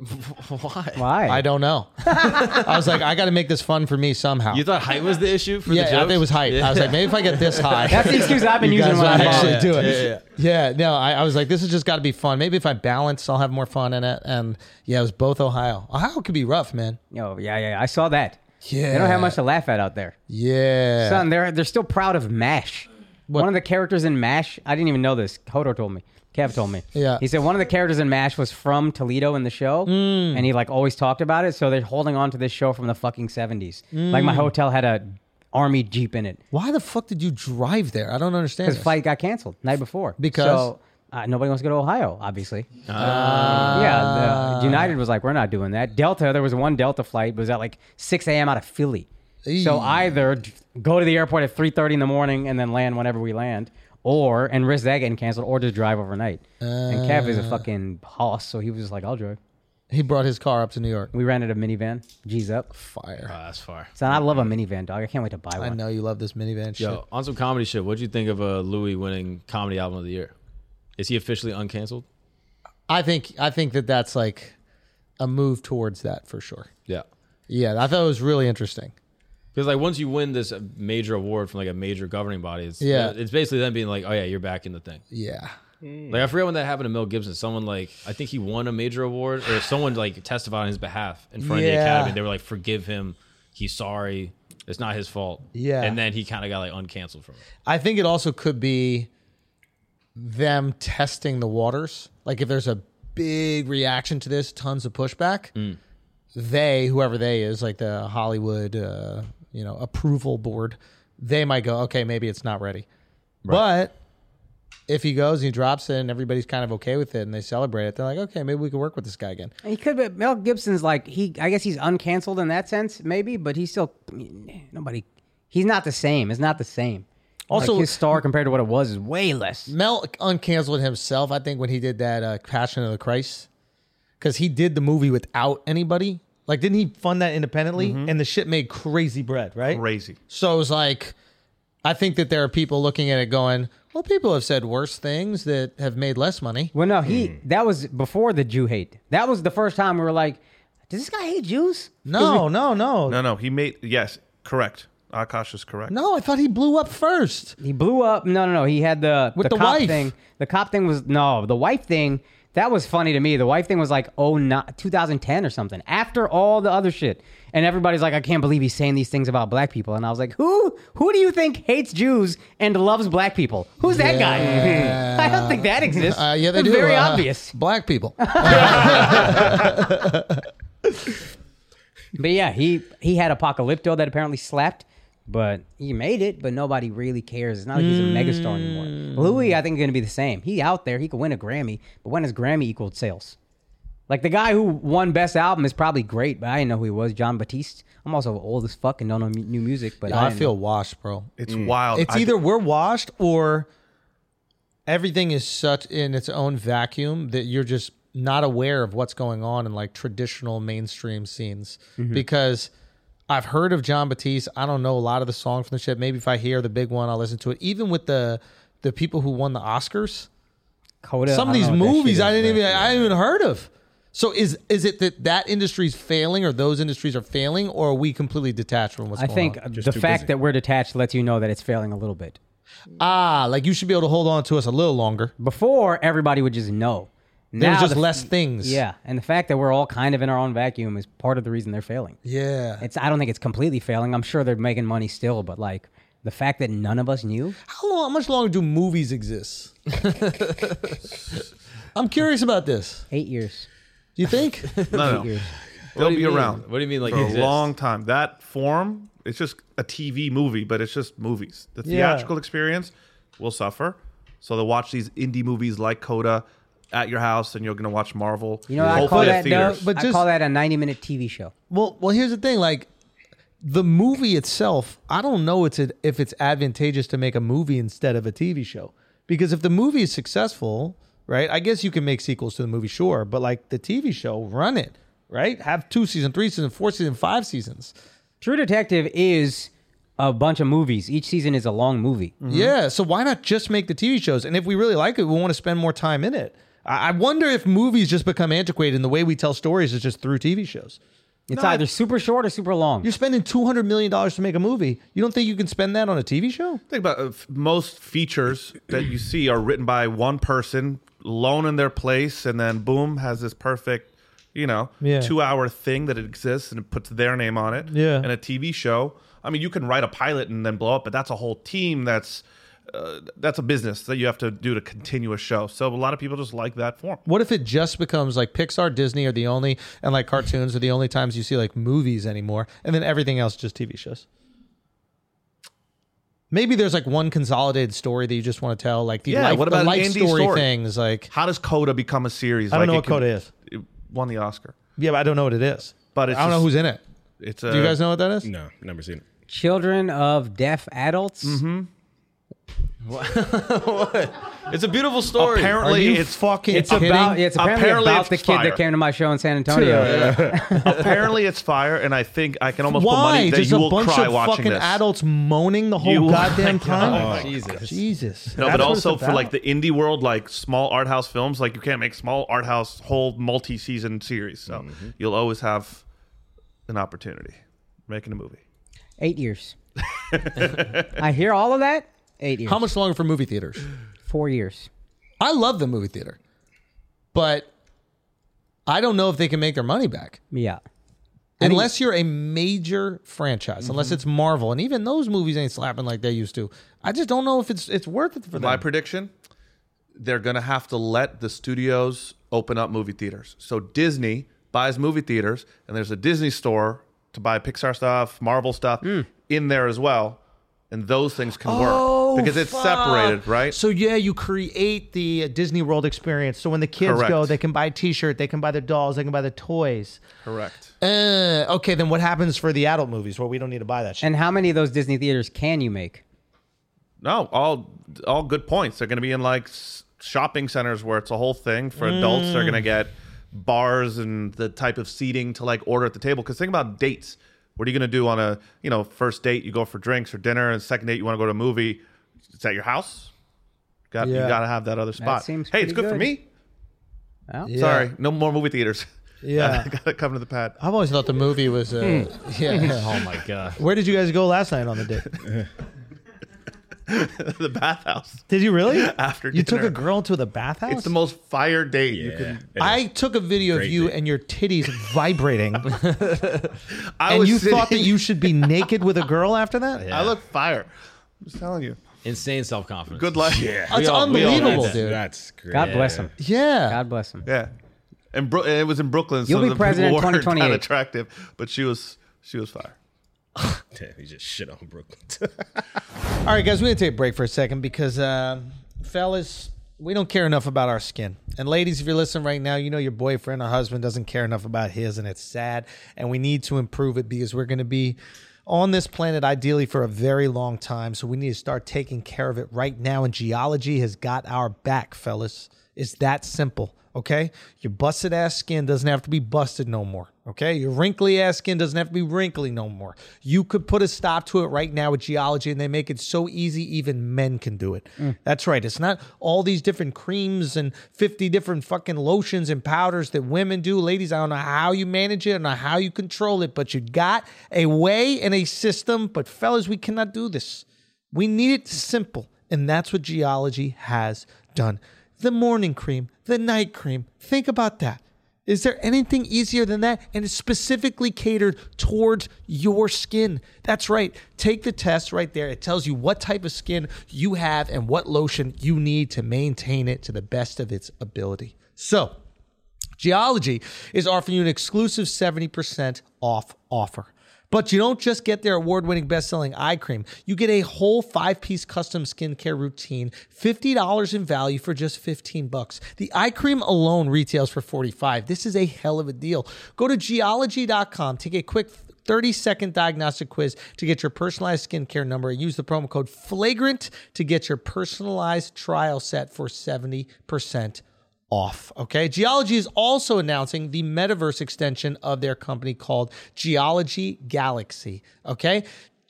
S5: why?
S3: I don't know. I was like, I got to make this fun for me somehow.
S2: You thought height was the issue for
S3: yeah,
S2: the
S3: I
S2: jokes?
S3: think it was height. I was like, maybe if I get this high,
S5: That's the excuse I've been
S3: you
S5: using
S3: guys
S5: when
S3: will
S5: I'm
S3: actually
S5: bothered.
S3: do it. Yeah, no, I, I was like, this has just got to be fun. Maybe if I balance, I'll have more fun in it. And yeah, it was both Ohio. Ohio could be rough, man.
S5: Oh yeah, yeah, yeah. I saw that.
S3: Yeah,
S5: They don't have much to laugh at out there.
S3: Yeah,
S5: Son, they're they're still proud of Mash. One of the characters in Mash, I didn't even know this. Hodor told me. Kev told me.
S3: Yeah.
S5: He said one of the characters in Mash was from Toledo in the show,
S3: Mm.
S5: and he like always talked about it. So they're holding on to this show from the fucking seventies.
S3: Mm.
S5: Like my hotel had a army jeep in it.
S3: Why the fuck did you drive there? I don't understand.
S5: His
S3: this.
S5: flight got canceled night before
S3: Because?
S5: So, uh, nobody wants to go to Ohio, obviously.
S3: Ah.
S5: Uh, yeah, the, United was like, we're not doing that. Delta, there was one Delta flight was at like 6 a.m. out of Philly. So
S3: Eee.
S5: either d- go to the airport at 3:30 in the morning and then land whenever we land, or and risk that getting canceled, or just drive overnight. and Kev
S3: Ah.
S5: is a fucking hoss, so he was just like, I'll drive.
S3: He brought his car up to New York.
S5: We rented a minivan. G's up.
S3: Fire.
S2: Oh, that's far.
S5: Son, I love a minivan, dog. I can't wait to buy
S3: I
S5: one.
S3: know you love this minivan shit.
S2: Yo, on some comedy shit, what'd you think of uh, Louis winning comedy album of the year? Is he officially uncanceled?
S3: I think I think that that's like a move towards that for sure.
S2: Yeah.
S3: Yeah, I thought it was really interesting.
S2: Because like once you win this uh, major award from like a major governing body, it's, uh,
S3: Yeah.
S2: it's basically them being like, oh yeah, you're back in the thing.
S3: Yeah.
S2: Like I forget when that happened to Mel Gibson. Someone like I think he won a major award or someone like testified on his behalf in front of the
S3: Yeah.
S2: academy. They were like, forgive him. He's sorry. It's not his fault.
S3: Yeah.
S2: And then he kind of got like uncanceled from it.
S3: I think it also could be them testing the waters. Like if there's a big reaction to this, tons of pushback. They, whoever they is, like the Hollywood, uh, you know, approval board, they might go, okay, maybe it's not ready. But if he goes and he drops it and everybody's kind of okay with it and they celebrate it, they're like, okay, maybe we can work with this guy again.
S5: He could, but Mel Gibson's like he. I guess he's uncanceled in that sense, maybe. But he's still I mean, nobody. He's not the same. It's not the same. Also,
S3: Also-
S5: his star compared to what it was is way less.
S3: Mel uncanceled himself, I think, when he did that uh, Passion of the Christ, because he did the movie without anybody. Like, didn't he fund that independently? And the shit made crazy bread, right?
S8: Crazy.
S3: So it was like, I think that there are people looking at it going, well, people have said worse things that have made less money.
S5: Well, no, he.
S3: Hmm.
S5: That was before the Jew hate. That was the first time we were like, "Does this guy hate Jews?"
S3: No, no, no, no.
S8: No, no, he made yes, correct. Akash is correct.
S3: I thought he blew up first.
S5: He blew up. No, no, no. He had the
S3: With the
S5: cop
S3: wife.
S5: thing. The cop thing was no. The wife thing that was funny to me. The wife thing was like oh not 2010 or something. After all the other shit, and everybody's like, I can't believe he's saying these things about black people. And I was like, who who do you think hates Jews and loves black people? Who's that guy? I don't think that exists.
S3: Uh, yeah, they
S5: It's
S3: do.
S5: Very
S3: uh,
S5: obvious.
S3: Black people.
S5: But yeah, he he had Apocalypto that apparently slapped, but he made it. But nobody really cares. It's not like he's a megastar anymore.
S3: Hmm.
S5: Louis, I think, is going to be the same. He out there, he could win a Grammy, but when has Grammy equaled sales? Like the guy who won Best Album is probably great, but I didn't know who he was. John Batiste. I'm also old as fuck and don't know mu- new music, but I,
S3: I
S5: didn't
S3: feel
S5: know.
S3: washed, bro.
S8: It's
S5: Um,
S8: wild.
S3: It's
S8: I-
S3: either we're washed or everything is such in its own vacuum that you're just not aware of what's going on in like traditional mainstream scenes.
S5: Mm-hmm.
S3: Because I've heard of John Batiste. I don't know a lot of the songs from the shit. Maybe if I hear the big one, I'll listen to it. Even with the the people who won the Oscars,
S5: Coda,
S3: some of
S5: I
S3: these
S5: don't know what that
S3: movies
S5: shit
S3: I
S5: is,
S3: didn't
S5: but-
S3: even I didn't even heard of. So is is it that that industry's failing or those industries are failing or are we completely detached from what's
S5: I
S3: going
S5: think
S3: on?
S5: the fact that we're detached lets you know that it's failing a little bit.
S3: Ah, like you should be able to hold on to us a little longer.
S5: Before everybody would just know.
S3: There was
S5: Now
S3: just
S5: the-
S3: less things.
S5: Yeah, and the fact that we're all kind of in our own vacuum is part of the reason they're failing.
S3: Yeah.
S5: It's I don't think it's completely failing. I'm sure they're making money still, but like the fact that none of us knew.
S3: How long? How much longer do movies exist? I'm curious about this.
S5: Eight years.
S3: Do you think?
S8: No, no. They'll
S2: do
S8: be
S2: you mean?
S8: around.
S2: What do you mean, like,
S8: for
S2: exist?
S8: a long time? That form, it's just a TV movie, but it's just movies. The
S3: Yeah.
S8: theatrical experience will suffer. So they'll watch these indie movies like Coda at your house, and you're gonna watch Marvel.
S5: You know, what I call
S8: hopefully
S5: that
S8: at
S5: though,
S8: theaters.
S5: but
S3: But
S5: I
S3: just-
S5: call that a 90 minute TV show.
S3: Well, well, here's the thing. Like the movie itself, I don't know it's a, if it's advantageous to make a movie instead of a TV show because if the movie is successful, right? I guess you can make sequels to the movie, sure, but like the TV show, run it, right? Have two season, three season, four season, five seasons.
S5: True Detective is a bunch of movies. Each season is a long movie.
S3: Yeah. So why not just make the TV shows? And if we really like it, we want to spend more time in it. I I wonder if movies just become antiquated and the way we tell stories is just through TV shows.
S5: It's either super short or super long.
S3: You're spending $200 million to make a movie. You don't think you can spend that on a TV show?
S8: Think about it. F- most features that you see are written by one person, alone in their place, and then boom has this perfect, you know,
S3: Yeah.
S8: two-hour thing that exists and it puts their name on it.
S3: Yeah.
S8: And a TV show. I mean, you can write a pilot and then blow up, but that's a whole team. That's uh, that's a business that you have to do to continue a show. So a lot of people just like that form.
S3: What if it just becomes like Pixar, Disney are the only, and like cartoons are the only times you see like movies anymore, and then everything else just TV shows? Maybe there's like one consolidated story that you just want to tell, like the
S8: Yeah,
S3: life,
S8: what about
S3: the
S8: an
S3: life
S8: indie
S3: story,
S8: story?
S3: things. Like
S8: How does Coda become a series?
S3: I don't know
S8: it
S3: what Coda is.
S8: It won the Oscar.
S3: Yeah, but I don't know what it is.
S8: But it's
S3: I don't know
S8: just-
S3: who's in it.
S8: It's a,
S3: Do you guys know what that is?
S6: No, never seen it.
S5: Children of deaf adults.
S2: It's a beautiful story.
S8: Apparently,
S3: Are you
S8: it's
S3: fucking
S5: It's
S3: kidding?
S5: about yeah, it's apparently,
S8: Apparently
S5: about
S8: it's
S5: the kid
S8: fire.
S5: that came to my show in San Antonio.
S8: apparently it's fire, and I think I can almost put
S3: Why?
S8: money that
S3: There's
S8: you
S3: a
S8: will
S3: bunch
S8: cry
S3: of
S8: watching
S3: fucking
S8: this.
S3: adults moaning the whole
S8: You- Oh
S3: goddamn time.
S2: Jesus.
S3: Jesus.
S8: No,
S3: That's
S8: but
S3: what it's
S8: also for
S3: about.
S8: like the indie world, like small art house films, like you can't make small art house whole multi season series. So you'll always have an opportunity making a movie.
S5: Eight years. I hear all of that. Eight years.
S3: How much longer for movie theaters?
S5: Four years.
S3: I love the movie theater, but I don't know if they can make their money back
S5: Yeah.
S3: unless you're a major franchise. Unless it's Marvel, and even those movies ain't slapping like they used to. I just don't know if it's it's worth it for
S8: My
S3: them.
S8: prediction they're going to have to let the studios open up movie theaters. So Disney buys movie theaters, and there's a Disney store to buy Pixar stuff, Marvel stuff
S3: Hmm.
S8: in there as well. And those things can work because it's
S3: Oh, fuck.
S8: separated, right?
S3: So yeah, you create the uh, Disney World experience. So when the kids
S8: Correct.
S3: go, they can buy a T-shirt, they can buy their dolls, they can buy their toys.
S8: Correct.
S3: Uh, okay, then what happens for the adult movies where we don't need to buy that shit?
S5: And how many of those Disney theaters can you make?
S8: No, all all good points. They're going to be in like s- shopping centers where it's a whole thing for adults. They're going to get bars and the type of seating to like order at the table. Because think about dates. What are you going to do on a you know first date? You go for drinks or dinner, and second date you want to go to a movie. It's at your house. Got
S3: Yeah.
S8: you got to have that other spot.
S5: seems
S8: hey, it's
S5: pretty
S8: good,
S5: good.
S8: for me.
S5: Well,
S8: Sorry, no more movie theaters.
S3: Yeah.
S8: got to come to the pad.
S3: I've always thought the movie was. Uh, yeah.
S2: Oh my god.
S3: Where did you guys go last night on the date?
S8: the bathhouse.
S3: Did you really?
S8: After
S3: you took
S8: dinner.
S3: a girl to the bathhouse.
S8: It's the most fire date you
S6: Yeah,
S8: can.
S6: it
S3: I
S6: is.
S3: took a video of
S6: Great
S3: you
S6: date.
S3: and your titties vibrating,
S8: I
S3: and
S8: was
S3: you thought that
S8: sitting-
S3: you should be naked with a girl after that.
S8: I look fire. I'm just telling you.
S2: Insane self confidence.
S8: Good luck.
S6: Yeah,
S3: That's
S2: We all- we all did
S3: unbelievable,
S2: that.
S3: dude.
S6: that's great.
S5: God bless him.
S3: Yeah.
S5: God bless him.
S8: Yeah, and Bro- and it was in Brooklyn.
S5: You'll
S8: so
S5: be
S8: the
S5: president
S8: people weren't
S5: 2028.
S8: that attractive, but she was she was fire.
S6: Damn, he just shit on Brooklyn.
S3: All right, guys, we're gonna take a break for a second because, um, fellas, we don't care enough about our skin. And ladies, if you're listening right now, you know your boyfriend or husband doesn't care enough about his, and it's sad. And we need to improve it because we're gonna be on this planet ideally for a very long time. So we need to start taking care of it right now. And geology has got our back, fellas. It's that simple. Okay, your busted ass skin doesn't have to be busted no more. Okay, your wrinkly ass skin doesn't have to be wrinkly no more. You could put a stop to it right now with geology, and they make it so easy, even men can do it. That's right. It's not all these different creams and 50 different fucking lotions and powders that women do. Ladies, I don't know how you manage it, I don't know how you control it, but you got a way and a system. But fellas, we cannot do this. We need it simple. And that's what geology has done. The morning cream, the night cream. Think about that. Is there anything easier than that? And it's specifically catered towards your skin. That's right. Take the test right there. It tells you what type of skin you have and what lotion you need to maintain it to the best of its ability. So, Geology is offering you an exclusive 70% off offer. But you don't just get their award winning best selling eye cream. You get a whole five piece custom skincare routine, $50 in value for just 15 bucks. The eye cream alone retails for 45 This is a hell of a deal. Go to geology.com, take a quick 30 second diagnostic quiz to get your personalized skincare number. Use the promo code FLAGRANT to get your personalized trial set for 70% off. Okay. Geology is also announcing the metaverse extension of their company called Geology Galaxy. Okay.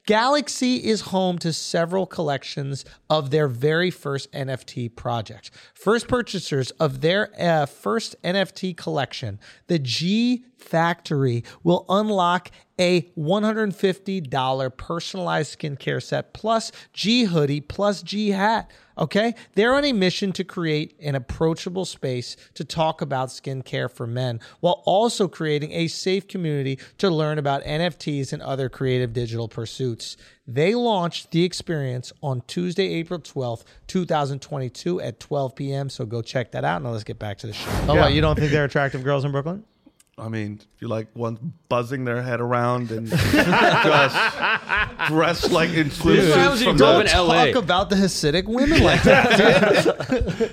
S3: Galaxy is home to several collections of their very first NFT project. First purchasers of their uh, first NFT collection, the G Factory, will unlock a $150 personalized skincare set plus G hoodie plus G hat. Okay? They're on a mission to create an approachable space to talk about skincare for men while also creating a safe community to learn about NFTs and other creative digital pursuits. They launched the experience on Tuesday, April 12th, 2022 at 12 p.m. So go check that out. Now let's get back to the show. Oh,
S8: Yeah.
S3: what, you don't think they're attractive girls in Brooklyn?
S8: I mean, if you like ones buzzing their head around and just dressed like
S2: happens
S8: inclusive
S2: when you
S8: from
S2: grow up in
S8: the,
S2: LA.
S3: Talk about the Hasidic women like that.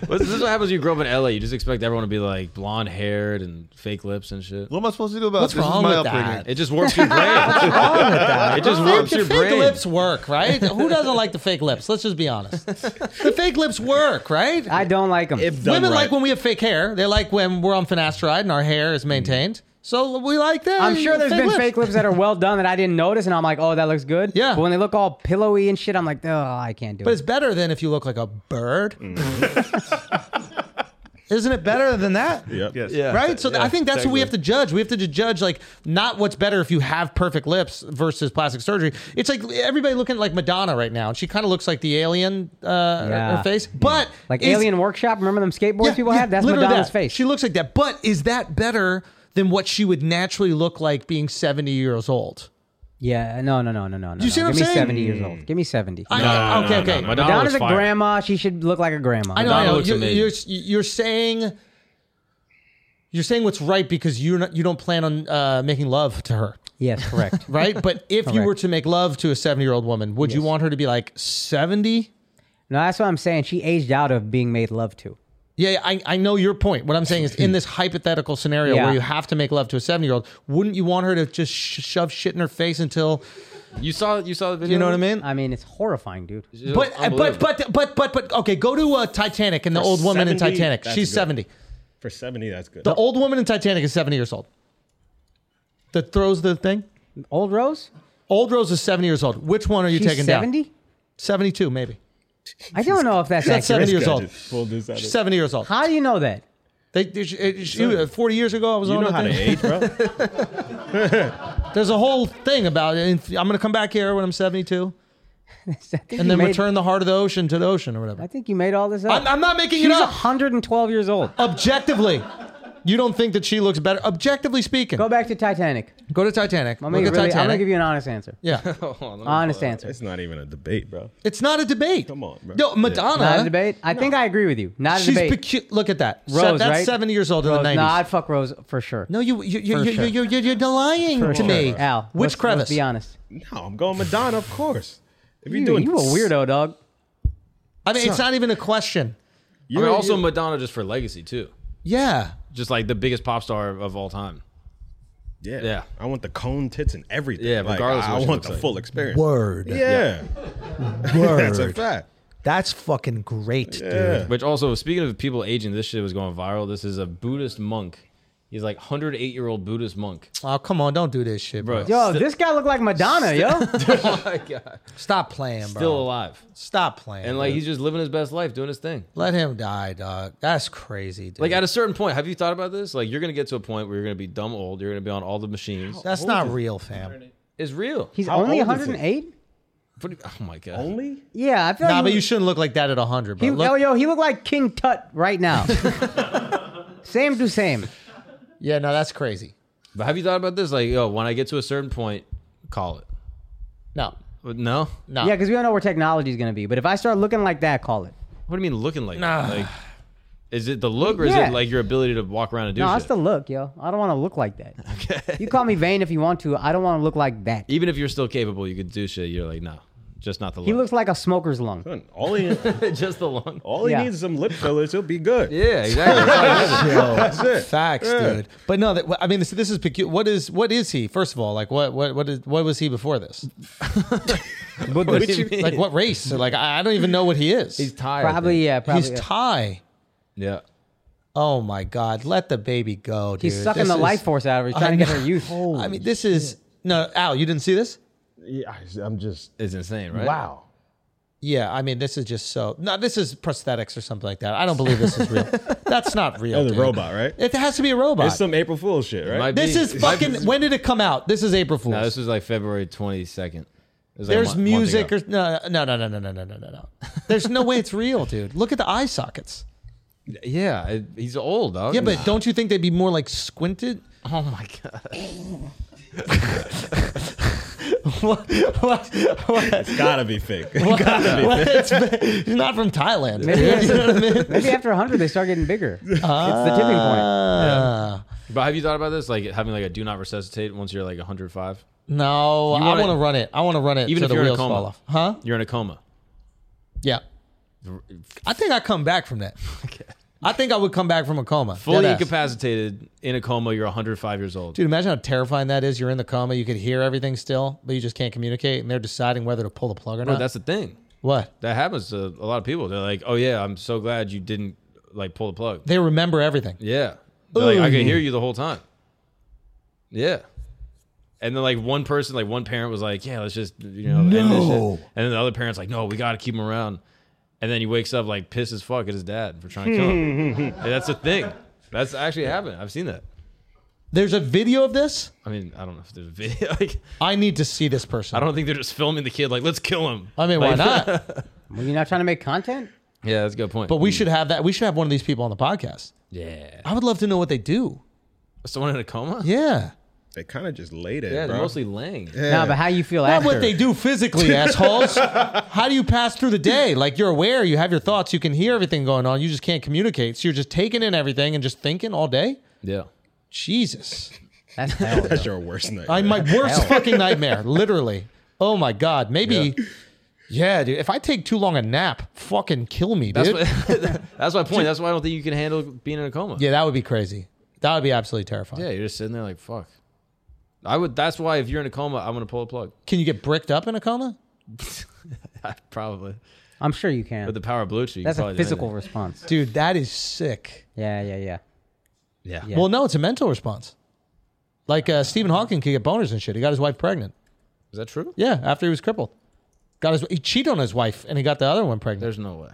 S2: Well, This is what happens when you grow up in LA. You just expect everyone to be like blonde haired and fake lips and shit.
S8: What am I supposed to do about
S3: What's
S8: this? This is
S3: wrong
S8: my
S3: with
S8: upbringing.
S3: that?
S2: It just warps your brain. It just warps
S3: the
S2: your
S3: fake
S2: brain.
S3: lips work, right? Who doesn't like the fake lips? Let's just be honest. The fake lips work, right?
S5: I don't like them.
S3: Women
S6: right.
S3: like when we have fake hair. They like when we're on finasteride and our hair is maintained. So we like that.
S5: I'm sure there's been
S3: lips.
S5: fake lips that are well done that I didn't notice, and I'm like, oh, that looks good.
S3: Yeah.
S5: But when they look all pillowy and shit, I'm like, oh, I can't do
S3: But
S5: it.
S3: it's better than if you look like a bird.
S2: Mm.
S3: Isn't it better than that?
S6: Yep.
S8: Yes.
S3: Right? So th- I think that's what we have to judge. We have to ju- judge like not what's better if you have perfect lips versus plastic surgery. It's like everybody looking at, like Madonna right now. She kind of looks like the alien uh her- her
S5: Yeah.
S3: face. But
S5: Like
S3: is-
S5: Alien Workshop, remember them skateboards people had? That's
S3: literally
S5: Madonna's
S3: that.
S5: face.
S3: She looks like that. But is that better than what she would naturally look like being 70 years old?
S5: yeah, no, no, no, no, no. no.
S3: You see
S5: no.
S3: what
S5: Give
S3: I'm
S5: me
S3: saying?
S5: 70 years old. Give me 70.
S3: I-
S2: no,
S3: okay,
S2: no,
S3: okay.
S2: no, no. Madonna
S5: Madonna's
S2: looks
S5: a
S2: fire.
S5: grandma. She should look like a grandma.
S3: I know, I
S2: Madonna
S3: know.
S2: looks
S3: You're,
S2: amazing.
S3: you're you're saying you're saying what's right because you're not you don't plan on uh, making love to her,
S5: Yes, correct.
S3: right? But if you
S5: Correct.
S3: were to make love to a seventy year old woman, would you want her to be like seventy?
S5: no, that's what I'm saying. She aged out of being made love to.
S3: Yeah, yeah, I, I know your point. What I'm saying is, in this hypothetical scenario
S5: Yeah.
S3: where you have to make love to a 70 year old, wouldn't you want her to just sh- shove shit in her face until
S2: You saw you saw the video.
S3: you know what I mean?
S5: I mean, it's horrifying, dude.
S2: It was
S3: But but
S2: unbelievable.
S3: but but but but okay, go to uh, Titanic and the
S6: For
S3: old woman in
S6: 70,
S3: Titanic.
S6: that's
S3: She's
S6: good.
S3: seventy.
S6: For 70, that's good.
S3: The old woman in Titanic is seventy years old. That throws the thing.
S5: Old Rose?
S3: Old Rose is seventy years old. Which one are you
S5: She's
S3: taking down?
S5: 70?
S3: Seventy-two, maybe.
S5: I don't know if that's
S3: She's not
S5: accurate.
S3: seventy years old.
S6: We'll do that.
S3: She's seventy years old.
S5: How do you know that?
S3: They, they, she- it- she- uh, Forty years ago, I was
S6: You
S3: on.
S6: know
S3: a
S6: how to
S3: thing.
S6: age, bro.
S3: There's a whole thing about it. And I'm going to come back here when I'm seventy-two,
S5: I think
S3: and
S5: you
S3: then
S5: made-
S3: return the heart of the ocean to the ocean or
S5: I
S3: whatever.
S5: think you made all this up.
S3: I'm, I'm not making
S5: She's
S3: it up.
S5: 112 years old.
S3: Objectively, you don't think that she looks better. Objectively speaking,
S5: Go
S3: go,
S5: back to Titanic.
S3: to Titanic.
S5: I'm
S3: Look
S5: gonna,
S3: at
S5: really, I'm
S3: Titanic.
S5: gonna give you an honest answer.
S3: yeah.
S5: honest answer.
S6: It's not even a debate, bro.
S3: It's not a debate.
S6: Come on, bro.
S3: Yo, Madonna.
S5: Not a debate. I think I agree with you. Not a
S3: She's
S5: debate.
S3: pecu- look at that. Se-
S5: Rose,
S3: that's
S5: right?
S3: 70 years old in
S5: Rose.
S3: the 90s.
S5: No, I'd fuck Rose for sure.
S3: no, you, you, you,
S5: For
S3: you,
S5: sure.
S3: you, you, you're lying
S5: For
S3: to
S5: sure.
S3: me.
S5: Al,
S3: Which
S5: let's,
S3: crevice?
S5: Let's be honest.
S6: No, I'm going Madonna, of course. If you're
S5: You,
S6: doing
S5: you a weirdo, dog.
S3: I mean, it's not even a question.
S2: I
S6: You're
S2: mean, also
S6: you're-
S2: Madonna just for legacy too.
S3: Yeah.
S2: Just like the biggest pop star of all time.
S6: yeah,
S2: yeah.
S6: I want the cone tits and everything.
S2: Yeah,
S6: Like,
S2: regardless of
S6: I,
S2: what she
S6: want
S2: looks
S6: the
S2: like.
S6: full experience.
S3: Word.
S6: Yeah, that's a
S3: Word.
S6: fact.
S3: That's fucking great, dude.
S6: Yeah.
S2: Which also, speaking of people aging, this shit was going viral. This is a Buddhist monk. He's like 108 year old Buddhist monk.
S3: Oh, come on. Don't do this shit, bro.
S2: Bro,
S5: Yo, this guy looked like Madonna, yo.
S3: Stop playing, bro.
S2: still alive.
S3: Stop playing.
S2: And like he's just living his best life, doing his thing.
S3: Let him die, dog. That's crazy, dude.
S2: Like at a certain point, have you thought about this? Like you're gonna get to a point where you're gonna be dumb old. You're gonna be on all the machines.
S3: That's not real, fam.
S2: It's real.
S5: He's
S6: How
S5: only
S6: old is he?
S5: 108.
S2: What do you- oh my god.
S6: Only?
S5: Yeah, I feel
S3: Nah,
S5: like
S3: but
S5: he-
S3: you shouldn't look like that at 100, bro.
S5: He,
S3: Look-
S5: oh, yo, he looked like King Tut right now. same to same.
S3: yeah, no, that's crazy.
S2: But have you thought about this? Like, yo, when I get to a certain point, call it.
S3: No,
S2: But no.
S3: no.
S5: Yeah, because we don't know where technology is going to be. But if I start looking like that, call it.
S2: What do you mean looking like? that? Like, is it the look or
S5: Yeah.
S2: is it like your ability to walk around and do
S5: No, that's
S2: shit?
S5: the look, yo. I don't want to look like that. Okay. You call me vain if you want to. I don't want to look like that.
S2: Even if you're still capable, you could do shit. You're like, no, just not the look.
S5: He looks like a smoker's lung.
S6: All he,
S2: just the long.
S6: all he
S5: Yeah.
S6: needs is some lip fillers. He'll be good.
S2: Yeah, exactly.
S6: That's it.
S3: Facts, dude. But no, that, I mean, this, this is pecu- what is what is he? First of all, like what what what is what was he before this?
S2: what do you mean?
S3: Like what race? Like I, I don't even know what he is.
S2: He's tired. I
S5: Probably,
S2: think.
S5: yeah. Probably.
S3: He's
S5: yeah.
S3: Thai.
S2: Yeah.
S3: Oh my God! Let the baby go, dude.
S5: He's sucking
S3: This
S5: the
S3: is-
S5: life force out of her. He's
S3: I
S5: trying to get
S3: know.
S5: her youth.
S3: I mean, this is no Al. You didn't see this?
S6: Yeah, I- I'm just
S2: It's insane, right?
S6: wow.
S3: Yeah, I mean, this is just so. No, this is prosthetics or something like that. I don't believe this is real. That's not real.
S6: That's a
S3: dude.
S6: robot, right?
S3: It has to be a robot.
S6: It's some April Fool's shit, right?
S2: Might be-
S3: this is
S2: might
S3: fucking.
S2: be-
S3: when did it come out? This is April Fool's.
S2: No, this was like February 22nd. It was like a
S3: There's
S2: month- month
S3: music
S2: ago.
S3: or no, no, no, no, no, no, no, no, no, no. There's no way it's real, dude. Look at the eye sockets.
S2: Yeah, it- he's old, dog.
S3: Yeah, but don't you think they'd be more like squinted?
S2: oh my god.
S3: what? What? What?
S6: It's gotta be fake.
S3: What? It's, it's not from Thailand.
S5: Maybe
S3: dude. you know what I mean?
S5: Maybe after 100, they start getting bigger. it's the tipping point.
S3: Uh,
S2: But have you thought about this? Like having like a do not resuscitate once you're like 105.
S3: No,
S2: You
S3: I
S2: wanna-
S3: want to run it. I want to run it
S2: Even
S3: till
S2: if
S3: the
S2: you're in a
S3: wheels
S2: coma.
S3: fall off. Huh?
S2: You're in a coma.
S3: Yeah. I think I come back from that. I think I would come back from a coma.
S2: Fully
S3: Deadass.
S2: incapacitated in a coma, you're 105 years old.
S3: Dude, imagine how terrifying that is. You're in the coma, you could hear everything still, but you just can't communicate, and they're deciding whether to pull the plug or
S2: Bro,
S3: not.
S2: that's the thing.
S3: what?
S2: That happens to a lot of people. They're like, "Oh yeah, I'm so glad you didn't like pull the plug."
S3: They remember everything.
S2: Yeah. They're like, I
S3: Ooh.
S2: could hear you the whole time. Yeah. And then like one person, like one parent was like, Yeah, let's just you know, end this
S3: No.
S2: shit. And then the other parent's like, No, we gotta keep him around. And then he wakes up like pissed as fuck at his dad for trying to kill him. And that's the thing. That's actually happened. I've seen that.
S3: There's a video of this.
S2: I mean, I don't know if there's a video. Like,
S3: I need to see this person.
S2: I don't think they're just filming the kid. Like, let's kill him.
S3: I mean, why
S2: Like-
S3: not?
S5: Well, you're not trying to make content?
S2: yeah, that's a good point. Mm.
S3: But we should have that. We should have one of these people on the podcast.
S2: yeah,
S3: I would love to know what they do.
S2: someone in a coma.
S3: Yeah.
S6: They kind of just laid it,
S2: yeah,
S6: bro.
S2: they're mostly laying.
S5: No, but how you feel
S3: Not
S5: after.
S3: what they do physically, assholes. How do you pass through the day? Like you're aware, you have your thoughts, you can hear everything going on, you just can't communicate. So you're just taking in everything and just thinking all day.
S2: Yeah,
S3: Jesus,
S5: That's hell.
S6: That's your worst night.
S3: I my worst
S5: Hell.
S3: fucking nightmare, literally. Oh my god, maybe. Yeah. dude. If I take too long a nap, fucking kill me,
S2: that's
S3: dude.
S2: my, that's my point. That's why I don't think you can handle being in a coma.
S3: yeah, that would be crazy. That would be absolutely terrifying.
S2: Yeah, you're just sitting there like fuck. I would. That's why if you're in a coma, I'm gonna pull a plug.
S3: Can you get bricked up in a coma?
S2: Probably.
S5: I'm sure you can.
S2: With the power of Bluetooth, you
S5: That's
S2: can
S5: a
S2: probably do
S5: physical
S2: anything.
S5: response.
S3: Dude, that is sick.
S5: Yeah, yeah, yeah.
S2: Yeah.
S5: Yeah.
S3: Well, no, it's a mental response. Like uh, Stephen Hawking could get boners and shit. He got his wife pregnant.
S2: Is that true?
S3: Yeah, after he was crippled. Got his he cheated on his wife and he got the other one pregnant.
S2: There's no way.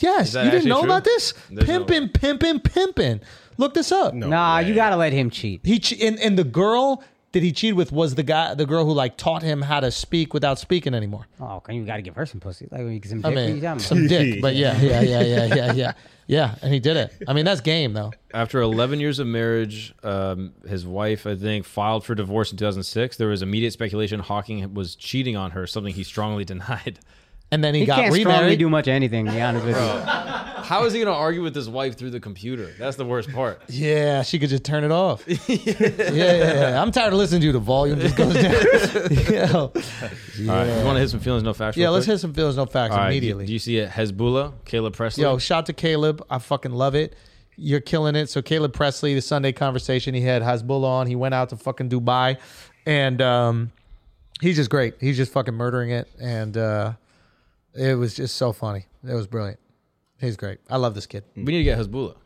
S3: yes,
S2: that
S3: you didn't
S2: actually
S3: know
S2: true?
S3: about this?
S2: There's no
S3: pimping, pimping, pimping. Look this up. No.
S5: Nah,
S6: way.
S5: you gotta let him cheat.
S3: He che- and, and the girl that he cheated with was the guy the girl who like taught him how to speak without speaking anymore.
S5: Oh, can you gotta give her some pussy? Like, you some dick.
S3: I
S5: what are you
S3: mean
S5: talking
S3: some
S5: about?
S3: dick. But yeah, yeah, yeah, yeah, yeah, yeah. Yeah, and he did it. I mean that's game though.
S2: After 11 years of marriage, um, his wife, I think, filed for divorce in 2006. There was immediate speculation Hawking was cheating on her, something he strongly denied.
S3: And then he,
S5: He
S3: got
S5: can't strongly
S3: remarried.
S5: do much of anything, to be honest with you.
S2: How is he going to argue with his wife through the computer? That's the worst part.
S3: yeah, she could just turn it off. yeah. yeah, yeah, I'm tired of listening to you. The volume just goes down. yeah.
S2: All right. You want to hit some feelings, no facts?
S3: Yeah,
S2: real
S3: let's
S2: quick?
S3: hit some feels no facts
S2: All right,
S3: immediately.
S2: Do you see it? Hezbollah, Caleb Presley.
S3: Yo, shout to Caleb. I fucking love it. You're killing it. So Caleb Presley, the Sunday conversation he had Hasbullah on. He went out to fucking Dubai, and um, he's just great. He's just fucking murdering it, and uh, it was just so funny. It was brilliant. He's great. I love this kid.
S2: we need to get Hezbollah.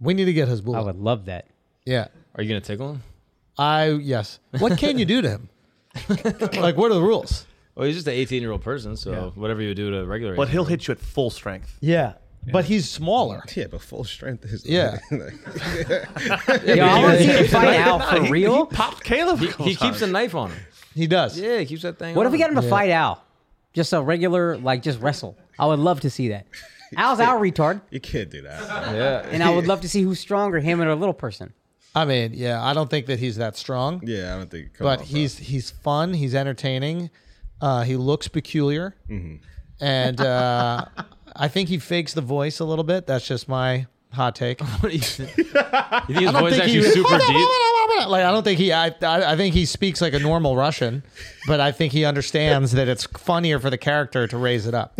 S3: We need to get
S5: I
S3: Hasbullah.
S5: would love that.
S3: Yeah,
S2: Are you going to tickle him?
S3: I yes. What can you do to him? like, what are the rules?
S2: Well, he's just an 18 year old person, so whatever you do to a regular.
S10: But he'll hit you at full strength.
S3: Yeah, but he's smaller.
S6: yeah, but full strength is
S3: Yeah.
S5: Yo, I wanna see him fight out for real.
S10: Pop Caleb. a couple
S2: he keeps a
S10: times.
S2: knife on him.
S3: He does.
S2: Yeah, he keeps that thing. on
S5: What if we got him to fight out? Just a regular, like, just wrestle. I would love to see that. Al's our retard,
S6: You can't do that.
S2: Yeah.
S5: and I would love to see who's stronger, him or a little person.
S3: I mean, yeah, I don't think that he's that strong.
S6: Yeah, I don't think. come
S3: but
S6: off that.
S3: he's he's fun. He's entertaining. Uh, he looks peculiar, and uh, I think he fakes the voice a little bit. That's just my hot take.
S2: What do you think? You think his voice
S3: think
S2: actually
S3: he-
S2: super deep?
S3: Like I don't think he. I, I I think he speaks like a normal Russian, but I think he understands that it's funnier for the character to raise it up.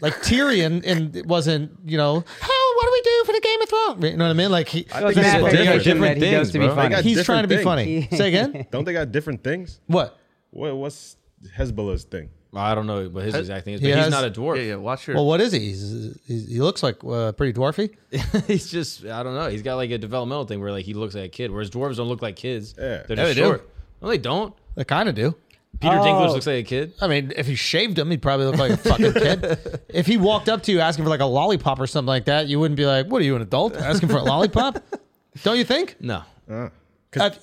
S3: Like Tyrion, and it wasn't you know. Oh, what do we do for the Game of Thrones? You know what I mean? Like he,
S5: It
S6: think
S5: doesn't
S6: it's
S5: matter.
S6: different-
S5: He does
S2: different
S5: that he does
S2: things,
S5: to be
S2: bro. They
S5: funny.
S6: got
S3: he's trying to be
S6: different
S3: funny.
S5: things.
S3: Say again.
S6: Don't they got different things?
S3: What?
S6: What, what's Hezbollah's thing?
S2: I don't know what his exact thing is,
S3: He
S2: but
S3: has-
S2: he's not a dwarf.
S10: Yeah, yeah. Watch your.
S3: Well, what is he? He's, he's, he looks like uh, pretty dwarfy.
S2: he's just I don't know. He's got like a developmental thing where like he looks like a kid, whereas dwarves don't look like kids.
S6: Yeah.
S2: They're
S3: Yeah,
S2: just
S3: they do.
S2: short. No, they don't.
S3: I kind of do.
S2: Peter
S5: Oh.
S2: Dinklage looks like a kid.
S3: I mean, if he shaved him, he'd probably look like a fucking kid. If he walked up to you asking for like a lollipop or something like that, you wouldn't be like, "What are you, an adult asking for a lollipop?" Don't you think?
S2: No.
S3: Uh,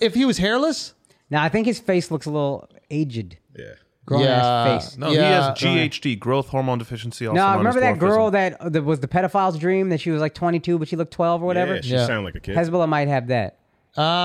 S3: if he was hairless,
S5: Now I think his face looks a little aged.
S6: Yeah.
S5: Grown
S3: Yeah.
S5: ass face.
S8: No,
S3: Yeah.
S8: he has GHD, growth hormone deficiency. Also
S5: No,
S8: known
S5: remember
S8: as
S5: that
S8: dwarfism.
S5: girl that, that was the pedophile's dream that she was like 22 but she looked 12 or whatever.
S6: Yeah, she
S3: Yeah.
S6: sound like a kid.
S5: Hezbollah might have that.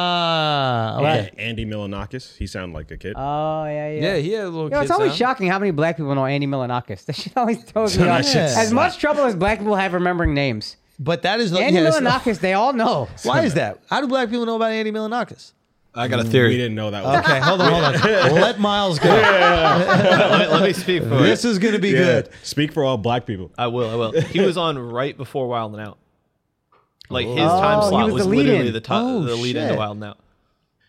S3: ah,
S6: Yeah,
S3: okay.
S6: Andy Milanakis, he sound like a kid.
S2: Uh,
S5: Oh yeah, yeah.
S2: Yeah, he had a little.
S5: You know,
S2: kid
S5: it's always
S2: sound.
S5: shocking how many black people know Andy Milanakis. That shit always throws me off.
S3: shit
S5: As much trouble as black people have remembering names,
S3: But that is the
S5: Andy
S3: yes.
S5: Milanakis, they all know.
S3: Why is that? How do black people know about Andy Milanakis?
S11: I got a
S6: we
S11: theory.
S6: didn't know that. one.
S3: Okay, hold on, hold on. Let Miles go.
S11: let, me, let me speak for
S3: This
S11: it.
S3: is gonna be
S6: Yeah.
S3: good.
S6: Speak for all black people.
S11: I will. I will. He was on right before Wild and Out. Like his
S5: Oh,
S11: time
S5: he
S11: slot
S5: was
S11: was,
S5: the lead-in.
S11: literally the top,
S3: Oh,
S11: the lead
S3: shit.
S11: into Wild and Out.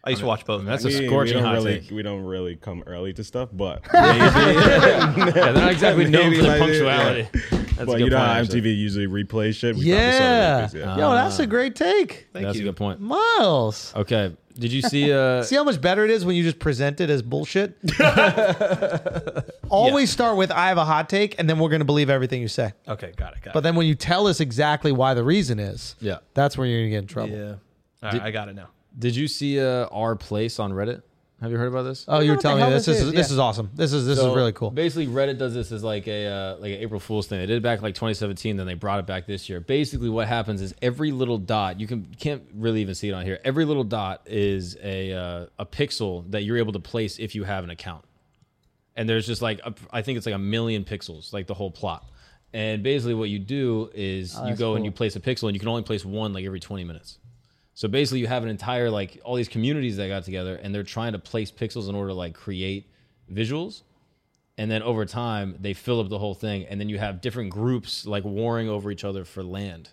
S11: I used to watch both.
S2: That's
S6: We-
S2: a
S6: we
S2: scorching
S6: don't
S2: hot
S6: really,
S2: take.
S6: we don't really come early to stuff, but maybe,
S2: Yeah, they're not exactly known
S6: Maybe
S2: for their
S6: like it,
S2: punctuality. That's a
S6: but
S2: good
S6: you know
S2: point,
S6: how
S2: actually. Uh-huh.
S6: MTV usually replays shit. We probably saw it
S3: Yeah.
S6: like this, yeah.
S3: Yo, that's a great take,
S2: That's a good point.
S3: Miles.
S2: Okay, did you see? Uh,
S3: See how much better it is when you just present it as bullshit? Always start with, I have a hot take, and then we're going to believe everything you say.
S11: Okay, got it. Got
S3: But then when you tell us exactly why the reason is,
S2: yeah,
S3: that's where you're going to get in trouble.
S11: it. yeah. All right, I got it now.
S2: did you see uh, our place on Reddit? Have you heard about this?
S3: Oh, you were
S5: the
S3: telling me
S5: hell
S3: this,
S5: this
S3: is,
S5: is,
S3: this
S5: yeah.
S3: is awesome. This is this
S2: So,
S3: is really cool.
S2: Basically, Reddit does this as like a uh, like an April Fool's thing. They did it back in like 2017, then they brought it back this year. Basically, what happens is every little dot you can can't really even see it on here. Every little dot is a uh, a pixel that you're able to place if you have an account. And there's just like a, I think it's like a million pixels, like the whole plot. And basically, what you do is
S3: Oh,
S2: you go and you place a pixel, and you can only place one like every 20 minutes. So basically, you have an entire like all these communities that got together, and they're trying to place pixels in order to like create visuals and then over time they fill up the whole thing and then you have different groups like warring over each other for land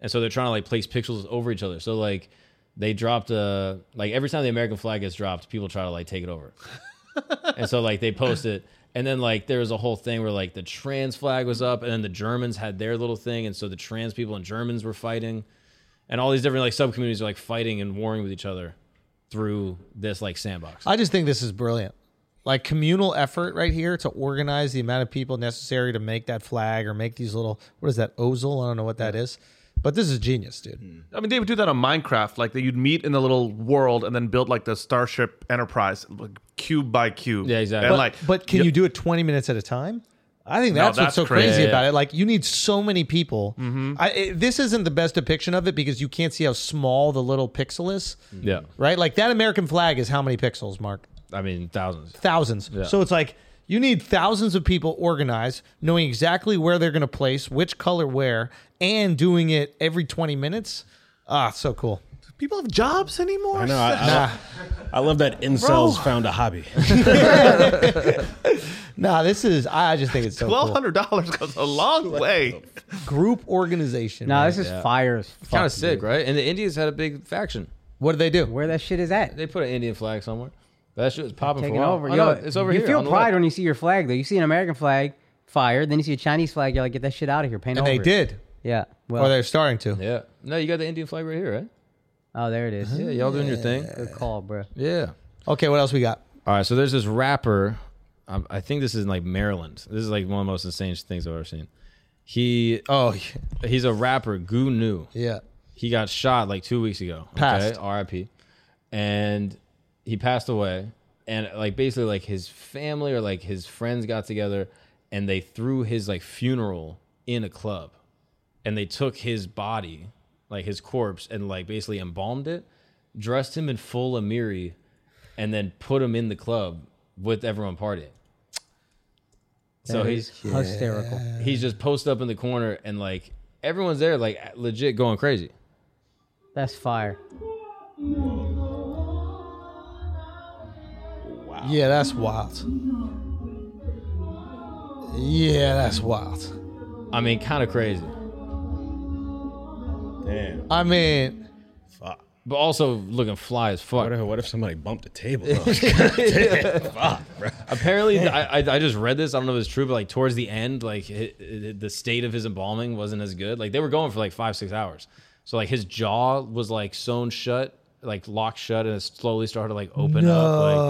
S2: and so they're trying to like place pixels over each other so like they dropped a like every time the american flag gets dropped people try to like take it over and so like they post it and then like there was a whole thing where like the trans flag was up and then the germans had their little thing and so the trans people and germans were fighting and all these different like subcommunities are like fighting and warring with each other through this like sandbox
S3: I just think this is brilliant. Like communal effort right here to organize the amount of people necessary to make that flag or make these little, what is that, ozil? I don't know what that is. But this is genius, dude.
S10: I mean, they would do that on Minecraft. Like that, you'd meet in the little world and then build like the Starship Enterprise, like cube by cube.
S2: Yeah, exactly.
S10: And
S2: But-
S10: like,
S3: But can you do it 20 minutes at a time? I think
S10: No,
S3: that's, what's
S10: that's
S3: so
S10: crazy.
S3: crazy
S10: Yeah,
S3: about it. Like you need so many people. I, it- this isn't the best depiction of it because you can't see how small the little pixel is,
S2: yeah
S3: right? Like that American flag is how many pixels, Mark?
S2: i mean thousands
S3: Thousands. So it's like you need thousands of people organized, knowing exactly where they're going to place, which color where, and doing it every 20 minutes. Ah, so cool.
S10: people have jobs anymore?
S6: I know. I, I, I love that incels found a hobby.
S3: Nah, this is, I just think it's so
S10: Twelve
S3: cool.
S10: hundred dollars goes a long way.
S3: Group organization.
S5: No,
S3: man.
S5: this is fire as fuck.
S2: kind of sick, right? And the Indians had a big faction.
S3: what do they do?
S5: Where that shit is at.
S2: They put an Indian flag somewhere. That shit was popping for a
S5: Taking
S2: while.
S5: over.
S2: Oh,
S5: Yo,
S2: no, it's over
S5: you
S2: here.
S5: feel
S2: on the
S5: pride
S2: left.
S5: when you see your flag, though. You see an American flag fire, then you see a Chinese flag, you're like, get that shit out of here. Paint
S3: And
S5: over
S3: they
S5: it.
S3: did,
S5: Yeah. Well,
S3: or they're starting to.
S2: Yeah. No, you got the Indian flag right here, right?
S5: oh, there it is.
S3: Uh-huh.
S2: Yeah, y'all doing your thing.
S5: Good call, bro.
S2: Yeah.
S3: Okay, what else we got?
S2: All right. So there's this rapper. I, I think this is in like Maryland. This is like one of the most insane things I've ever seen. He
S3: Oh,
S2: he's a rapper, Goo New.
S3: yeah.
S2: He got shot like two weeks ago.
S3: Passed.
S2: Okay, R.I.P. And he passed away. and like basically like his family or like his friends got together and they threw his like funeral in a club and they took his body like his corpse and like basically embalmed it dressed him in full amiri and then put him in the club with everyone partying so
S5: That
S2: he's
S5: is hysterical.
S2: he's just posted up in the corner and like everyone's there like legit going crazy
S5: That's fire.
S3: Yeah, that's wild. Yeah, that's wild.
S2: i mean kind of crazy
S6: Damn.
S3: I mean,
S6: Fuck.
S2: but also looking fly as fuck
S6: What if, what if somebody bumped the table? God damn. Fuck, bro.
S2: Apparently, th- I, I I just read this. I don't know if it's true, but like towards the end, like hi hi- the state of his embalming wasn't as good. Like they were going for like five six hours, so like his jaw was like sewn shut, like locked shut, and it slowly started to like open up. Like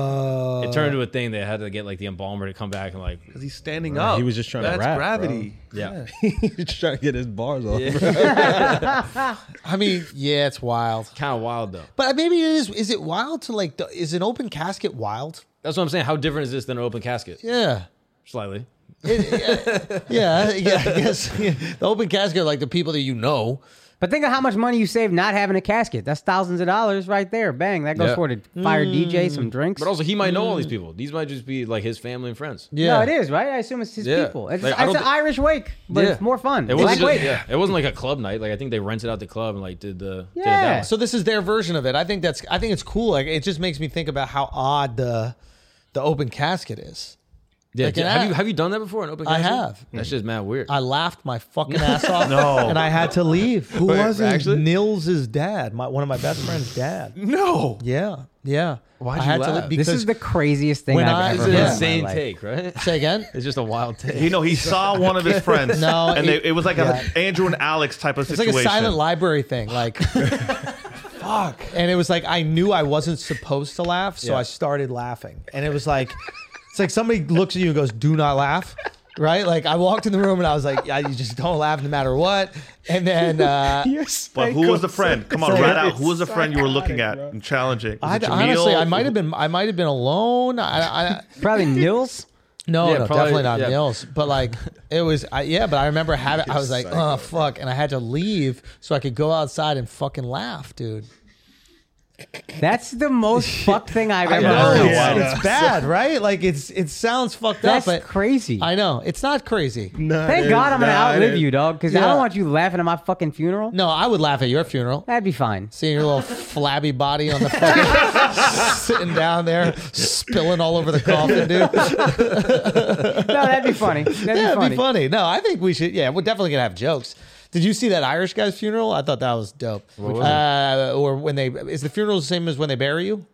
S2: it turned into a thing. They had to get like the embalmer to come back and like
S10: because he's standing
S6: Bro,
S10: up.
S6: he was just trying to
S10: That's
S6: rap, bro.
S10: gravity.
S2: yeah.
S6: He's trying to get his bars off. bro.
S3: I mean, yeah, it's wild.
S2: kind of wild though.
S3: But maybe it is. Is it wild to like? The, is an open casket wild?
S2: That's what I'm saying. How different is this than an open casket?
S3: Yeah.
S2: Slightly.
S3: Yeah, yeah, I guess yeah. the open casket, are like the people that you know,
S5: But think of how much money you save not having a casket. That's thousands of dollars right there. Bang. That goes
S2: Yeah.
S5: toward a fire DJ, some drinks.
S2: Mm. But also, he might know all these people. These might just be like his family and friends.
S3: Yeah.
S5: No, it is, right? I assume it's his
S2: Yeah.
S5: people. It's,
S2: Like, I
S5: it's an
S2: don't thi-
S5: Irish wake, but
S3: Yeah.
S5: it's more fun.
S2: It
S5: Black
S2: wasn't. Just,
S5: wake.
S2: yeah, it wasn't like a club night. Like I think they rented out the club and like did the did it
S5: Yeah.
S2: that way.
S3: so this is their version of it. I think that's. I think it's cool. Like it just makes me think about how odd the the open casket is.
S2: Yeah,
S3: Like
S2: did-
S3: an
S2: have
S3: app.
S2: you have you done that before? An open
S3: I
S2: casket?
S3: have.
S2: That's just mad weird.
S3: I laughed my fucking ass off, and I had to leave. Who was it?
S10: actually?
S3: Nils' dad, my, one of my best friend's dad.
S10: No.
S3: Yeah, yeah. Why
S2: you laugh?
S3: because
S5: This is the craziest thing
S3: uh, When
S5: I've
S3: I-
S5: ever
S2: it's
S5: heard.
S2: an
S3: Yeah.
S5: in my
S2: insane
S5: life.
S2: take, right?
S3: say again.
S2: It's just a wild take.
S10: You know, he saw one of his friends.
S3: No,
S10: and they,
S3: it-
S10: it was like a Andrew and Alex type of
S3: It's like
S10: situation.
S3: a silent library thing. Like, fuck. And it was like I knew I wasn't supposed to laugh, so
S2: Yeah.
S3: I started laughing. And it was like, it's like somebody looks at you and goes, "Do not laugh." Right? Like I walked in the room and I was like, yeah, "You just don't laugh no matter what." And then uh,
S10: But who was the friend? Come on,
S3: Psycho-
S10: right out. Who was the friend you were looking at and challenging? Was
S3: I
S10: it Jamil?
S3: honestly, I might have been, I might have been alone. I, I
S5: Probably Nils.
S3: No,
S2: Yeah,
S3: no
S2: probably-
S3: definitely not
S2: yeah.
S3: Mills. But like it was, I, yeah. But I remember having, I was like,
S6: psycho,
S3: oh fuck, and I had to leave so I could go outside and fucking laugh, dude.
S5: That's the most fucked thing I've ever
S10: know.
S5: heard. in my
S10: Yeah.
S5: life.
S3: It's, it's bad, right? Like it's it sounds fucked
S5: That's
S3: up, but
S5: crazy.
S3: I know it's not crazy.
S6: Nah,
S5: Thank
S6: it
S5: God
S6: is.
S5: I'm gonna
S6: Nah, it
S5: outlive
S6: is.
S5: you, dog, because I
S3: Yeah.
S5: don't want you laughing at my fucking funeral.
S3: No, I would laugh at your funeral.
S5: That'd be fine.
S3: Seeing your little flabby body on the fucking sitting down there, spilling all over the coffin, dude.
S5: No, that'd be funny. That'd
S3: yeah,
S5: be
S3: it'd
S5: funny.
S3: be funny. No, I think we should. Yeah, we're definitely gonna have jokes. Did you see that Irish guy's funeral? I thought that was dope. uh, or when they is the funeral the same as when they bury you?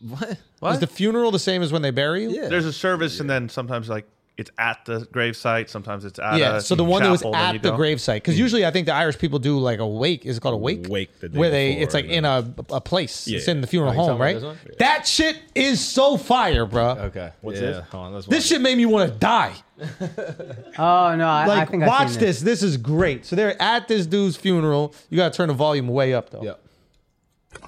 S2: What?
S3: Is the funeral the same as when they bury you?
S10: There's a service, and then sometimes like it's at the gravesite. Sometimes it's at
S3: Yeah,
S10: A
S3: so the one that was
S10: chapel, then you
S3: at the
S10: go.
S3: gravesite, because
S2: Hmm.
S3: usually I think the Irish people do like a wake. Is it called a wake?
S6: Wake the day
S3: where they
S6: before,
S3: it's like
S6: yeah.
S3: in a, a place. It's in the funeral
S2: Oh, talking
S3: home,
S2: about
S3: right?
S2: this one?
S3: That shit is so fire, bro.
S2: Okay. What's yeah.
S6: this?
S2: Hold on. Let's
S3: This shit made me want to die.
S5: Oh no, I, I
S3: Like,
S5: think I've
S3: watch
S5: seen
S3: this. this. is great. So they're at this dude's funeral. You gotta turn the volume way up though.
S2: Yeah.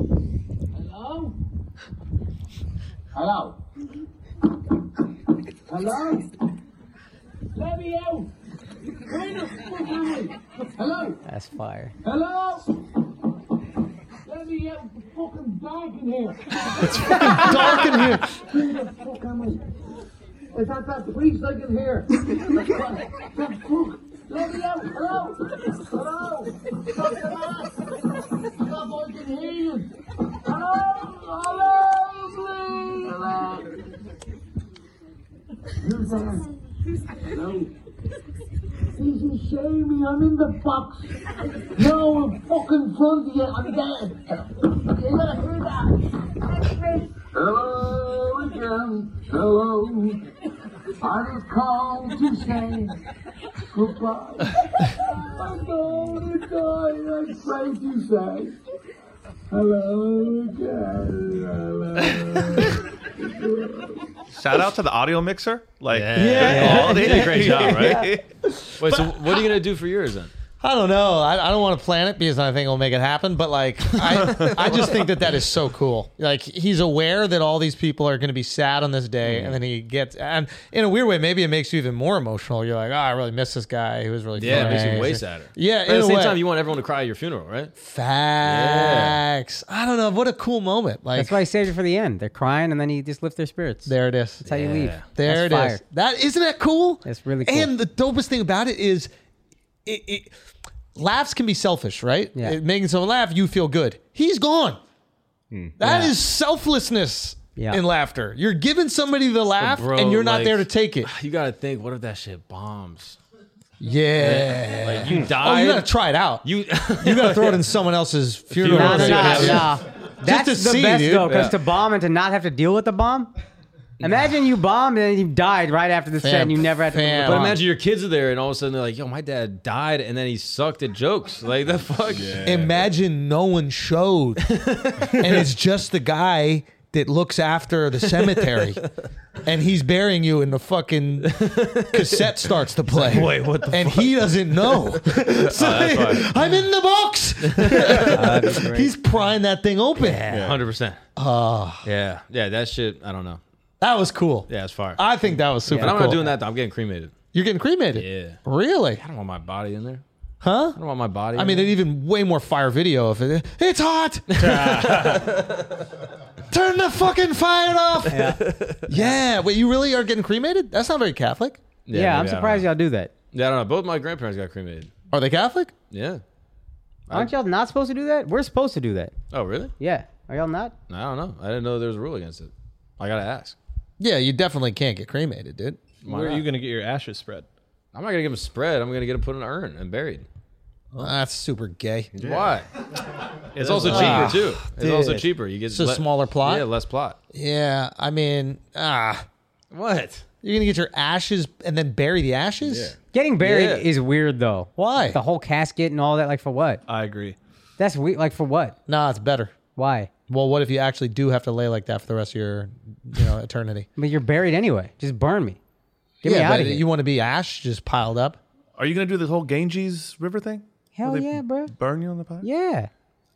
S12: Hello? Hello? Hello? Let me out! Come in the fuck out! Hello?
S5: That's fire.
S12: Hello? Let me out! It's fucking dark in here!
S3: Dark in here.
S12: Who the fuck am I? Is that that priest I can hear? the fuck? Let me out! Hello? Hello? Fucking ass! Stop, I can hear you! Hello? Hello, please! Hello? Who's that? Hello? This is Jamie, I'm in the box. No, I'm fucking front of you, I'm dead. You gotta hear that. Hello again, hello. I just called to say goodbye. I'm going to die, I'm afraid to say. Hello, hello.
S8: Shout out to the audio mixer. Like,
S2: Yeah. Yeah.
S8: Oh, they
S2: They did a great job, right?
S3: Wait, so
S2: what are you gonna do for yours then?
S3: I don't know. I, I don't want to plan it because I think it'll make it happen. But like, I, I just think that that is so cool. Like, he's aware that all these people are going to be sad on this
S5: Mm-hmm.
S3: day, and then he gets. And in a weird way, maybe it makes you even more emotional. You're like, oh, I really miss this guy who was really
S2: Yeah, it makes you
S3: nice."
S2: way sadder.
S3: Yeah,
S2: But at
S3: in
S2: the
S3: a
S2: same
S3: way.
S2: time, you want everyone to cry at your funeral, right?
S3: Facts. I don't know. What a cool moment. Like
S5: That's why he saved it for the end. They're crying, and then he just lifts their spirits.
S3: There it is.
S5: That's how you leave.
S3: There it
S5: That's
S3: is.
S5: fire.
S3: That isn't that cool?
S5: That's really cool.
S3: And the dopest thing about it is, it, it laughs can be selfish, right?
S5: Yeah.
S3: It- making someone laugh, you feel good. He's gone.
S2: Hmm.
S3: That is
S5: Yeah.
S3: selflessness
S2: Yeah.
S3: in laughter. You're giving somebody the
S2: But
S3: laugh,
S2: bro,
S3: and you're not
S2: like,
S3: there to take it.
S2: You gotta think, what if that shit bombs?
S3: Yeah.
S2: Like, you
S3: Oh, you
S2: died.
S3: gotta try it out.
S2: You
S3: you gotta throw it in someone else's funeral.
S5: Nah, nah,
S3: See what
S5: nah,
S3: happens.
S5: nah.
S3: Just
S5: That's
S3: to
S5: the
S3: see,
S5: best
S3: dude.
S5: though, because
S3: Yeah.
S5: to bomb and to not have to deal with the bomb. Imagine you bombed and you died right after the set, and you never had to. deal with the
S2: But
S5: bomb.
S2: imagine your kids are there, and all of a sudden they're like, "Yo, my dad died," and then he sucked at jokes. Like the fuck.
S3: Imagine no one showed, and it's just the guy that looks after the cemetery, and he's burying you, and the fucking cassette starts to play. Wait, what? The and he doesn't know.
S2: Uh,
S3: So, I'm in the box. he's prying that thing open.
S2: hundred percent.
S3: Oh,
S2: Yeah, yeah. That shit. I don't know.
S3: that was cool.
S2: Yeah, it's fire.
S3: I think that was super.
S2: But I'm
S3: cool.
S2: not doing that. though. I'm getting cremated.
S3: You're getting cremated.
S2: Yeah.
S3: Really?
S2: I don't want my body in there.
S3: Huh?
S2: I don't want my body.
S3: I
S2: in
S3: mean,
S2: there.
S3: an even way more fire video of it. It's hot. Turn the fucking fire off. Yeah. Wait, you really are getting cremated? That's not very Catholic.
S2: Yeah, Yeah, I'm maybe I surprised
S5: y'all do that.
S2: yeah, I don't know. Both my grandparents got cremated.
S3: Are they Catholic?
S2: Yeah.
S5: Aren't y'all not supposed to do that? We're supposed to do that.
S2: Oh, really?
S5: Yeah. Are y'all not?
S2: I don't know. I didn't know there was a rule against it. I gotta ask.
S3: Yeah, you definitely can't get cremated, dude.
S2: Why not?
S11: gonna get your ashes spread?
S2: I'm not gonna get them spread. I'm gonna get them put in an urn and buried.
S3: That's super gay.
S2: Why? It's
S3: is
S2: also
S3: a
S2: cheaper
S3: lot.
S2: too.
S3: Ah,
S2: It's also
S3: dude.
S2: cheaper. You get
S3: It's a smaller plot?
S2: Yeah, less plot.
S3: Yeah, I mean, ah.
S2: What?
S3: You're gonna get your ashes and then bury the ashes?
S5: Getting buried
S3: Yeah.
S5: is weird though.
S3: Why?
S5: The whole casket and all that. Like for what?
S2: Uh,
S11: I agree.
S5: That's weird. Like for what?
S3: Nah, it's better.
S5: Why?
S3: Well, what if you actually do have to lay like that for the rest of your, you know, eternity?
S5: But you're buried anyway. Just burn me. Get me
S3: Yeah,
S5: out
S3: but
S5: of here.
S3: You want to be ash just piled up?
S8: Are you gonna do this whole Ganges River thing?
S5: Hell
S8: Will they
S5: yeah, bro.
S8: Burn you on the pyre?
S5: Yeah.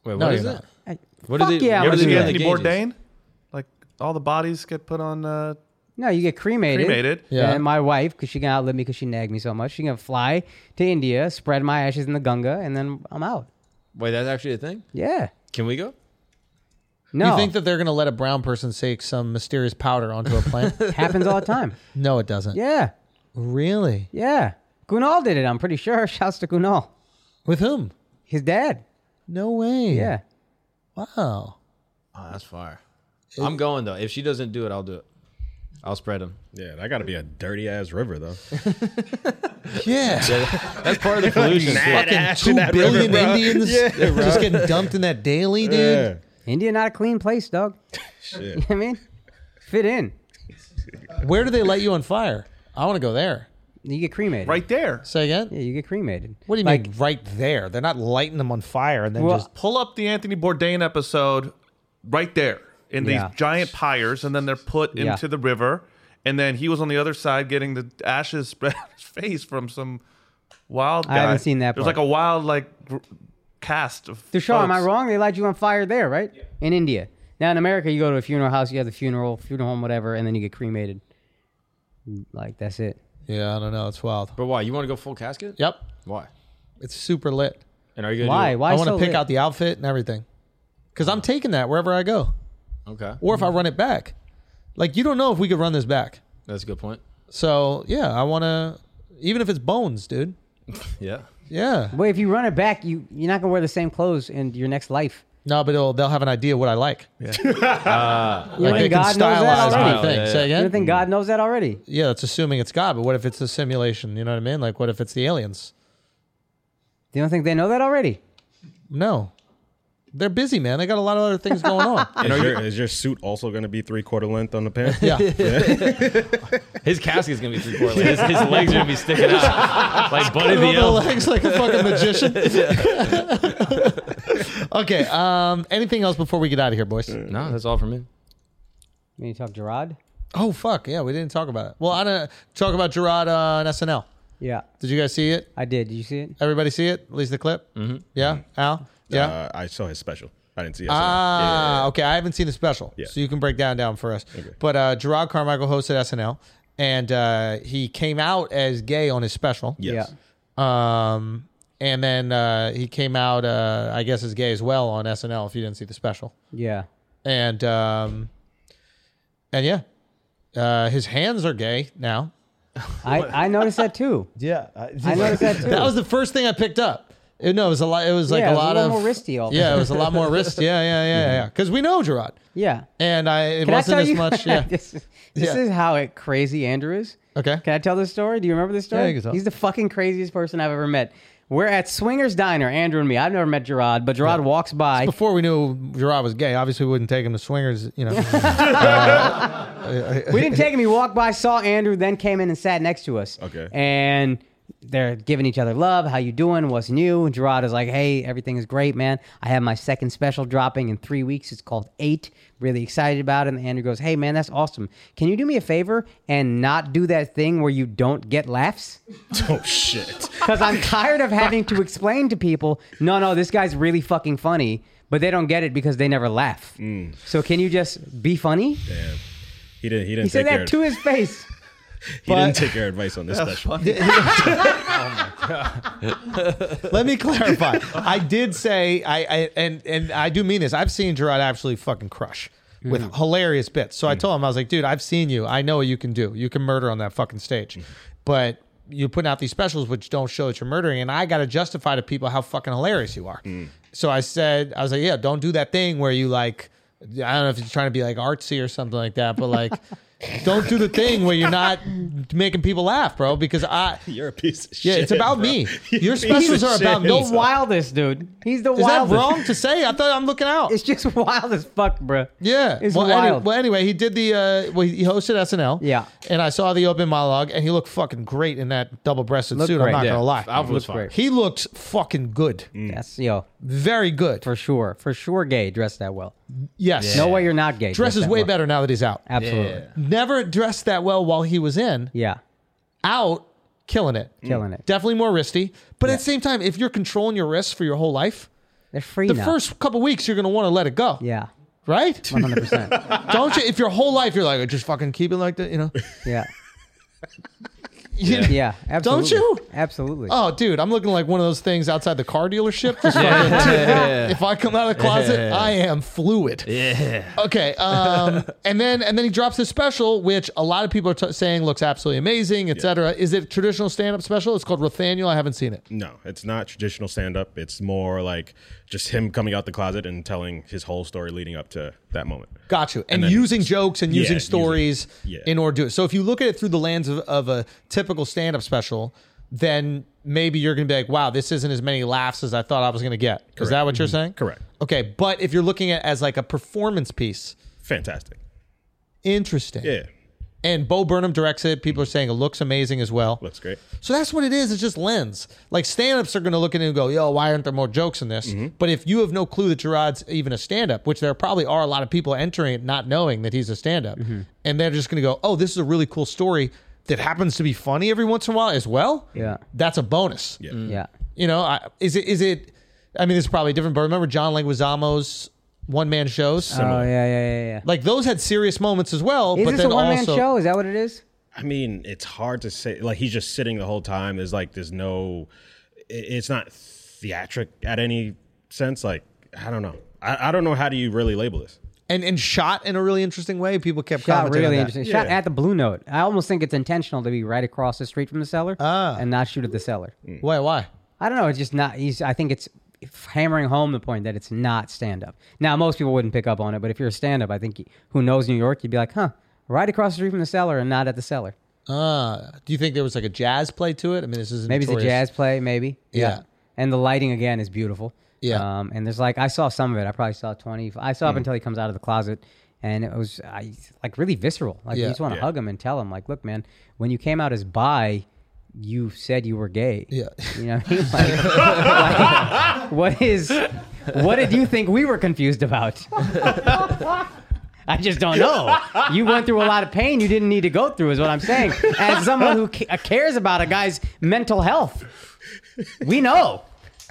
S2: Wait,
S3: No,
S2: what is
S3: you're
S2: it?
S5: I-
S2: What
S5: fuck
S2: did they-
S5: yeah, I'm
S8: What
S5: gonna
S8: is it
S5: do that.
S8: Anthony Bourdain? Like all the bodies get put on. Uh,
S5: No, you get cremated.
S8: Cremated.
S5: Yeah.
S8: Yeah.
S5: And my wife, because she can outlive me because she nagged me so much, she can fly to India, spread my ashes in the Ganga, and then I'm out.
S2: Wait, that's actually a thing.
S5: Yeah.
S2: Can we go?
S5: No.
S3: You think that they're going to let a brown person take some mysterious powder onto a plane?
S5: happens all the time.
S3: no, it doesn't.
S5: Yeah.
S3: Really?
S5: Yeah. Kunal did it, I'm pretty sure. Shouts to Kunal.
S3: With whom?
S5: His dad.
S3: No way.
S5: Yeah.
S3: Wow.
S2: Oh, that's fire. I'm going though. If she doesn't do it, I'll do it. I'll spread them.
S6: Yeah, that got to be a dirty ass river though.
S3: Yeah.
S2: That's part of the pollution.
S6: Mad
S2: too.
S6: ass in
S3: Two
S6: that
S3: billion
S6: river, bro.
S3: Indians
S6: Yeah,
S3: just getting dumped in that daily, dude.
S6: Yeah.
S5: India not a clean place, dog. You know
S6: Shit.
S5: what I mean? Fit in.
S3: Where do they light you on fire? I want to go there.
S5: You get cremated.
S8: right there.
S3: Say again.
S5: Yeah, you get cremated.
S3: What do you
S5: Like-
S3: mean right there? They're not lighting them on fire and then
S5: Well,
S3: just.
S8: Pull up the Anthony Bourdain episode right there in
S5: Yeah.
S8: these giant pyres, and then they're put
S5: Yeah.
S8: into the river, and then he was on the other side getting the ashes spread on his face from some wild. Guy.
S5: I haven't seen that
S8: There's
S5: part.
S8: like a wild like gr- cast of.
S5: Dushar, am I
S8: folks.
S5: wrong? They light you on fire there, right? In India. Now in America, you go to a funeral house, you have the funeral, funeral home, whatever, and then you get cremated. Like that's it.
S3: Yeah, I don't know. It's wild.
S2: But why? You want to go full casket?
S3: Yep.
S2: Why?
S3: It's super lit.
S2: And are you gonna
S5: Why?
S2: Do
S5: Why?
S3: I want to
S5: so
S3: pick
S5: lit?
S3: out the outfit and everything. Because I'm taking that wherever I go.
S2: It? Okay,
S3: Or if
S5: Mm-hmm.
S3: I run it back. Like, you don't know if we could run this back.
S2: that's a good point.
S3: So yeah, I want to. Even if it's bones, dude.
S2: Yeah.
S3: Yeah.
S5: But if you run it back, you you're not gonna wear the same clothes in your next life.
S3: No, but it'll, they'll have an idea what I like. Yeah.
S5: You
S3: like
S5: think
S3: they can
S5: God knows that
S3: stylize my
S5: already?
S3: thing.
S2: yeah,
S3: Say
S5: You
S3: again.
S5: don't think God knows that already?
S3: yeah, that's assuming it's God. But what if it's a simulation? You know what I mean? Like, what if it's the aliens?
S5: You don't think they know that already?
S3: No, they're busy, man. They got a lot of other things going on.
S6: Is your, is your suit also going to be three quarter length on the pants? Uh,
S3: Yeah.
S2: His casket's gonna be three quarter. His, his legs are gonna be sticking out like Buddy the
S3: Rub the
S2: Elf.
S3: legs like a fucking magician. Okay. Um, anything else before we get out of here, boys?
S2: No, that's all for me.
S5: You need to talk Gerard?
S3: Oh fuck yeah, we didn't talk about it. Well, I don't talk about Gerard uh, on SNL.
S5: Yeah.
S3: Did you guys see it?
S5: I did. Did you see it?
S3: Everybody see it? At least the clip.
S2: Mm-hmm.
S3: Yeah. Al. Yeah.
S6: Uh, I saw his uh, special. I didn't see it. so-
S3: Ah,
S6: Yeah, yeah, yeah.
S3: okay. I haven't seen the special,
S6: Yeah.
S3: so you can break down down for us. But uh, Gerard Carmichael hosted SNL, and uh, he came out as gay on his special.
S6: Yes.
S3: Um, and then uh, he came out, uh, I guess, as gay as well on SNL. If you didn't see the special,
S5: Yeah.
S3: and um, and yeah, uh, his hands are gay now.
S5: I, I noticed that too.
S3: Yeah, I,
S5: I noticed that too.
S3: was the first thing I picked up. It, no, it was a lot. It was like
S5: Yeah,
S3: a
S5: it was a
S3: lot
S5: little
S3: of
S5: more wristy all Mm-hmm. of a
S3: Yeah, it
S5: sudden.
S3: was a lot more wrist. Yeah, yeah, yeah, yeah. Because we know Gerard.
S5: Yeah.
S3: And I it
S5: Can I
S3: wasn't
S5: tell
S3: as
S5: you-
S3: much. Yeah.
S5: this is, this
S3: Yeah.
S5: is how it, crazy Andrew is.
S3: Okay.
S5: Can I tell this story? Do you remember this story?
S3: Yeah, you can tell.
S5: He's the fucking craziest person I've ever met. We're at Swingers Diner, Andrew and me. I've never met Gerard, but Gerard walks by.
S3: Before we knew Gerard was gay, obviously we wouldn't take him to swingers, you know.
S5: we didn't take him. He walked by, saw Andrew, then came in and sat next to us.
S6: Okay.
S5: And they're giving each other love. How you doing? What's new? And Gerard is like, hey, everything is great, man. I have my second special dropping in three weeks. It's called Eight. Really excited about it. And Andrew goes, hey, man, that's awesome. Can you do me a favor and not do that thing where you don't get laughs?
S6: Oh shit.
S5: Because I'm tired of having to explain to people, no, no, this guy's really fucking funny, but they don't get it because they never laugh.
S6: Mm.
S5: So can you just be funny?
S6: Damn. He didn't. He
S5: He
S6: didn't take
S5: said
S6: care.
S5: that to his face.
S6: he
S3: but-
S6: didn't take your advice on this special.
S3: Let me clarify. I did say I, I and and I do mean this. I've seen Gerard absolutely fucking crush with
S6: Mm.
S3: hilarious bits. So I told him I was like, dude, I've seen you. I know what you can do. You can murder on that fucking stage,
S6: Mm-hmm.
S3: but you're putting out these specials which don't show that you're murdering, and I got to justify to people how fucking hilarious you are.
S6: Mm.
S3: So I said, I was like, yeah, don't do that thing where you like, I don't know if you're trying to be like artsy or something like that, but like. Don't do the thing where you're not making people laugh, bro. Because I,
S6: You're a piece of shit.
S3: yeah, it's about
S6: bro.
S3: me.
S6: You're
S3: Your
S6: a piece
S3: specials
S6: of
S3: are about
S6: shit.
S3: no
S5: The wildest, dude. He's the
S3: Is that
S5: wildest.
S3: wrong to say? I thought I'm looking out.
S5: It's just wild as fuck, bro.
S3: Yeah.
S5: It's
S3: well,
S5: wild.
S3: Any, well, anyway, he did the. Uh, well, he hosted SNL.
S5: Yeah.
S3: And I saw the open monologue, and he looked fucking great in that double-breasted
S5: Looked
S3: suit.
S5: great.
S3: I'm not
S5: Yeah.
S3: gonna lie.
S2: Alpha was fine. Mm.
S3: He looked fucking good.
S5: That's yo
S3: Very good.
S5: for sure, for sure. Gay dressed that well.
S3: Yes.
S5: No way you're not gay. dressed
S3: Dresses
S5: that
S3: way
S5: well.
S3: better now that he's out.
S5: Absolutely.
S3: Never dressed that well while he was in.
S5: Yeah.
S3: Out, killing it.
S5: Killing it.
S3: Definitely more wristy. But at the same time, if you're controlling your wrists for your whole life,
S5: They're free
S3: the
S5: now.
S3: first couple weeks you're gonna want to let it go.
S5: yeah.
S3: Right?
S5: 100%.
S3: Don't you? If your whole life you're like, just fucking keep it like that, you know?
S5: yeah.
S3: You know?
S5: Yeah. Absolutely.
S3: you?
S5: Absolutely.
S3: Oh, dude, I'm looking like one of those things outside the car dealership. Just fucking- if I come out of the closet, I am fluid.
S2: Yeah.
S3: Okay, um, and then and then he drops his special, which a lot of people are t- saying looks absolutely amazing, etc. Is it traditional stand-up special? It's called Rathaniel. I haven't seen it.
S6: No, it's not traditional stand up. It's more like just him coming out the closet and telling his whole story leading up to that moment.
S3: Got you. And,
S6: then-
S3: using jokes and
S6: Yeah,
S3: using
S6: using-
S3: stories
S6: yeah.
S3: in order to do it. So if you look at it through the lens of, of a typical stand up special, then maybe you're going to be like, wow, this isn't as many laughs as I thought I was going to get. Is that what you're saying?
S6: Correct.
S3: Okay. But if you're looking at it as like a performance piece,
S6: Fantastic.
S3: interesting.
S6: Yeah,
S3: And Bo Burnham directs it. People are saying it looks amazing as well.
S6: looks great.
S3: So that's what it is. It's just lens. Like stand ups are going to look at it and go, yo, why aren't there more jokes in this?
S5: Mm-hmm.
S3: But if you have no clue that Gerard's even a stand up, which there probably are a lot of people entering it not knowing that he's a stand up,
S5: Mm-hmm.
S3: and they're just going to go, oh, this is a really cool story that happens to be funny every once in a while as well.
S5: Yeah.
S3: That's a bonus.
S6: Yeah.
S5: Yeah.
S3: You know, I, is it, is it, I mean, it's probably different, but remember John Leguizamo's one man shows? Uh,
S5: Oh yeah, yeah, yeah, yeah.
S3: like those had serious moments as well.
S5: Is
S3: but
S5: this a
S3: then
S5: one man
S3: also,
S5: show? Is that what it is?
S6: I mean, it's hard to say. Like he's just sitting the whole time. There's like there's no. i- It's not theatric at any sense. Like I don't know. I, I don't know how do you really label this.
S3: And, and shot in a really interesting way. People kept
S5: Shot
S3: commenting on
S5: really
S3: that.
S5: interesting. Shot
S6: Yeah.
S5: at the Blue Note. I almost think it's intentional to be right across the street from the cellar
S3: Ah.
S5: and not shoot at the cellar.
S3: Why? Why?
S5: I don't know. It's just not. He's, I think it's hammering home the point that it's not stand up. Now, most people wouldn't pick up on it, but if you're a stand up, I think you- who knows New York, you'd be like, huh, right across the street from the cellar and not at the cellar.
S3: Uh, do you think there was like a jazz play to it? I mean, this is
S5: Maybe it's a
S3: notorious-
S5: jazz play, maybe.
S3: Yeah.
S5: And the lighting again is beautiful.
S3: Yeah. Mm.
S5: Um, and there's like, I saw some of it. I probably saw 20. I saw up until he comes out of the closet. And it was I, like really visceral. Like,
S3: Yeah.
S5: you just want to
S6: Yeah.
S5: hug him and tell him, like, look, man, when you came out as bi, you said you were gay.
S3: Yeah.
S5: You know what I mean? Like, like, what is What did you think we were confused about? I just don't know. You went through a lot of pain you didn't need to go through, is what I'm saying. As someone who ca- cares about a guy's mental health, we know.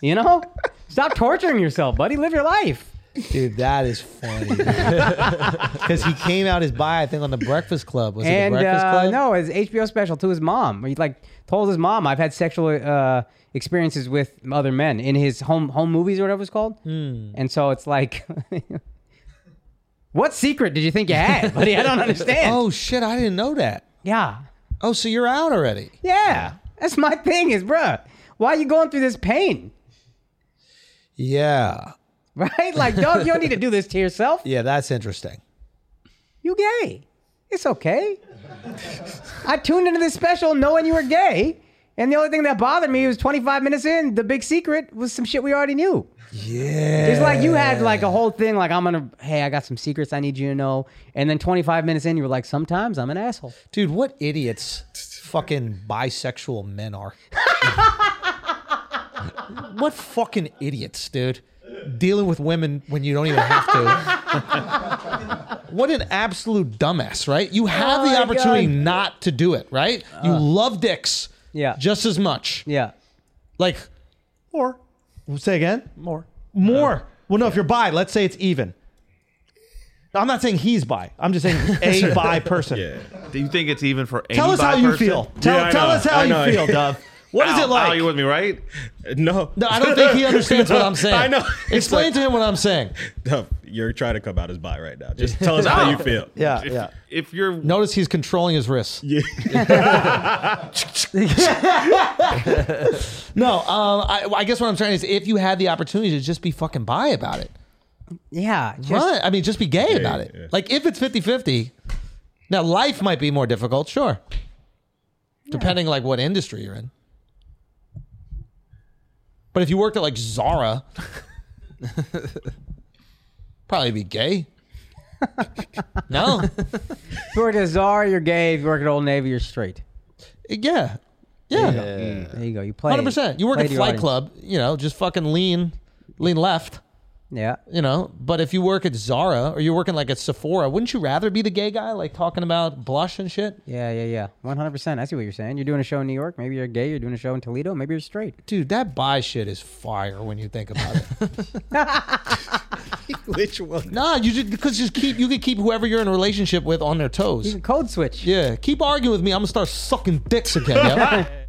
S5: You know, stop torturing yourself, buddy. Live your life.
S3: Dude, that is funny. Because he came out his bi, I think, on the Breakfast Club. Was
S5: and
S3: it the Breakfast
S5: uh,
S3: Club?
S5: no, his HBO special to his mom. where He like told his mom, "I've had sexual uh, experiences with other men in his home home movies or whatever it's called."
S3: Hmm.
S5: And so it's like, what secret did you think you had, buddy? I don't understand.
S3: Oh shit, I didn't know that.
S5: Yeah.
S3: Oh, so you're out already.
S5: Yeah, that's my thing. Is bruh, why are you going through this pain?
S3: Yeah.
S5: Right? Like, dog, you don't need to do this to yourself.
S3: Yeah, that's interesting.
S5: You gay? It's okay. I tuned into this special knowing you were gay, and the only thing that bothered me was 25 minutes in, the big secret was some shit we already knew.
S3: Yeah.
S5: It's like you had like a whole thing, like I'm gonna, hey, I got some secrets I need you to know, and then 25 minutes in, you were like, sometimes I'm an asshole.
S3: Dude, what idiots fucking bisexual men are. what fucking idiots, dude. Dealing with women when you don't even have to. what an absolute dumbass, right? You have
S5: Oh
S3: the
S5: my
S3: opportunity
S5: God. Uh.
S3: not to do it, right? you love dicks.
S5: Yeah.
S3: Just as much.
S5: Yeah.
S3: Like more. Say again? More. More.
S5: Uh.
S3: well, no, if you're bi, let's say it's even. I'm not saying he's bi. I'm just saying a bi person.
S8: Do you think it's even for?
S3: Tell
S8: any
S3: us how
S8: bi
S3: you
S8: person?
S3: feel. Tell- Yeah, I tell know. us how I you know. feel, Dove. What is
S8: Al,
S3: it like?
S8: Al, you with me, right?
S6: No.
S3: No, I don't think he understands what I'm saying.
S6: I know.
S3: Explain to him what I'm saying.
S6: No, you're trying to come out as bi right now. Just tell us how you feel.
S3: Yeah, Uh,
S6: If-
S3: yeah.
S8: If you're
S3: notice, he's controlling his wrists. Yeah. no, um, I, I guess what I'm saying is, if you had the opportunity to just be fucking bi about it,
S5: Yeah. just-
S3: run. I mean, just be gay
S5: Yeah,
S3: about it.
S5: yeah.
S3: Like if it's 50-50, now life might be more difficult, sure. Depending like what industry you're in. But if you worked at like Zara, probably be gay. no.
S5: If you work at Zara, you're gay. If you work at Old Navy, you're straight.
S3: Yeah.
S5: There
S3: Yeah.
S5: you go. Mm, There you go. You play.
S3: Hundred percent. You work
S5: play
S3: at
S5: to your
S3: Flight
S5: audience.
S3: Club, you know, just fucking lean, lean left.
S5: Yeah.
S3: You know, but if you work at Zara or you're working like at Sephora, wouldn't you rather be the gay guy, like talking about blush and shit?
S5: Yeah, yeah, yeah. One hundred percent. I see what you're saying. You're doing a show in New York. Maybe you're gay. You're doing a show in Toledo. Maybe you're straight.
S3: Dude, that bi shit is fire when you think about it.
S6: Which one?
S3: Nah, you just because just keep you can keep whoever you're in a relationship with on their toes. You can
S5: code switch.
S3: Yeah, keep arguing with me. I'm gonna start sucking dicks again. yo.